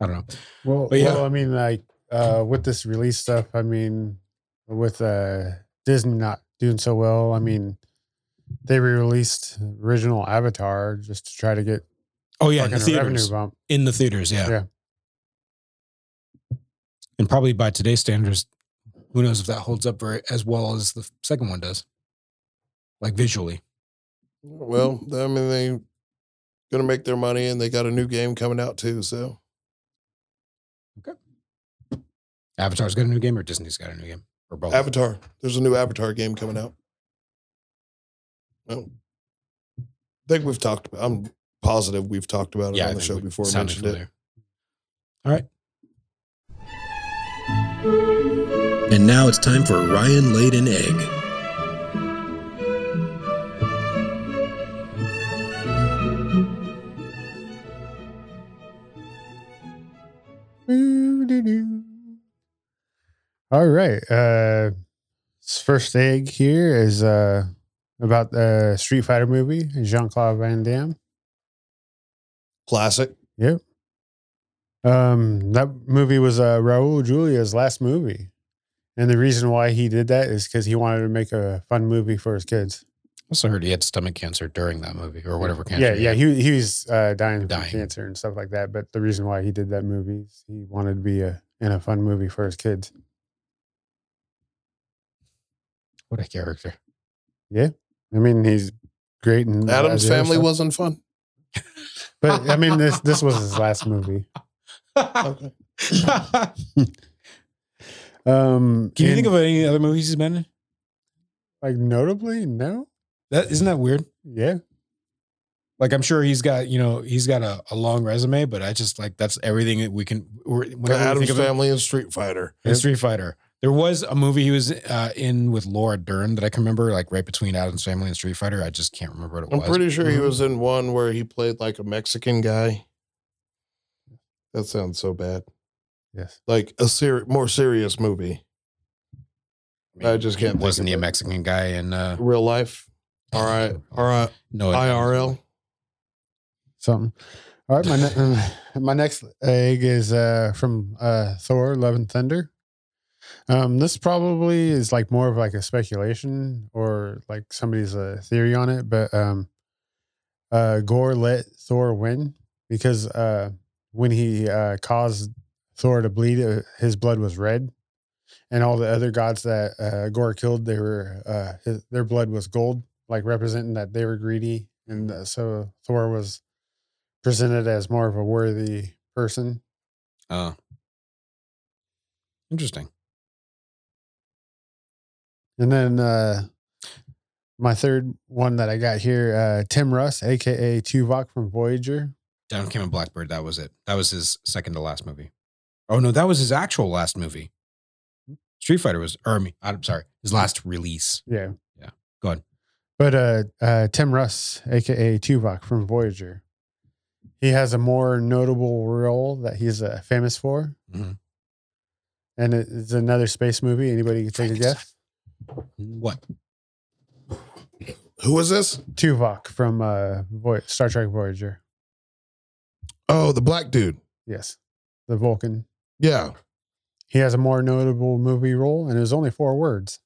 I don't know.
Well,
But yeah.
well, I mean, like uh, with this release stuff, I mean, with uh, Disney not doing so well, I
Mm-hmm.
mean, they re-released original Avatar just to try to get
Oh yeah, in the
fucking a revenue
theaters.
bump.
In the theaters, yeah.
Yeah.
And probably by today's standards, who knows if that holds up very, as well as the second one does, like visually.
Well, I mean, they going to make their money and they got a new game coming out too. So,
Avatar's got a new game or Disney's got a new game or both.
Avatar, there's a new Avatar game coming out. No. I think we've talked about I'm positive we've talked about it
yeah, I
on the
think
show
we
before.
sounded
Mentioned it.
familiar. All right.
And now it's time for Ryan Laid an Egg.
All right. Uh, s- first egg here is uh, about the Street Fighter movie, Jean Claude Van Damme.
Classic.
Yep. Um, that movie was uh, Raul Julia's last movie. And the reason why he did that is because he wanted to make a fun movie for his kids.
Also heard he had stomach cancer during that movie or whatever cancer.
Yeah,
he
yeah.
had.
He, he was uh, dying,
Dying.
from cancer and stuff like that. But the reason why he did that movie is he wanted to be a, in a fun movie for his kids.
What a character.
Yeah. I mean, he's great. And
Adam's family wasn't fun.
But I mean, this this was his last movie.
Okay.
Um,
Can you think
and,
of any other movies he's been in?
like notably? No.
That isn't that weird?
Yeah.
Like I'm sure he's got, you know, he's got a, a long resume, but I just like that's everything that we can we're,
The
whenever we
Adam's
think of him-
family and Street Fighter.
and Street Fighter. There was a movie he was uh, in with Laura Dern that I can remember, like right between Adam's Family and Street Fighter. I just can't remember what it
I'm
was.
pretty sure he was in one where he played like a Mexican guy. That sounds so bad.
Yes.
Like a ser- more serious movie. I just can't. think
Wasn't
of
he a
it.
Mexican guy in uh,
real life? All right. All right.
No
IRL.
Something. All right. My ne- my next egg is uh, from uh, Thor: Love and Thunder. Um, this probably is like more of like a speculation or like somebody's uh, theory on it, but um, uh, Gore let Thor win because uh, when he uh, caused Thor to bleed, uh, his blood was red, and all the other gods that uh, Gore killed, they were uh, his, their blood was gold, like representing that they were greedy, and uh, so Thor was presented as more of a worthy person.
Oh. Interesting.
And then uh, my third one that I got here, uh, Tim Russ, aka Tuvok from Voyager.
Down Came a Blackbird. That was it. That was his second to last movie. Oh no, that was his actual last movie. Street Fighter was, or I mean, I'm sorry, his last release.
Yeah.
Yeah. Go ahead.
But uh, uh, Tim Russ, aka Tuvok from Voyager, he has a more notable role that he's uh, famous for,
Mhm.
and it- it's another space movie. Anybody can take a guess?
What?
Who is this?
Tuvok from uh, Voy- Star Trek Voyager.
Oh, the black dude.
Yes, the Vulcan.
Yeah.
He has a more notable movie role, and it was only four words.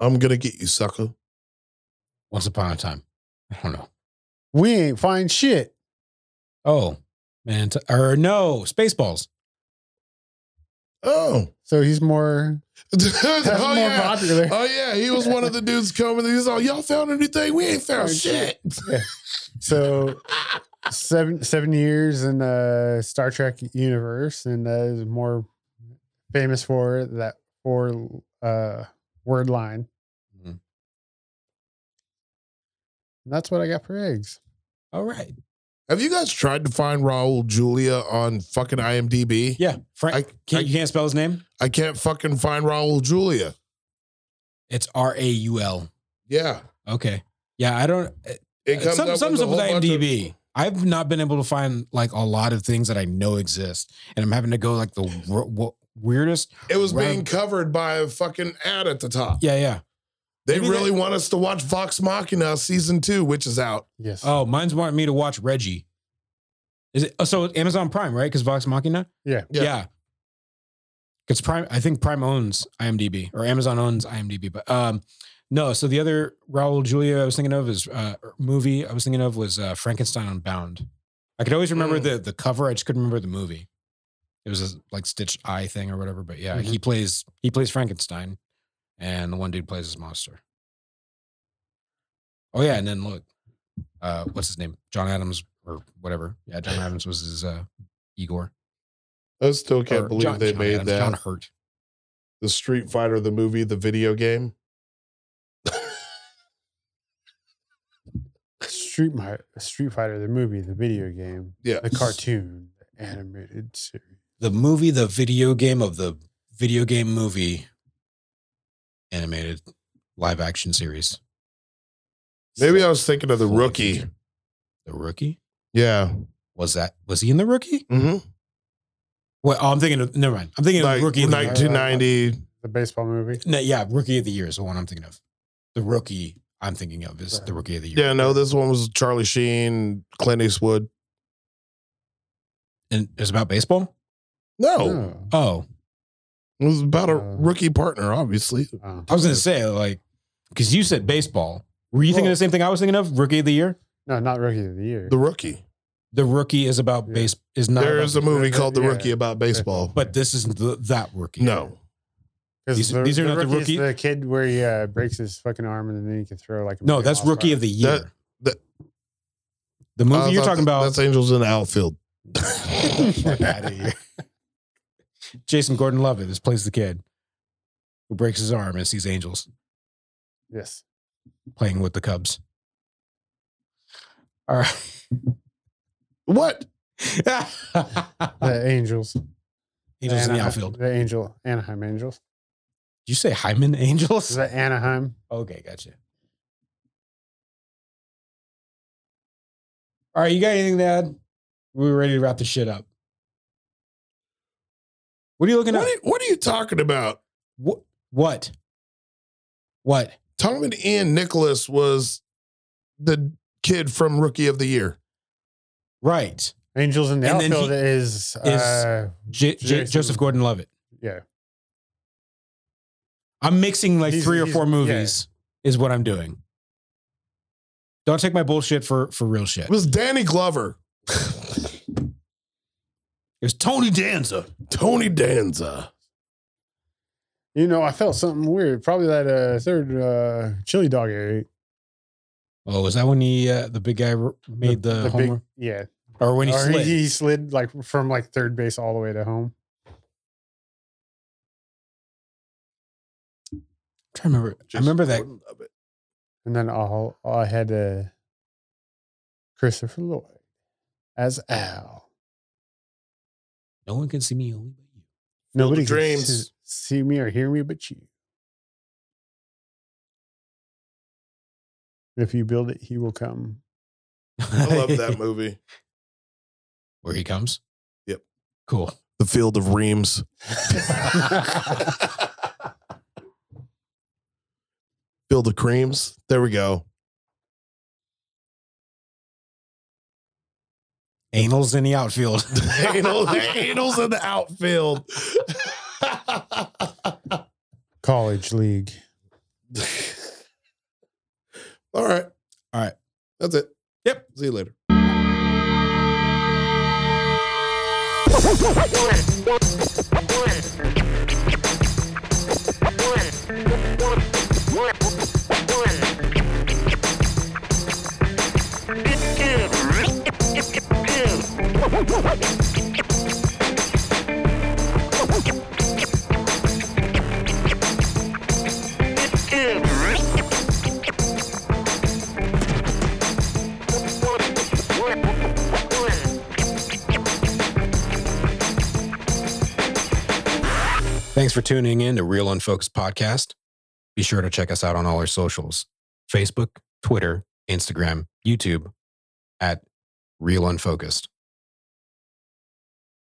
I'm gonna get you, sucker.
Once upon a time. I don't know.
We ain't find shit.
Oh man, t- or no, Spaceballs.
Oh.
So he's more.
That's
more
Oh, yeah.
popular.
Oh yeah, he was one of the dudes coming. He's all, y'all found anything? We ain't found shit.
Yeah. So seven seven years in the Star Trek universe, and uh, is more famous for that four uh, word line.
Mhm.
And that's what I got for eggs.
All right.
Have you guys tried to find Raul Julia on fucking IMDb?
Yeah. Frank,
I-
can,
I-
you can't spell his name?
I can't fucking find Raul Julia.
It's R A U L.
Yeah.
Okay. Yeah, I don't.
It comes
Some,
up
something's
with a
up with
whole bunch of-
IMDb. I've not been able to find like a lot of things that I know exist, and I'm having to go like the w- weirdest.
It was
Right.
being covered by a fucking ad at the top.
Yeah, yeah.
They
Maybe
really
they-
want us to watch Vox Machina season two, which is out.
Yes.
Oh, mine's wanting me to watch Reggie. Is it? Oh, so it's Amazon Prime, right? Because Vox Machina.
Yeah.
Yeah.
Yeah. Because Prime, I think Prime owns IMDb or Amazon owns IMDb, but um, no. So the other Raul Julia I was thinking of is uh, or movie I was thinking of was uh, Frankenstein Unbound. I could always remember
Mm.
the the cover. I just couldn't remember the movie. It was a like stitched eye thing or whatever. But yeah,
Mm-hmm.
he plays he plays Frankenstein, and the one dude plays his monster. Oh yeah, and then look, uh, what's his name? John Adams or whatever. Yeah, John Adams was his uh, Igor.
I still can't
Or
believe
John-
they
John
made
Adams,
that.
John Hurt.
the Street Fighter, the movie, the video game.
Street Mi- Street Fighter, the movie, the video game,
Yeah.
the cartoon, the animated series.
The movie, the video game of the video game movie, animated live action series.
Maybe I was thinking of the
Full
rookie.
feature. The rookie
Yeah.
was that? Was he in the rookie?
Mm-hmm.
Well, oh, I'm thinking of. Never mind. I'm thinking
Like
of rookie. Of the year.
1990.
The baseball movie.
No, yeah, rookie of the year is the one I'm thinking of. The rookie I'm thinking of is the rookie of the year.
Yeah, no, this one was Charlie Sheen, Clint Eastwood.
and it's about baseball.
No,
Oh.
Oh,
it was about a
Uh,
rookie partner, obviously.
Oh.
I was gonna say like because you said baseball. Were you thinking
Well-
the same thing I was thinking of? Rookie of the year.
No, not Rookie of the Year.
The rookie.
The rookie is about
Yeah.
base is not.
there
about
is a
baseball,
movie
yeah,
called The
yeah.
Rookie about baseball.
but this isn't the, that rookie.
no,
'Cause
These- these are not the
rookie's
rookie-
The kid where he uh, breaks his fucking arm and then he can throw like. a
no,
million
that's
miles
rookie
per
of the year.
that-
the
I
movie you're
thought
talking
that-
about.
that's Angels in the Outfield.
Fuck outta here. Jason Gordon-Levitt is plays the kid who breaks his arm and sees angels
hour. Yes.
playing with the Cubs. All
What?
right.
The Angels.
Angels Ah. in the
Anaheim-
outfield.
The Angel Anaheim Angels.
Did you say Hyman Angels?
The Anaheim.
Okay, gotcha. All right, you got anything to add? We were ready to wrap this shit up. What are you looking
What
at?
are, you- what are you talking about?
What? What? What?
Tom and Ian Nicholas was the kid from Rookie of the Year.
Right.
Angels in the
And then
outfield
he-
is, uh,
J- J-
Jason-
Joseph Gordon-Levitt.
yeah.
I'm mixing like
He's-
three or
he's-
four
yeah.
movies is what I'm doing. Don't take my bullshit for for real shit.
It was Danny Glover,
It was Tony Danza.
Tony Danza.
You know, I felt something weird. Probably that uh, third uh, chili dog I ate.
Oh, was that when he uh, the big guy r- made the, home
big-
run?
yeah.
or when he
or
slid?
He, he slid like from like third base all the way to home.
I'm trying to remember. I remember that.
Gordon Levitt.
And then all, all I had uh, Christopher Lloyd as Al.
No one can see me, only but you.
Nobody can
dreams.
s- see me or hear me but you. If you build it, he will come.
I love that movie.
Where he comes.
Yep.
Cool.
The Field of Reams. Field of Creams. There we go.
Anals in the outfield.
Anal, anals in the outfield.
College league.
All right.
All right.
That's it.
Yep.
See you later.
One, one, one.
Thanks for tuning in to Real Unfocused Podcast. Be sure to check us out on all our socials Facebook, Twitter, Instagram, YouTube at Real Unfocused.